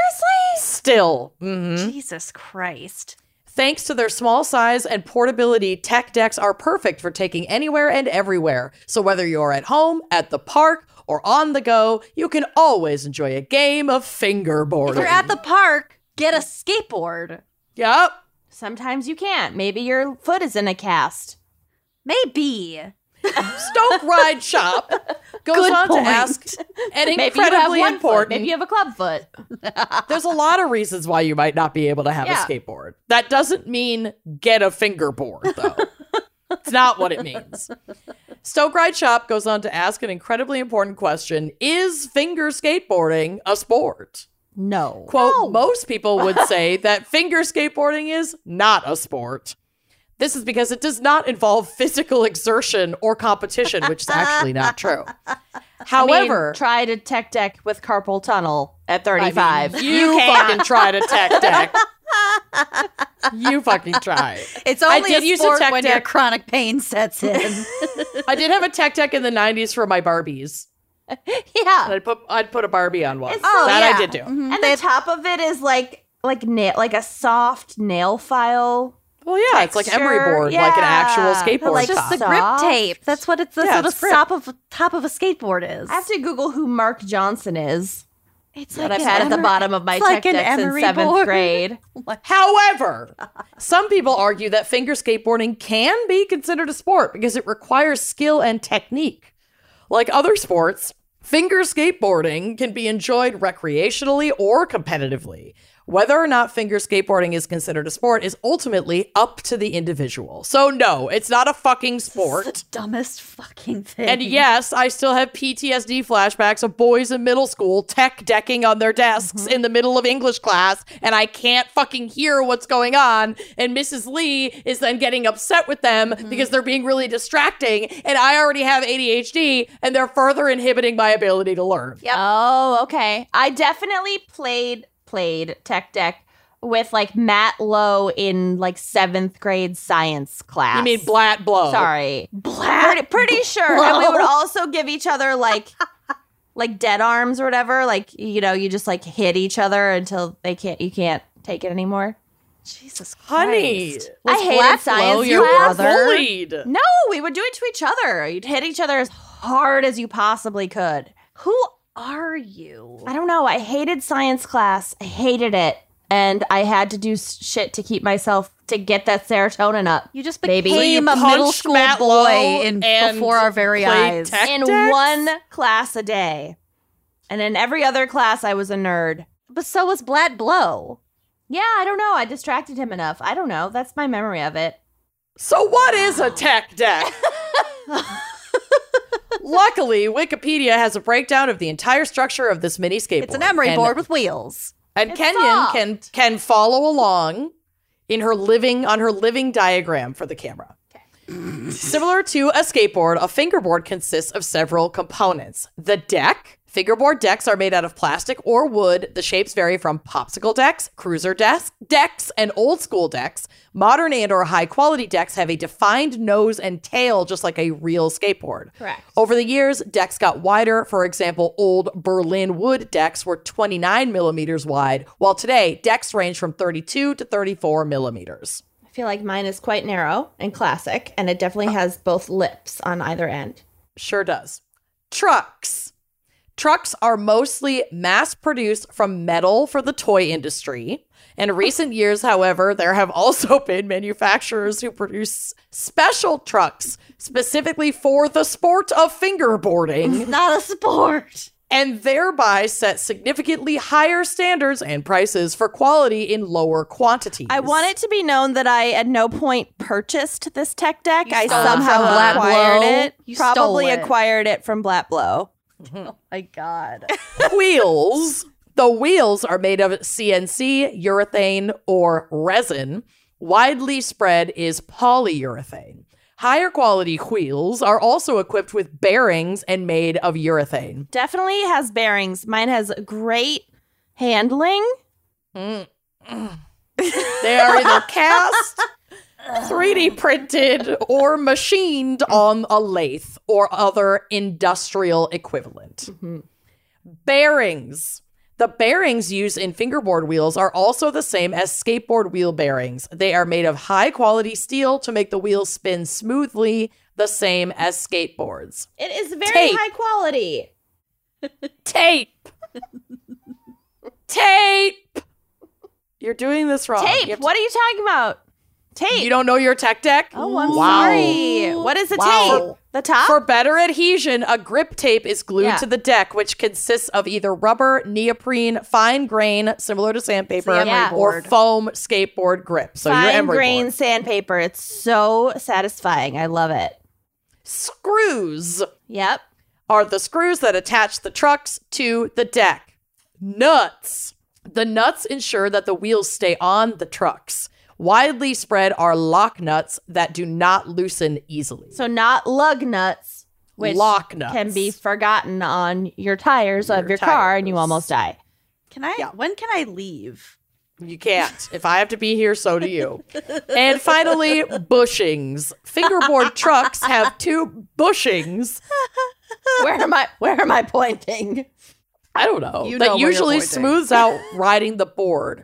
[SPEAKER 1] Still, mhm.
[SPEAKER 3] Jesus Christ.
[SPEAKER 1] thanks to their small size and portability, tech decks are perfect for taking anywhere and everywhere. So whether you're at home, at the park, or on the go, you can always enjoy a game of fingerboarding.
[SPEAKER 3] If you're at the park, get a skateboard.
[SPEAKER 1] yep.
[SPEAKER 2] Sometimes you can't. Maybe your foot is in a cast.
[SPEAKER 3] Maybe.
[SPEAKER 1] Stoke Ride Shop goes
[SPEAKER 3] Good
[SPEAKER 1] on
[SPEAKER 3] point.
[SPEAKER 1] to ask an
[SPEAKER 2] Maybe you have
[SPEAKER 1] incredibly
[SPEAKER 2] one foot.
[SPEAKER 1] important.
[SPEAKER 2] Maybe you have a club foot.
[SPEAKER 1] There's a lot of reasons why you might not be able to have
[SPEAKER 2] Yeah.
[SPEAKER 1] a skateboard. That doesn't mean get a fingerboard, though. it's not what it means. Stoke Ride Shop goes on to ask an incredibly important question Is finger skateboarding a sport?
[SPEAKER 2] No.
[SPEAKER 1] Quote, most people would say that finger skateboarding is not a sport. This is because it does not involve physical exertion or competition, which is actually not true.
[SPEAKER 2] I mean,
[SPEAKER 1] However,
[SPEAKER 2] try to tech deck with carpal tunnel at
[SPEAKER 1] I mean,
[SPEAKER 2] 35.
[SPEAKER 1] you, fucking try to tech deck. you fucking try.
[SPEAKER 3] It's
[SPEAKER 1] I
[SPEAKER 3] only
[SPEAKER 1] did
[SPEAKER 3] a
[SPEAKER 1] use a
[SPEAKER 3] sport
[SPEAKER 1] tech
[SPEAKER 3] when
[SPEAKER 1] deck.
[SPEAKER 3] your chronic pain sets in.
[SPEAKER 1] I did have a tech deck in the '90s for my Barbies. And
[SPEAKER 2] yeah.
[SPEAKER 1] I'd put I'd put a Barbie on one.
[SPEAKER 2] It's so-
[SPEAKER 1] that
[SPEAKER 2] yeah. Mm-hmm.
[SPEAKER 1] I did do.
[SPEAKER 3] Mhm.
[SPEAKER 2] And the top of it is like like nail like a soft nail file.
[SPEAKER 1] Well, yeah, it's like emery
[SPEAKER 2] Texture,
[SPEAKER 1] board, like an actual
[SPEAKER 2] yeah.
[SPEAKER 1] skateboard.
[SPEAKER 3] like
[SPEAKER 2] just
[SPEAKER 1] top.
[SPEAKER 3] just the
[SPEAKER 2] Soft.
[SPEAKER 3] grip tape. That's what it's. That's
[SPEAKER 1] Yeah,
[SPEAKER 3] what
[SPEAKER 1] it's
[SPEAKER 3] a
[SPEAKER 1] grip.
[SPEAKER 3] top of top of a skateboard is.
[SPEAKER 2] I have to Google who Mark Johnson is
[SPEAKER 3] it's
[SPEAKER 2] that I've had at the bottom of my
[SPEAKER 3] it's like
[SPEAKER 2] tech
[SPEAKER 3] an
[SPEAKER 2] decks in
[SPEAKER 3] emery
[SPEAKER 2] seventh
[SPEAKER 3] board.
[SPEAKER 2] grade.
[SPEAKER 1] However, some people argue that finger skateboarding can be considered a sport because it requires skill and technique. Like other sports, finger skateboarding can be enjoyed recreationally or competitively. Whether or not finger skateboarding is considered a sport is ultimately up to the individual. So, no, it's not a fucking sport.
[SPEAKER 3] Dumbest fucking thing.
[SPEAKER 1] And yes, I still have PTSD flashbacks of boys in middle school tech decking on their desks
[SPEAKER 2] Mm-hmm.
[SPEAKER 1] in the middle of English class, and I can't fucking hear what's going on. And Mrs. Lee is then getting upset with them
[SPEAKER 2] Mm-hmm.
[SPEAKER 1] because they're being really distracting, and I already have ADHD, and they're further inhibiting my ability to learn.
[SPEAKER 3] Yep.
[SPEAKER 2] Oh, okay. I definitely played played tech deck with like Matt Lowe in like seventh grade science class.
[SPEAKER 1] You mean Blat Blow?
[SPEAKER 2] Sorry, pretty, pretty sure. And we would also give each other like like dead arms or whatever. Like you know, you just like hit each other until they can't. You can't take it anymore.
[SPEAKER 3] Jesus Christ.
[SPEAKER 1] honey.
[SPEAKER 2] I hated science
[SPEAKER 1] Blow your
[SPEAKER 2] class.
[SPEAKER 1] bullied.
[SPEAKER 2] No, we would do it to each other. You'd hit each other as hard as you possibly could.
[SPEAKER 3] Who are you?
[SPEAKER 2] I don't know. I hated science class. I hated it. And I had to do s- shit to keep myself to get that serotonin up.
[SPEAKER 3] You just
[SPEAKER 2] Baby. So
[SPEAKER 3] became a middle
[SPEAKER 1] punched
[SPEAKER 3] school
[SPEAKER 1] Matt Lowe
[SPEAKER 3] boy in
[SPEAKER 1] and
[SPEAKER 3] before our very
[SPEAKER 1] played
[SPEAKER 3] eyes.
[SPEAKER 1] tech
[SPEAKER 2] in
[SPEAKER 1] decks?
[SPEAKER 2] one class a day. And in every other class, I was a nerd.
[SPEAKER 3] But so was Blat Blow.
[SPEAKER 2] Yeah, I don't know. I distracted him enough. I don't know. That's my memory of it.
[SPEAKER 1] So what is a tech deck? Luckily, Wikipedia has a breakdown of the entire structure of this mini skateboard.
[SPEAKER 3] It's an emery
[SPEAKER 1] and,
[SPEAKER 3] board with wheels.
[SPEAKER 1] and
[SPEAKER 2] It's
[SPEAKER 1] Kenyon
[SPEAKER 2] soft.
[SPEAKER 1] can can follow along in her living on her living diagram for the camera. Similar to a skateboard, a fingerboard consists of several components. The deck. Fingerboard decks are made out of plastic or wood. The shapes vary from popsicle decks, cruiser desk, decks, and old school decks. Modern and or high quality decks have a defined nose and tail just like a real skateboard.
[SPEAKER 2] Correct.
[SPEAKER 1] Over the years, decks got wider. For example, old Berlin wood decks were 29 millimeters wide, while today decks range from 32 to 34 millimeters.
[SPEAKER 2] I feel like mine is quite narrow and classic, and it definitely has both lips on either end.
[SPEAKER 1] Sure does. Trucks. Trucks are mostly mass produced from metal for the toy industry. In recent years, however, there have also been manufacturers who produce special trucks specifically for the sport of fingerboarding.
[SPEAKER 3] It's not a sport.
[SPEAKER 1] and thereby set significantly higher standards and prices for quality in lower quantities.
[SPEAKER 2] I want it to be known that I at no point purchased this tech deck. I
[SPEAKER 3] stole
[SPEAKER 1] it from
[SPEAKER 2] somehow
[SPEAKER 3] Black
[SPEAKER 2] acquired
[SPEAKER 3] Blow.
[SPEAKER 2] it.
[SPEAKER 3] You stole
[SPEAKER 2] probably
[SPEAKER 3] it.
[SPEAKER 2] acquired it from Blat Blow.
[SPEAKER 3] Oh my god.
[SPEAKER 1] wheels. The wheels are made of CNC, urethane, or resin. Widely spread is polyurethane. Higher quality wheels are also equipped with bearings and made of urethane.
[SPEAKER 2] Definitely has bearings. Mine has great handling.
[SPEAKER 1] Mm. They are either cast, 3D printed, or machined on a lathe or other industrial equivalent. Bearings. The bearings used in fingerboard wheels are also the same as skateboard wheel bearings. They are made of high quality steel to make the wheels spin smoothly, the same as skateboards.
[SPEAKER 2] It is very
[SPEAKER 1] Tape.
[SPEAKER 2] high quality.
[SPEAKER 1] Tape! Tape! You're doing this wrong. Oh, You
[SPEAKER 2] Tape.
[SPEAKER 1] have to-
[SPEAKER 2] What are you talking about? Tape.
[SPEAKER 1] You don't know your tech deck?
[SPEAKER 2] oh, I'm
[SPEAKER 1] Wow.
[SPEAKER 2] sorry. What is the
[SPEAKER 1] Wow.
[SPEAKER 2] tape? The top?
[SPEAKER 1] For better adhesion, a grip tape is glued
[SPEAKER 2] Ah. Yeah.
[SPEAKER 1] to the deck, which consists of either rubber, neoprene, fine grain, similar to sandpaper,
[SPEAKER 3] It's the emery
[SPEAKER 1] or
[SPEAKER 3] board.
[SPEAKER 1] foam skateboard grip. So your
[SPEAKER 2] Fine
[SPEAKER 1] emery
[SPEAKER 2] grain
[SPEAKER 1] board.
[SPEAKER 2] sandpaper. It's so satisfying. I love it.
[SPEAKER 1] Screws
[SPEAKER 2] Yep.
[SPEAKER 1] are the screws that attach the trucks to the deck. Nuts. The nuts ensure that the wheels stay on the trucks. Widely spread are lock nuts that do not loosen easily.
[SPEAKER 2] So not lug nuts, which
[SPEAKER 1] lock nuts
[SPEAKER 2] can be forgotten on your tires of your car and you
[SPEAKER 1] tires.
[SPEAKER 2] almost die.
[SPEAKER 3] Can I
[SPEAKER 1] Yeah.
[SPEAKER 3] when can I leave?
[SPEAKER 1] You can't. If I have to be here, so do you. and finally, bushings. Fingerboard trucks have two bushings.
[SPEAKER 2] Where am I where am I pointing?
[SPEAKER 1] I don't know.
[SPEAKER 3] You
[SPEAKER 1] that
[SPEAKER 3] know where you're
[SPEAKER 1] usually
[SPEAKER 3] pointing.
[SPEAKER 1] smooths out riding the board.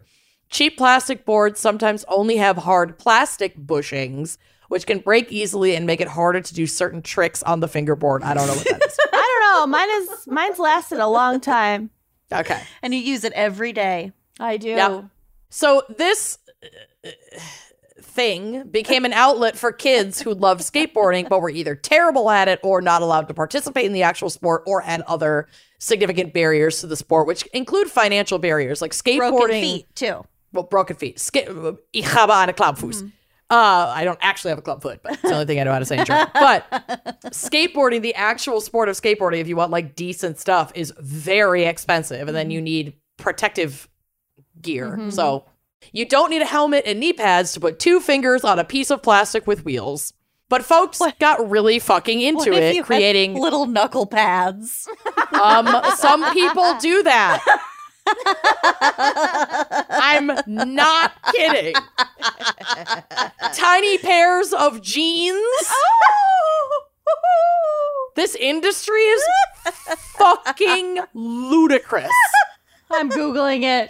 [SPEAKER 1] Cheap plastic boards sometimes only have hard plastic bushings, which can break easily and make it harder to do certain tricks on the fingerboard. I don't know what that is.
[SPEAKER 2] I don't know. Mine is mine's lasted a long time.
[SPEAKER 1] Okay.
[SPEAKER 3] And you use it every day.
[SPEAKER 2] I do.
[SPEAKER 1] Yep. So this uh, thing became an outlet for kids who loved skateboarding but were either terrible at it or not allowed to participate in the actual sport or had other significant barriers to the sport, which include financial barriers like skateboarding,
[SPEAKER 3] Broken feet too.
[SPEAKER 1] well, broken feet. Ska- ich habe eine
[SPEAKER 3] Mm-hmm.
[SPEAKER 1] Klappfuß. Uh, I don't actually have a club foot, but it's the only thing I know how to say in German. But skateboarding, the actual sport of skateboarding, if you want like decent stuff, is very expensive, and then
[SPEAKER 3] Mm-hmm.
[SPEAKER 1] you need protective gear. So
[SPEAKER 3] mm-hmm.
[SPEAKER 1] you don't need a helmet and knee pads to put two fingers on a piece of plastic with wheels. But folks got really fucking
[SPEAKER 3] What
[SPEAKER 1] into
[SPEAKER 3] if you
[SPEAKER 1] it,
[SPEAKER 3] had
[SPEAKER 1] creating
[SPEAKER 3] little knuckle pads.
[SPEAKER 1] um, some people do that. I'm not kidding. Tiny pairs of jeans. This industry is fucking ludicrous.
[SPEAKER 4] I'm Googling it.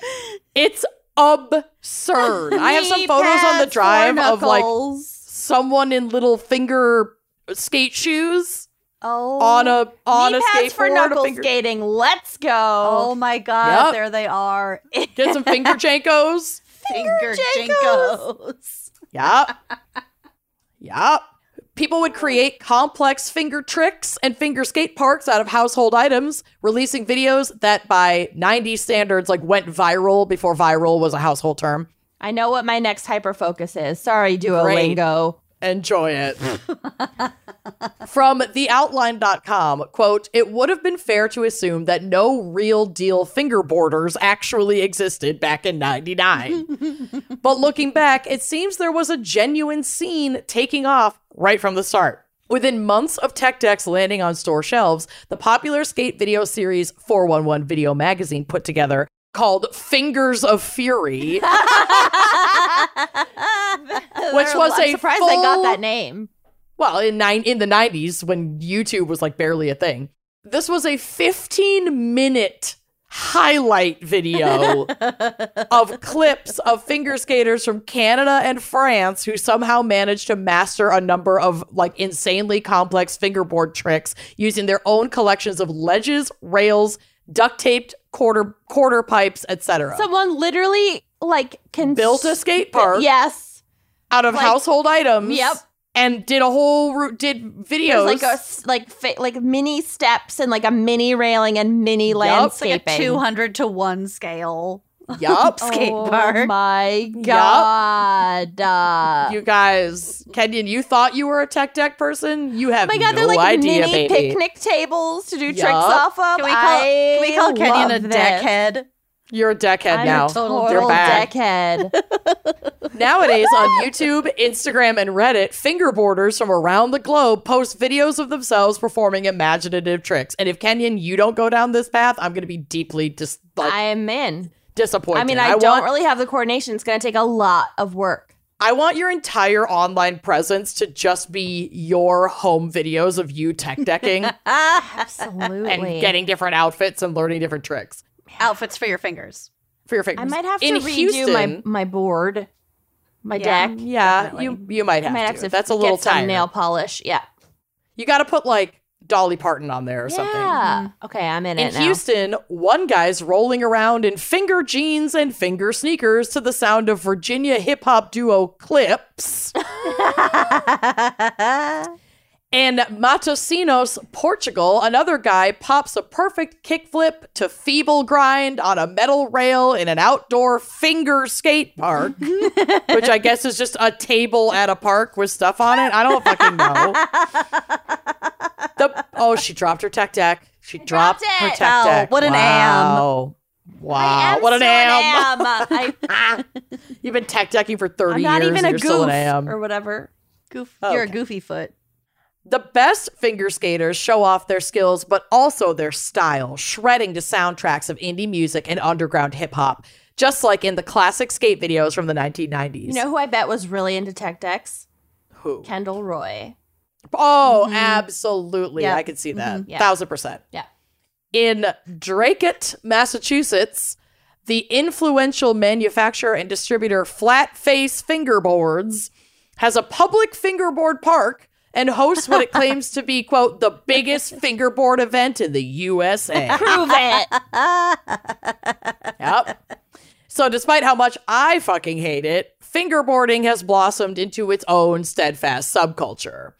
[SPEAKER 1] It's absurd. I have some photos on the drive of like someone in little finger skate shoes
[SPEAKER 3] oh,
[SPEAKER 1] on a on
[SPEAKER 2] knee
[SPEAKER 1] a
[SPEAKER 2] pads
[SPEAKER 1] skateboard.
[SPEAKER 2] for
[SPEAKER 1] a
[SPEAKER 2] knuckle
[SPEAKER 1] finger-
[SPEAKER 2] skating. Let's go.
[SPEAKER 3] oh my god,
[SPEAKER 1] Yep.
[SPEAKER 3] there they are.
[SPEAKER 1] Get some finger jankos.
[SPEAKER 3] Finger
[SPEAKER 2] jinkos.
[SPEAKER 1] Yup. yup. People would create complex finger tricks and finger skate parks out of household items, releasing videos that by 90 standards like went viral before viral was a household term.
[SPEAKER 2] I know what my next hyper focus is. Sorry, Duolingo.
[SPEAKER 1] Enjoy it. From theoutline.com, quote, it would have been fair to assume that no real deal fingerboarders actually existed back in 99. but looking back, it seems there was a genuine scene taking off right from the start. Within months of Tech Decks landing on store shelves, the popular skate video series 411 Video Magazine put together called Fingers of Fury Which was
[SPEAKER 2] I'm
[SPEAKER 1] a
[SPEAKER 2] surprised they got
[SPEAKER 1] full-
[SPEAKER 2] that name.
[SPEAKER 1] well in nine in the 90s when youtube was like barely a thing this was a 15 minute highlight video of clips of finger skaters from canada and france who somehow managed to master a number of like insanely complex fingerboard tricks using their own collections of ledges rails duct taped quarter quarter pipes etc
[SPEAKER 2] Someone literally like can
[SPEAKER 1] built a skate park
[SPEAKER 2] Yes.
[SPEAKER 1] out of
[SPEAKER 2] like-
[SPEAKER 1] household items
[SPEAKER 2] Yep.
[SPEAKER 1] and did a whole ru- did videos
[SPEAKER 2] There's like a s- like fa- like mini steps and like a mini railing and mini
[SPEAKER 3] It's like
[SPEAKER 2] landscaping.
[SPEAKER 3] a 200 to 1 scale.
[SPEAKER 1] yup
[SPEAKER 3] skate
[SPEAKER 2] oh
[SPEAKER 3] park.
[SPEAKER 2] my god! Uh,
[SPEAKER 1] You guys, Kenyon, you thought you were a tech deck person. You have
[SPEAKER 2] oh my god!
[SPEAKER 1] no
[SPEAKER 2] They're like
[SPEAKER 1] idea,
[SPEAKER 2] mini
[SPEAKER 1] baby.
[SPEAKER 2] picnic tables to do tricks
[SPEAKER 1] Yup.
[SPEAKER 2] off of.
[SPEAKER 3] Can we call, can we call
[SPEAKER 2] I
[SPEAKER 3] Kenyon a
[SPEAKER 2] love this.
[SPEAKER 3] deckhead?
[SPEAKER 1] You're a deckhead
[SPEAKER 2] I'm
[SPEAKER 1] now.
[SPEAKER 2] a total
[SPEAKER 1] They're bad.
[SPEAKER 2] deckhead.
[SPEAKER 1] Nowadays, on YouTube, Instagram, and Reddit, fingerboarders from around the globe post videos of themselves performing imaginative tricks. And if Kenyon, you don't go down this path, I'm going to be deeply dis- like,
[SPEAKER 2] I'm in.
[SPEAKER 1] disappointed.
[SPEAKER 2] I mean, I, don't
[SPEAKER 1] want,
[SPEAKER 2] really have the coordination. It's going to take a lot of work.
[SPEAKER 1] I want your entire online presence to just be your home videos of you tech decking
[SPEAKER 2] Absolutely.
[SPEAKER 1] and getting different outfits and learning different tricks.
[SPEAKER 3] Outfits for your fingers.
[SPEAKER 1] for your
[SPEAKER 2] I
[SPEAKER 1] fingers.
[SPEAKER 2] might have to
[SPEAKER 1] In
[SPEAKER 2] redo
[SPEAKER 1] Houston,
[SPEAKER 2] my my board, my
[SPEAKER 3] Yeah.
[SPEAKER 2] deck.
[SPEAKER 1] Yeah,
[SPEAKER 2] definitely.
[SPEAKER 1] you you might
[SPEAKER 2] I
[SPEAKER 1] have,
[SPEAKER 2] might have
[SPEAKER 1] to.
[SPEAKER 2] to.
[SPEAKER 1] That's a
[SPEAKER 2] get
[SPEAKER 1] little
[SPEAKER 2] some
[SPEAKER 1] time.
[SPEAKER 2] nail polish. Yeah.
[SPEAKER 1] You got to put like Dolly Parton on there or something.
[SPEAKER 2] Yeah. Mm, Okay, I'm in,
[SPEAKER 1] In
[SPEAKER 2] it now.
[SPEAKER 1] Houston, one guy's rolling around in finger jeans and finger sneakers to the sound of Virginia hip hop duo Clips and Matosinos, Portugal. Another guy pops a perfect kickflip to feeble grind on a metal rail in an outdoor finger skate park, which I guess is just a table at a park with stuff on it. I don't fucking know. The- oh, she dropped her tech deck. She dropped,
[SPEAKER 2] dropped
[SPEAKER 1] her
[SPEAKER 2] it.
[SPEAKER 1] tech deck.
[SPEAKER 3] Oh, what an am.
[SPEAKER 1] wow. am. Wow.
[SPEAKER 2] Ah,
[SPEAKER 1] What an am.
[SPEAKER 2] I,
[SPEAKER 1] You've been tech decking for 30
[SPEAKER 2] am not
[SPEAKER 1] years.
[SPEAKER 2] even
[SPEAKER 1] and
[SPEAKER 2] a
[SPEAKER 1] you're still
[SPEAKER 2] goof
[SPEAKER 1] an am.
[SPEAKER 2] or whatever.
[SPEAKER 3] Goof,
[SPEAKER 1] Oh,
[SPEAKER 3] You're
[SPEAKER 1] okay.
[SPEAKER 3] a goofy foot.
[SPEAKER 1] The best finger skaters show off their skills, but also their style, shredding to soundtracks of indie music and underground hip hop, just like in the classic skate videos from the 1990s.
[SPEAKER 2] You know who I bet was really into tech decks?
[SPEAKER 1] who?
[SPEAKER 2] Kendall Roy.
[SPEAKER 1] Oh, absolutely.
[SPEAKER 3] Yeah.
[SPEAKER 1] I could see that.
[SPEAKER 2] Yeah.
[SPEAKER 1] Thousand percent.
[SPEAKER 2] Yeah.
[SPEAKER 1] In Dracut, Massachusetts, the influential manufacturer and distributor Flat Face Fingerboards has a public fingerboard park and hosts what it claims to be, quote, the biggest fingerboard event in the USA.
[SPEAKER 2] Prove it.
[SPEAKER 1] Yep. So, despite how much I fucking hate it, fingerboarding has blossomed into its own steadfast subculture.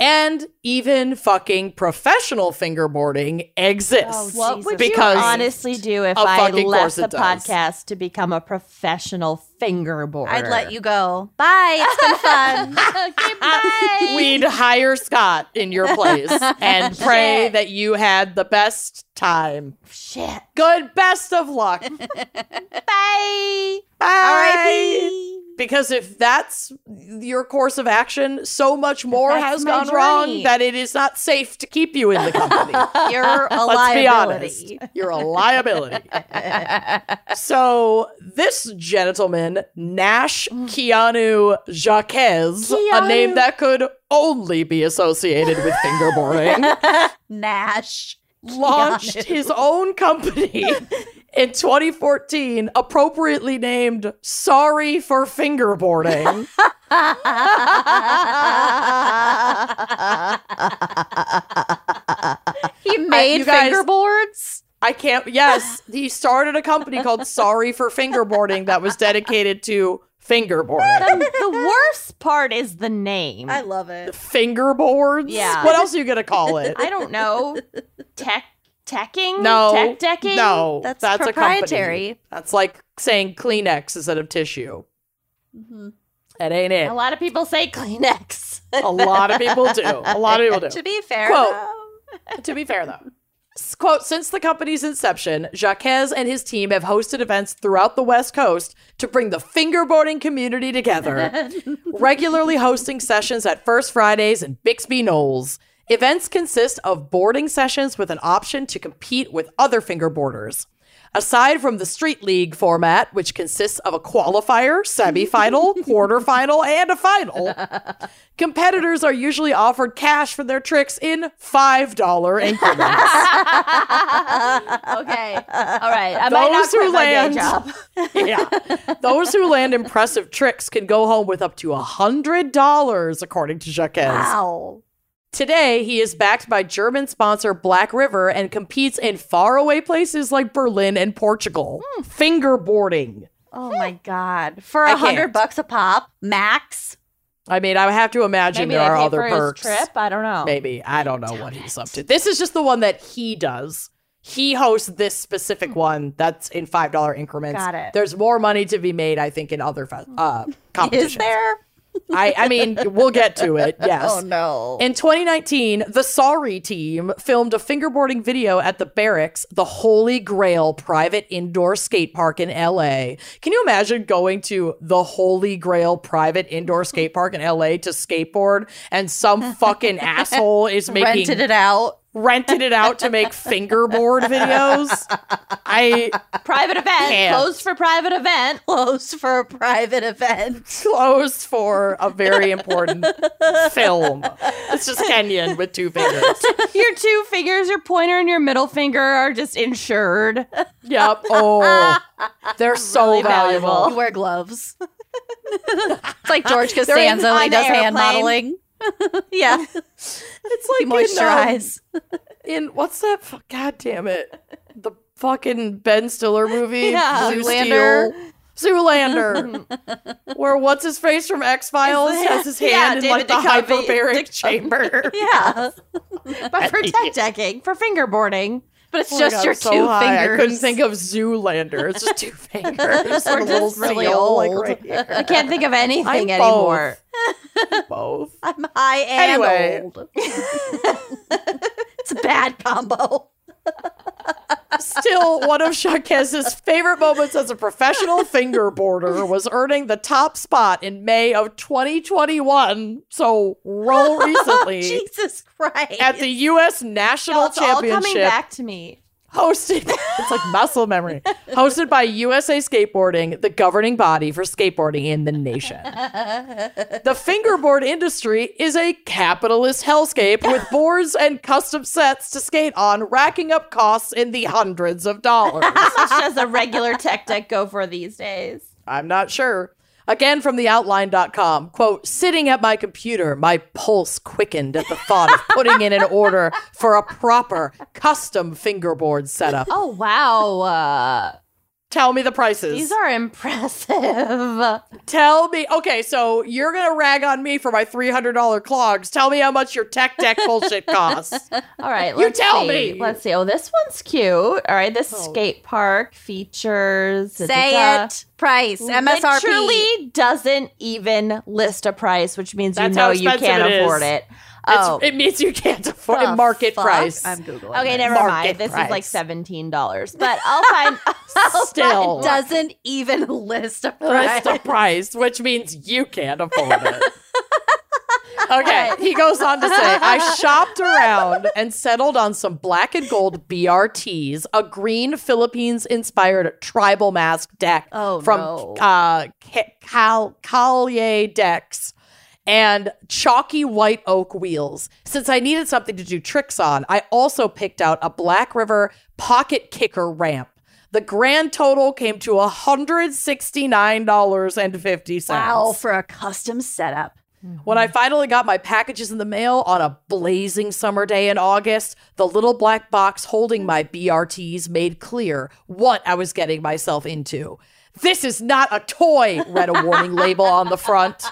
[SPEAKER 1] And even fucking professional fingerboarding exists.
[SPEAKER 2] Oh, what would
[SPEAKER 1] because
[SPEAKER 2] you honestly do if
[SPEAKER 1] Of
[SPEAKER 2] I
[SPEAKER 1] fucking course
[SPEAKER 2] left the
[SPEAKER 1] it does.
[SPEAKER 2] podcast to become a professional fingerboarder?
[SPEAKER 3] I'd let you go. Bye. It's been fun.
[SPEAKER 2] Goodbye.
[SPEAKER 1] we'd hire Scott in your place and pray that you had the best time.
[SPEAKER 2] Shit.
[SPEAKER 1] Good best of luck.
[SPEAKER 2] Bye.
[SPEAKER 1] Bye.
[SPEAKER 2] R.I.P.
[SPEAKER 1] because if that's your course of action, so much more
[SPEAKER 5] That's
[SPEAKER 1] has
[SPEAKER 5] my
[SPEAKER 1] gone
[SPEAKER 5] journey.
[SPEAKER 1] wrong that it is not safe to keep you in the company.
[SPEAKER 3] You're a
[SPEAKER 1] Let's be honest.
[SPEAKER 3] liability.
[SPEAKER 1] You're a liability. so this gentleman, Nash
[SPEAKER 5] Mm.
[SPEAKER 1] Keanu Jacques, a name that could only be associated with fingerboarding.
[SPEAKER 3] Nash.
[SPEAKER 1] launched his own company in 2014, appropriately named Sorry for Fingerboarding.
[SPEAKER 3] He made
[SPEAKER 1] you guys-
[SPEAKER 3] fingerboards.
[SPEAKER 1] I can't, yes, he started a company called Sorry for Fingerboarding that was dedicated to fingerboarding.
[SPEAKER 2] the worst part is the name.
[SPEAKER 3] I
[SPEAKER 2] I,
[SPEAKER 3] love it.
[SPEAKER 1] Fingerboards?
[SPEAKER 2] Yeah.
[SPEAKER 1] What else are you going to call it?
[SPEAKER 2] don't know. Tech teching?
[SPEAKER 1] No.
[SPEAKER 2] Tech decking?
[SPEAKER 1] No,
[SPEAKER 3] That's,
[SPEAKER 1] that's, a company.
[SPEAKER 3] proprietary.
[SPEAKER 1] That's like saying Kleenex instead of tissue.
[SPEAKER 3] Mhm.
[SPEAKER 1] That ain't it.
[SPEAKER 2] A lot of people say Kleenex.
[SPEAKER 1] A lot of people do. A lot of people do.
[SPEAKER 3] To be fair,
[SPEAKER 1] Quote.
[SPEAKER 3] though,
[SPEAKER 1] to be fair though S- quote since the company's inception jacques and his team have hosted events throughout the west coast to bring the fingerboarding community together regularly hosting sessions at first fridays and bixby knowles events consist of boarding sessions with an option to compete with other fingerboarders Aside from the Street League format, which consists of a qualifier, semifinal, quarterfinal, and a final, competitors are usually offered cash for their tricks in $5 increments.
[SPEAKER 2] okay. All right. I might not
[SPEAKER 1] Those who
[SPEAKER 2] quit my day
[SPEAKER 1] land-
[SPEAKER 2] job.
[SPEAKER 1] yeah. Those who land impressive tricks can go home with up to $100, according to Jacques.
[SPEAKER 3] wow.
[SPEAKER 1] Today, he is backed by German sponsor Black River and competes in faraway places like Berlin and Portugal.
[SPEAKER 2] Hmm.
[SPEAKER 1] Fingerboarding.
[SPEAKER 3] Oh my god! For
[SPEAKER 1] I
[SPEAKER 3] a
[SPEAKER 1] can't.
[SPEAKER 3] hundred bucks a pop, max.
[SPEAKER 1] I mean, I have to imagine
[SPEAKER 2] Maybe
[SPEAKER 1] there
[SPEAKER 2] they
[SPEAKER 1] are
[SPEAKER 2] pay
[SPEAKER 1] other
[SPEAKER 2] for
[SPEAKER 1] perks.
[SPEAKER 2] his trip. I don't
[SPEAKER 3] Oh,
[SPEAKER 2] know.
[SPEAKER 1] Maybe. I don't know what he's up to. This is just the one that he does. He hosts this specific one that's in $5 increments.
[SPEAKER 3] Hmm. Got it.
[SPEAKER 1] There's more money to be made, I think, in other fe- uh, competitions.
[SPEAKER 3] Is there?
[SPEAKER 1] I, I mean, we'll get to it.
[SPEAKER 3] Oh,
[SPEAKER 1] Yes.
[SPEAKER 3] no!
[SPEAKER 1] In 2019, the Sorry team filmed a fingerboarding video at the Barracks, the Holy Grail private indoor skate park in LA. Can you imagine going to the Holy Grail private indoor skate park in LA to skateboard and some fucking asshole is making
[SPEAKER 3] Rented it out.
[SPEAKER 1] rented it out to make fingerboard videos? I
[SPEAKER 2] Private event.
[SPEAKER 1] Can't.
[SPEAKER 2] Closed for private event.
[SPEAKER 3] Closed for a private event.
[SPEAKER 1] closed for a very important film. It's just Kenyon with two fingers.
[SPEAKER 2] your two fingers, your pointer and your middle finger are just insured.
[SPEAKER 1] Yep. Oh, they're so
[SPEAKER 2] Really
[SPEAKER 1] valuable.
[SPEAKER 2] valuable.
[SPEAKER 3] You wear gloves. it's like George Costanza
[SPEAKER 2] in-
[SPEAKER 3] when he
[SPEAKER 2] on the
[SPEAKER 3] does hand
[SPEAKER 2] airplane.
[SPEAKER 3] modeling. yeah,
[SPEAKER 1] It's like In, um,
[SPEAKER 3] moisturize.
[SPEAKER 1] in what's that? fu- God damn it! The fucking Ben Stiller movie,
[SPEAKER 2] Yeah.
[SPEAKER 1] Blue
[SPEAKER 3] Zoolander.
[SPEAKER 1] Steel. Zoolander, where what's his face from X Files has his hand
[SPEAKER 2] yeah,
[SPEAKER 1] in
[SPEAKER 2] David
[SPEAKER 1] like the
[SPEAKER 2] Duchovny.
[SPEAKER 1] hyperbaric chamber.
[SPEAKER 2] Yeah. but for tech decking, for fingerboarding.
[SPEAKER 3] but it's
[SPEAKER 1] Oh my
[SPEAKER 3] just
[SPEAKER 1] God,
[SPEAKER 3] your
[SPEAKER 1] I'm so
[SPEAKER 3] two
[SPEAKER 1] high.
[SPEAKER 3] fingers.
[SPEAKER 1] I couldn't think of Zoolander. It's just two fingers. and a little
[SPEAKER 3] really
[SPEAKER 1] seal, like,
[SPEAKER 3] old.
[SPEAKER 1] right here.
[SPEAKER 2] I can't think of anything
[SPEAKER 1] I'm both.
[SPEAKER 2] anymore.
[SPEAKER 1] Both.
[SPEAKER 3] I'm high and
[SPEAKER 1] Anyway.
[SPEAKER 3] old. it's a bad combo.
[SPEAKER 1] Still, one of Chaquez's favorite moments as a professional fingerboarder was earning the top spot in May of 2021. So, roll recently
[SPEAKER 3] Jesus Christ!
[SPEAKER 1] at the U.S. National
[SPEAKER 2] Y'all, it's all coming
[SPEAKER 1] Championship
[SPEAKER 2] back to me.
[SPEAKER 1] hosted. It's like muscle memory. Hosted by USA Skateboarding, the governing body for skateboarding in the nation. The fingerboard industry is a capitalist hellscape with boards and custom sets to skate on, racking up costs in the hundreds of dollars.
[SPEAKER 2] How much does a regular tech deck go for these days?
[SPEAKER 1] I'm not sure. Again from the outline.com, quote, sitting at my computer, my pulse quickened at the thought of putting in an order for a proper custom fingerboard setup.
[SPEAKER 2] Oh wow. Uh,
[SPEAKER 1] Tell me the prices.
[SPEAKER 2] these are impressive.
[SPEAKER 1] Tell me. Okay, so you're going to rag on me for my $300 clogs. Tell me how much your tech deck bullshit costs.
[SPEAKER 2] All right,
[SPEAKER 1] You
[SPEAKER 2] let's
[SPEAKER 1] tell
[SPEAKER 2] see.
[SPEAKER 1] me. Oh.
[SPEAKER 2] Let's see. Oh, this one's cute. All right, this skate park features.
[SPEAKER 3] Say it. Price MSRP.
[SPEAKER 2] Literally doesn't even list a price, which means
[SPEAKER 1] That's
[SPEAKER 2] you know
[SPEAKER 1] how
[SPEAKER 2] you
[SPEAKER 1] expensive
[SPEAKER 2] can't
[SPEAKER 1] it is.
[SPEAKER 2] afford it. Oh.
[SPEAKER 1] It's, it means you can't afford
[SPEAKER 3] The
[SPEAKER 1] it. Market
[SPEAKER 3] fuck?
[SPEAKER 1] price.
[SPEAKER 3] I'm googling.
[SPEAKER 2] Okay,
[SPEAKER 3] it.
[SPEAKER 2] never
[SPEAKER 1] Market
[SPEAKER 2] mind. This is like
[SPEAKER 1] price.
[SPEAKER 2] seventeen dollars, but I'll find. I'll
[SPEAKER 1] Still.
[SPEAKER 2] find-
[SPEAKER 3] Doesn't even list a price.
[SPEAKER 1] List a price, which means you can't afford it. Okay, he goes on to say, I shopped around and settled on some black and gold BRTs, a green Philippines inspired tribal mask deck
[SPEAKER 3] Oh,
[SPEAKER 1] from
[SPEAKER 3] no.
[SPEAKER 1] uh, Ca- Cal- Collier decks and chalky white oak wheels. Since I needed something to do tricks on, I also picked out a Black River pocket kicker ramp. The grand total came to $169.50.
[SPEAKER 3] Wow, for a custom setup.
[SPEAKER 1] When I finally got my packages in the mail on a blazing summer day in August, the little black box holding my BRTs made clear what I was getting myself into. This is not a toy, read a warning label on the front.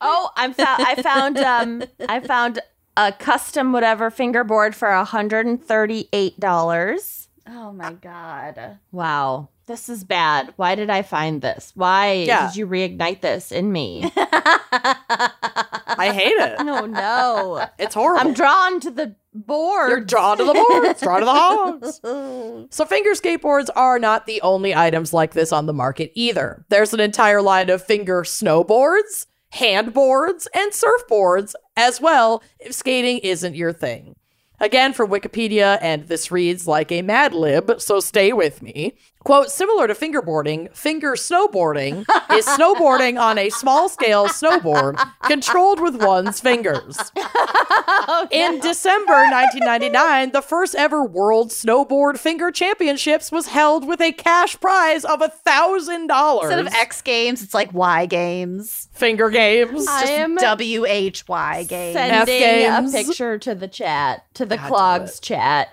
[SPEAKER 2] Oh, I'm found. I found. Um, I found a custom whatever fingerboard for hundred and thirty-eight dollars.
[SPEAKER 3] Oh my god.
[SPEAKER 2] Wow, this is bad. Why did I find this? Why
[SPEAKER 1] Yeah.
[SPEAKER 2] did you reignite this in me?
[SPEAKER 1] I hate it.
[SPEAKER 2] no, no.
[SPEAKER 1] It's horrible.
[SPEAKER 2] I'm drawn to the board.
[SPEAKER 1] You're drawn to the boards, drawn to the hogs. So, finger skateboards are not the only items like this on the market either. There's an entire line of finger snowboards, handboards, and surfboards as well if skating isn't your thing. Again, from Wikipedia, and this reads like a Mad Lib, so stay with me. Quote, similar to fingerboarding, finger snowboarding is snowboarding on a small scale snowboard controlled with one's fingers. In December 1999, the first ever World Snowboard Finger Championships was held with a cash prize of a thousand
[SPEAKER 3] Instead
[SPEAKER 1] dollars.
[SPEAKER 3] of X Games, it's like Y Games.
[SPEAKER 1] Finger games.
[SPEAKER 2] I am
[SPEAKER 3] W H Y Games.
[SPEAKER 2] sending a
[SPEAKER 1] games.
[SPEAKER 2] picture to the chat, to the
[SPEAKER 1] God,
[SPEAKER 2] clogs chat.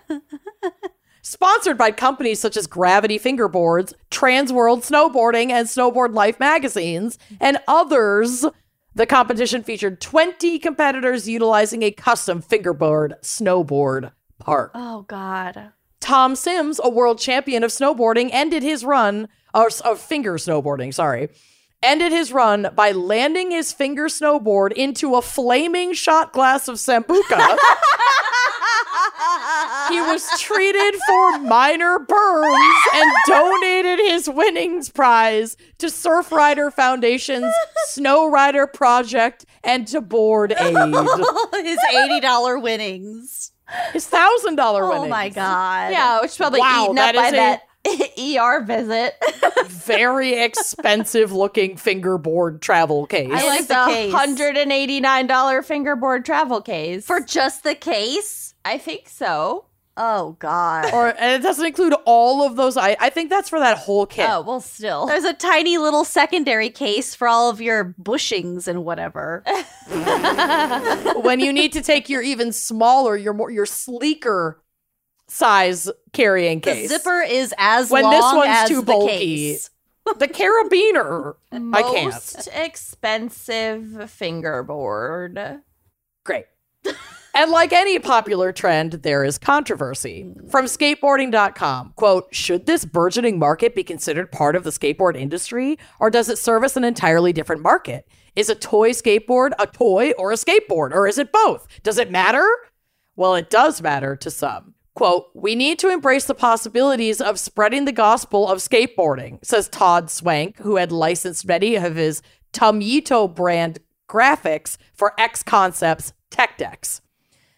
[SPEAKER 1] Sponsored by companies such as Gravity Fingerboards, Trans World Snowboarding, and Snowboard Life magazines, and others. The competition featured 20 competitors utilizing a custom fingerboard snowboard park.
[SPEAKER 3] oh god.
[SPEAKER 1] Tom Sims, a world champion of snowboarding, ended his run or s- of finger snowboarding, sorry. Ended his run by landing his finger snowboard into a flaming shot glass of sambuca. he was treated for minor burns and donated his winnings prize to Surf Rider Foundation's Snow Rider Project and to Board Aid.
[SPEAKER 3] His eighty dollar winnings.
[SPEAKER 1] His thousand dollar
[SPEAKER 3] Oh
[SPEAKER 1] winnings.
[SPEAKER 3] my god.
[SPEAKER 2] Yeah, which probably
[SPEAKER 1] Wow,
[SPEAKER 2] eaten up
[SPEAKER 1] that is
[SPEAKER 2] by
[SPEAKER 1] a-
[SPEAKER 2] that ER visit.
[SPEAKER 1] very expensive looking fingerboard travel case.
[SPEAKER 2] I
[SPEAKER 3] like
[SPEAKER 2] like
[SPEAKER 3] the
[SPEAKER 2] the
[SPEAKER 3] case.
[SPEAKER 2] hundred and eighty nine dollar fingerboard travel case.
[SPEAKER 3] For just the case?
[SPEAKER 2] I think so.
[SPEAKER 3] Oh god.
[SPEAKER 1] or and it doesn't include all of those. I I think that's for that whole kit.
[SPEAKER 2] Oh well, still.
[SPEAKER 3] There's a tiny little secondary case for all of your bushings and whatever.
[SPEAKER 1] when you need to take your even smaller, your more your sleeker size carrying
[SPEAKER 3] The
[SPEAKER 1] case.
[SPEAKER 3] zipper is as
[SPEAKER 1] When
[SPEAKER 3] long
[SPEAKER 1] this one's
[SPEAKER 3] as
[SPEAKER 1] too
[SPEAKER 3] the
[SPEAKER 1] bulky.
[SPEAKER 3] case.
[SPEAKER 1] The carabiner. I can't.
[SPEAKER 2] Most expensive fingerboard.
[SPEAKER 1] Great. and like any popular trend, there is controversy. From skateboarding.com, quote, should this burgeoning market be considered part of the skateboard industry or does it service an entirely different market? Is a toy skateboard a toy or a skateboard or is it both? Does it matter? Well, it does matter to some. Quote, we need to embrace the possibilities of spreading the gospel of skateboarding, says Todd Swank, who had licensed many of his Tomito brand graphics for X Concepts Tech Decks.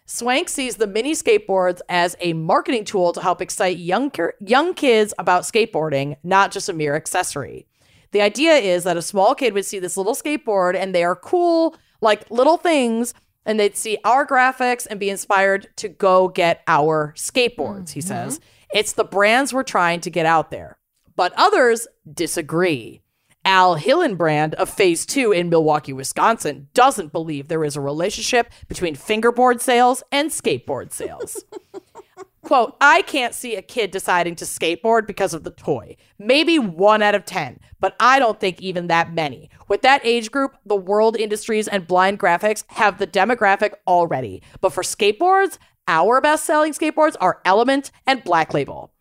[SPEAKER 1] Swank sees the mini skateboards as a marketing tool to help excite young, young kids about skateboarding, not just a mere accessory. The idea is that a small kid would see this little skateboard and they are cool, like little things, and they'd see our graphics and be inspired to go get our skateboards, he says. It's the brands we're trying to get out there. But others disagree. Al Hillenbrand of Phase 2 in Milwaukee, Wisconsin, doesn't believe there is a relationship between fingerboard sales and skateboard sales. Quote, I can't see a kid deciding to skateboard because of the toy. Maybe one out of 10, but I don't think even that many. With that age group, the world industries and blind graphics have the demographic already. But for skateboards, our best selling skateboards are Element and Black Label.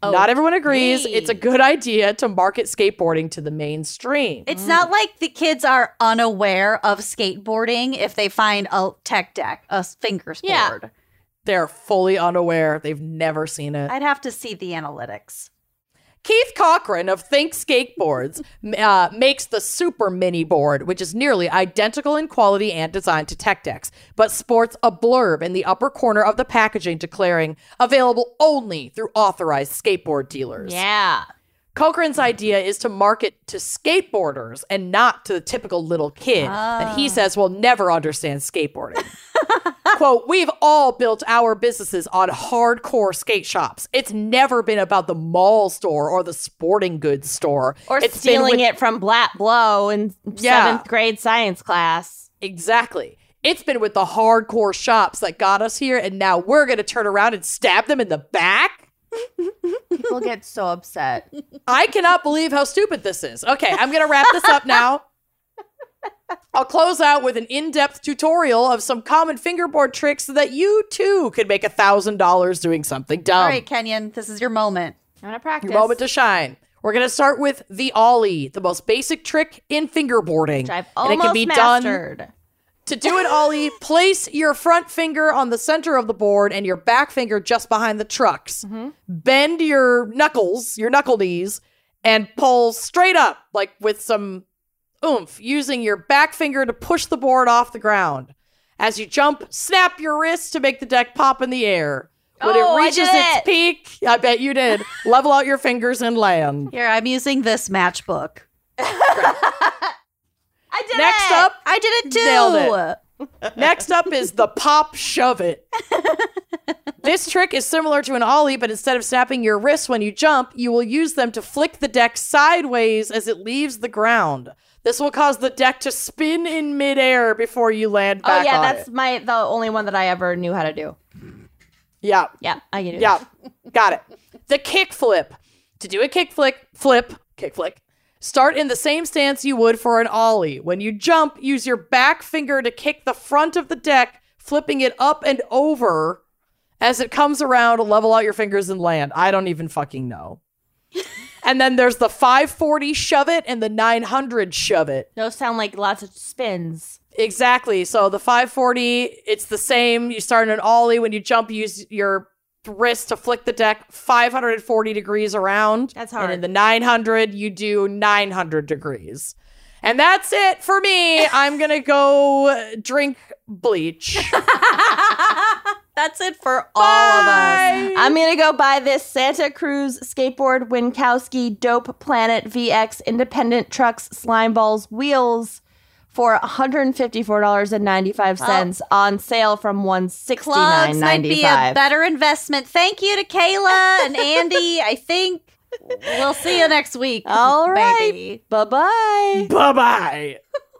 [SPEAKER 1] Not everyone agrees it's a good idea to market skateboarding to the mainstream.
[SPEAKER 3] It's not like the kids are unaware of skateboarding if they find a tech deck, a s- finger board.
[SPEAKER 2] Yeah.
[SPEAKER 1] They're fully unaware. They've never seen it.
[SPEAKER 3] I'd have to see the analytics.
[SPEAKER 1] Keith Cochran of Think Skateboards m- uh, makes the Super Mini board, which is nearly identical in quality and design to Tech Decks, but sports a blurb in the upper corner of the packaging declaring available only through authorized skateboard dealers.
[SPEAKER 2] Yeah.
[SPEAKER 1] Cochran's idea is to market to skateboarders and not to the typical little kid that
[SPEAKER 2] Ah.
[SPEAKER 1] he says will never understand skateboarding. Quote, we've all built our businesses on hardcore skate shops. It's never been about the mall store or the sporting goods store.
[SPEAKER 2] Or
[SPEAKER 1] It's been
[SPEAKER 2] stealing
[SPEAKER 1] with-
[SPEAKER 2] it from Blat Blow in
[SPEAKER 1] Yeah.
[SPEAKER 2] seventh grade science class.
[SPEAKER 1] Exactly. It's been with the hardcore shops that got us here, and now we're going to turn around and stab them in the back?
[SPEAKER 5] People get so upset.
[SPEAKER 1] I cannot believe how stupid this is. Okay, I'm going to wrap this up now. I'll close out with an in depth tutorial of some common fingerboard tricks so that you too could make $1,000 doing something dumb.
[SPEAKER 3] All right, Kenyon, this is your moment.
[SPEAKER 5] I'm gonna practice.
[SPEAKER 1] Your moment to shine. We're going to start with the Ollie, the most basic trick in fingerboarding.
[SPEAKER 2] Which I've
[SPEAKER 1] and it
[SPEAKER 2] almost
[SPEAKER 1] can be done
[SPEAKER 2] mastered.
[SPEAKER 1] to do an ollie, place your front finger on the center of the board and your back finger just behind the trucks.
[SPEAKER 2] Mm-hmm.
[SPEAKER 1] Bend your knuckles, your knuckle knees, and pull straight up, like with some oomph, using your back finger to push the board off the ground. As you jump, snap your wrist to make the deck pop in the air. When
[SPEAKER 2] Oh,
[SPEAKER 1] it
[SPEAKER 2] I
[SPEAKER 1] reaches
[SPEAKER 2] did
[SPEAKER 1] its
[SPEAKER 2] it.
[SPEAKER 1] peak, I bet you did. level out your fingers and land.
[SPEAKER 3] Here, I'm using this matchbook.
[SPEAKER 2] I did
[SPEAKER 1] Next
[SPEAKER 2] it!
[SPEAKER 1] up,
[SPEAKER 3] I did it too.
[SPEAKER 1] Nailed it. Next up is the pop shove it. this trick is similar to an ollie, but instead of snapping your wrists when you jump, you will use them to flick the deck sideways as it leaves the ground. This will cause the deck to spin in midair before you land
[SPEAKER 2] Oh
[SPEAKER 1] back
[SPEAKER 2] yeah,
[SPEAKER 1] on
[SPEAKER 2] that's
[SPEAKER 1] it.
[SPEAKER 2] my the only one that I ever knew how to do.
[SPEAKER 1] Yeah,
[SPEAKER 2] Yeah, I can do
[SPEAKER 1] yeah, got it. The kick flip. To do a kick flick, flip, kick flick. Start in the same stance you would for an ollie. When you jump, use your back finger to kick the front of the deck, flipping it up and over as it comes around. Level out your fingers and land. I don't even fucking know. and then there's the 540 shove it and the 900 shove it.
[SPEAKER 2] Those sound like lots of spins.
[SPEAKER 1] Exactly. So the 540, it's the same. You start in an ollie. When you jump, you use your wrist to flick the deck 540 degrees around.
[SPEAKER 2] That's
[SPEAKER 1] And
[SPEAKER 2] hard.
[SPEAKER 1] in the 900, you do 900 degrees. And that's it for me. I'm going to go drink bleach.
[SPEAKER 3] That's it for all of us.
[SPEAKER 2] I'm gonna go buy this Santa Cruz skateboard Winkowski Dope Planet VX Independent Trucks Slime Balls Wheels for $154.95 on sale from
[SPEAKER 3] Plugs might be a
[SPEAKER 2] $169.95.
[SPEAKER 3] better investment. Thank you to Kayla and Andy. I think we'll see you next week.
[SPEAKER 2] All right.
[SPEAKER 3] baby.
[SPEAKER 2] Bye bye.
[SPEAKER 1] bye bye.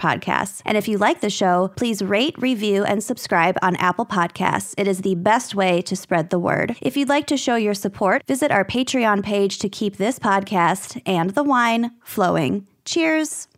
[SPEAKER 6] podcasts. And if you like the show, please rate, review, and subscribe on Apple Podcasts. It is the best way to spread the word. If you'd like to show your support, visit our Patreon page to keep this podcast and the wine flowing. Cheers!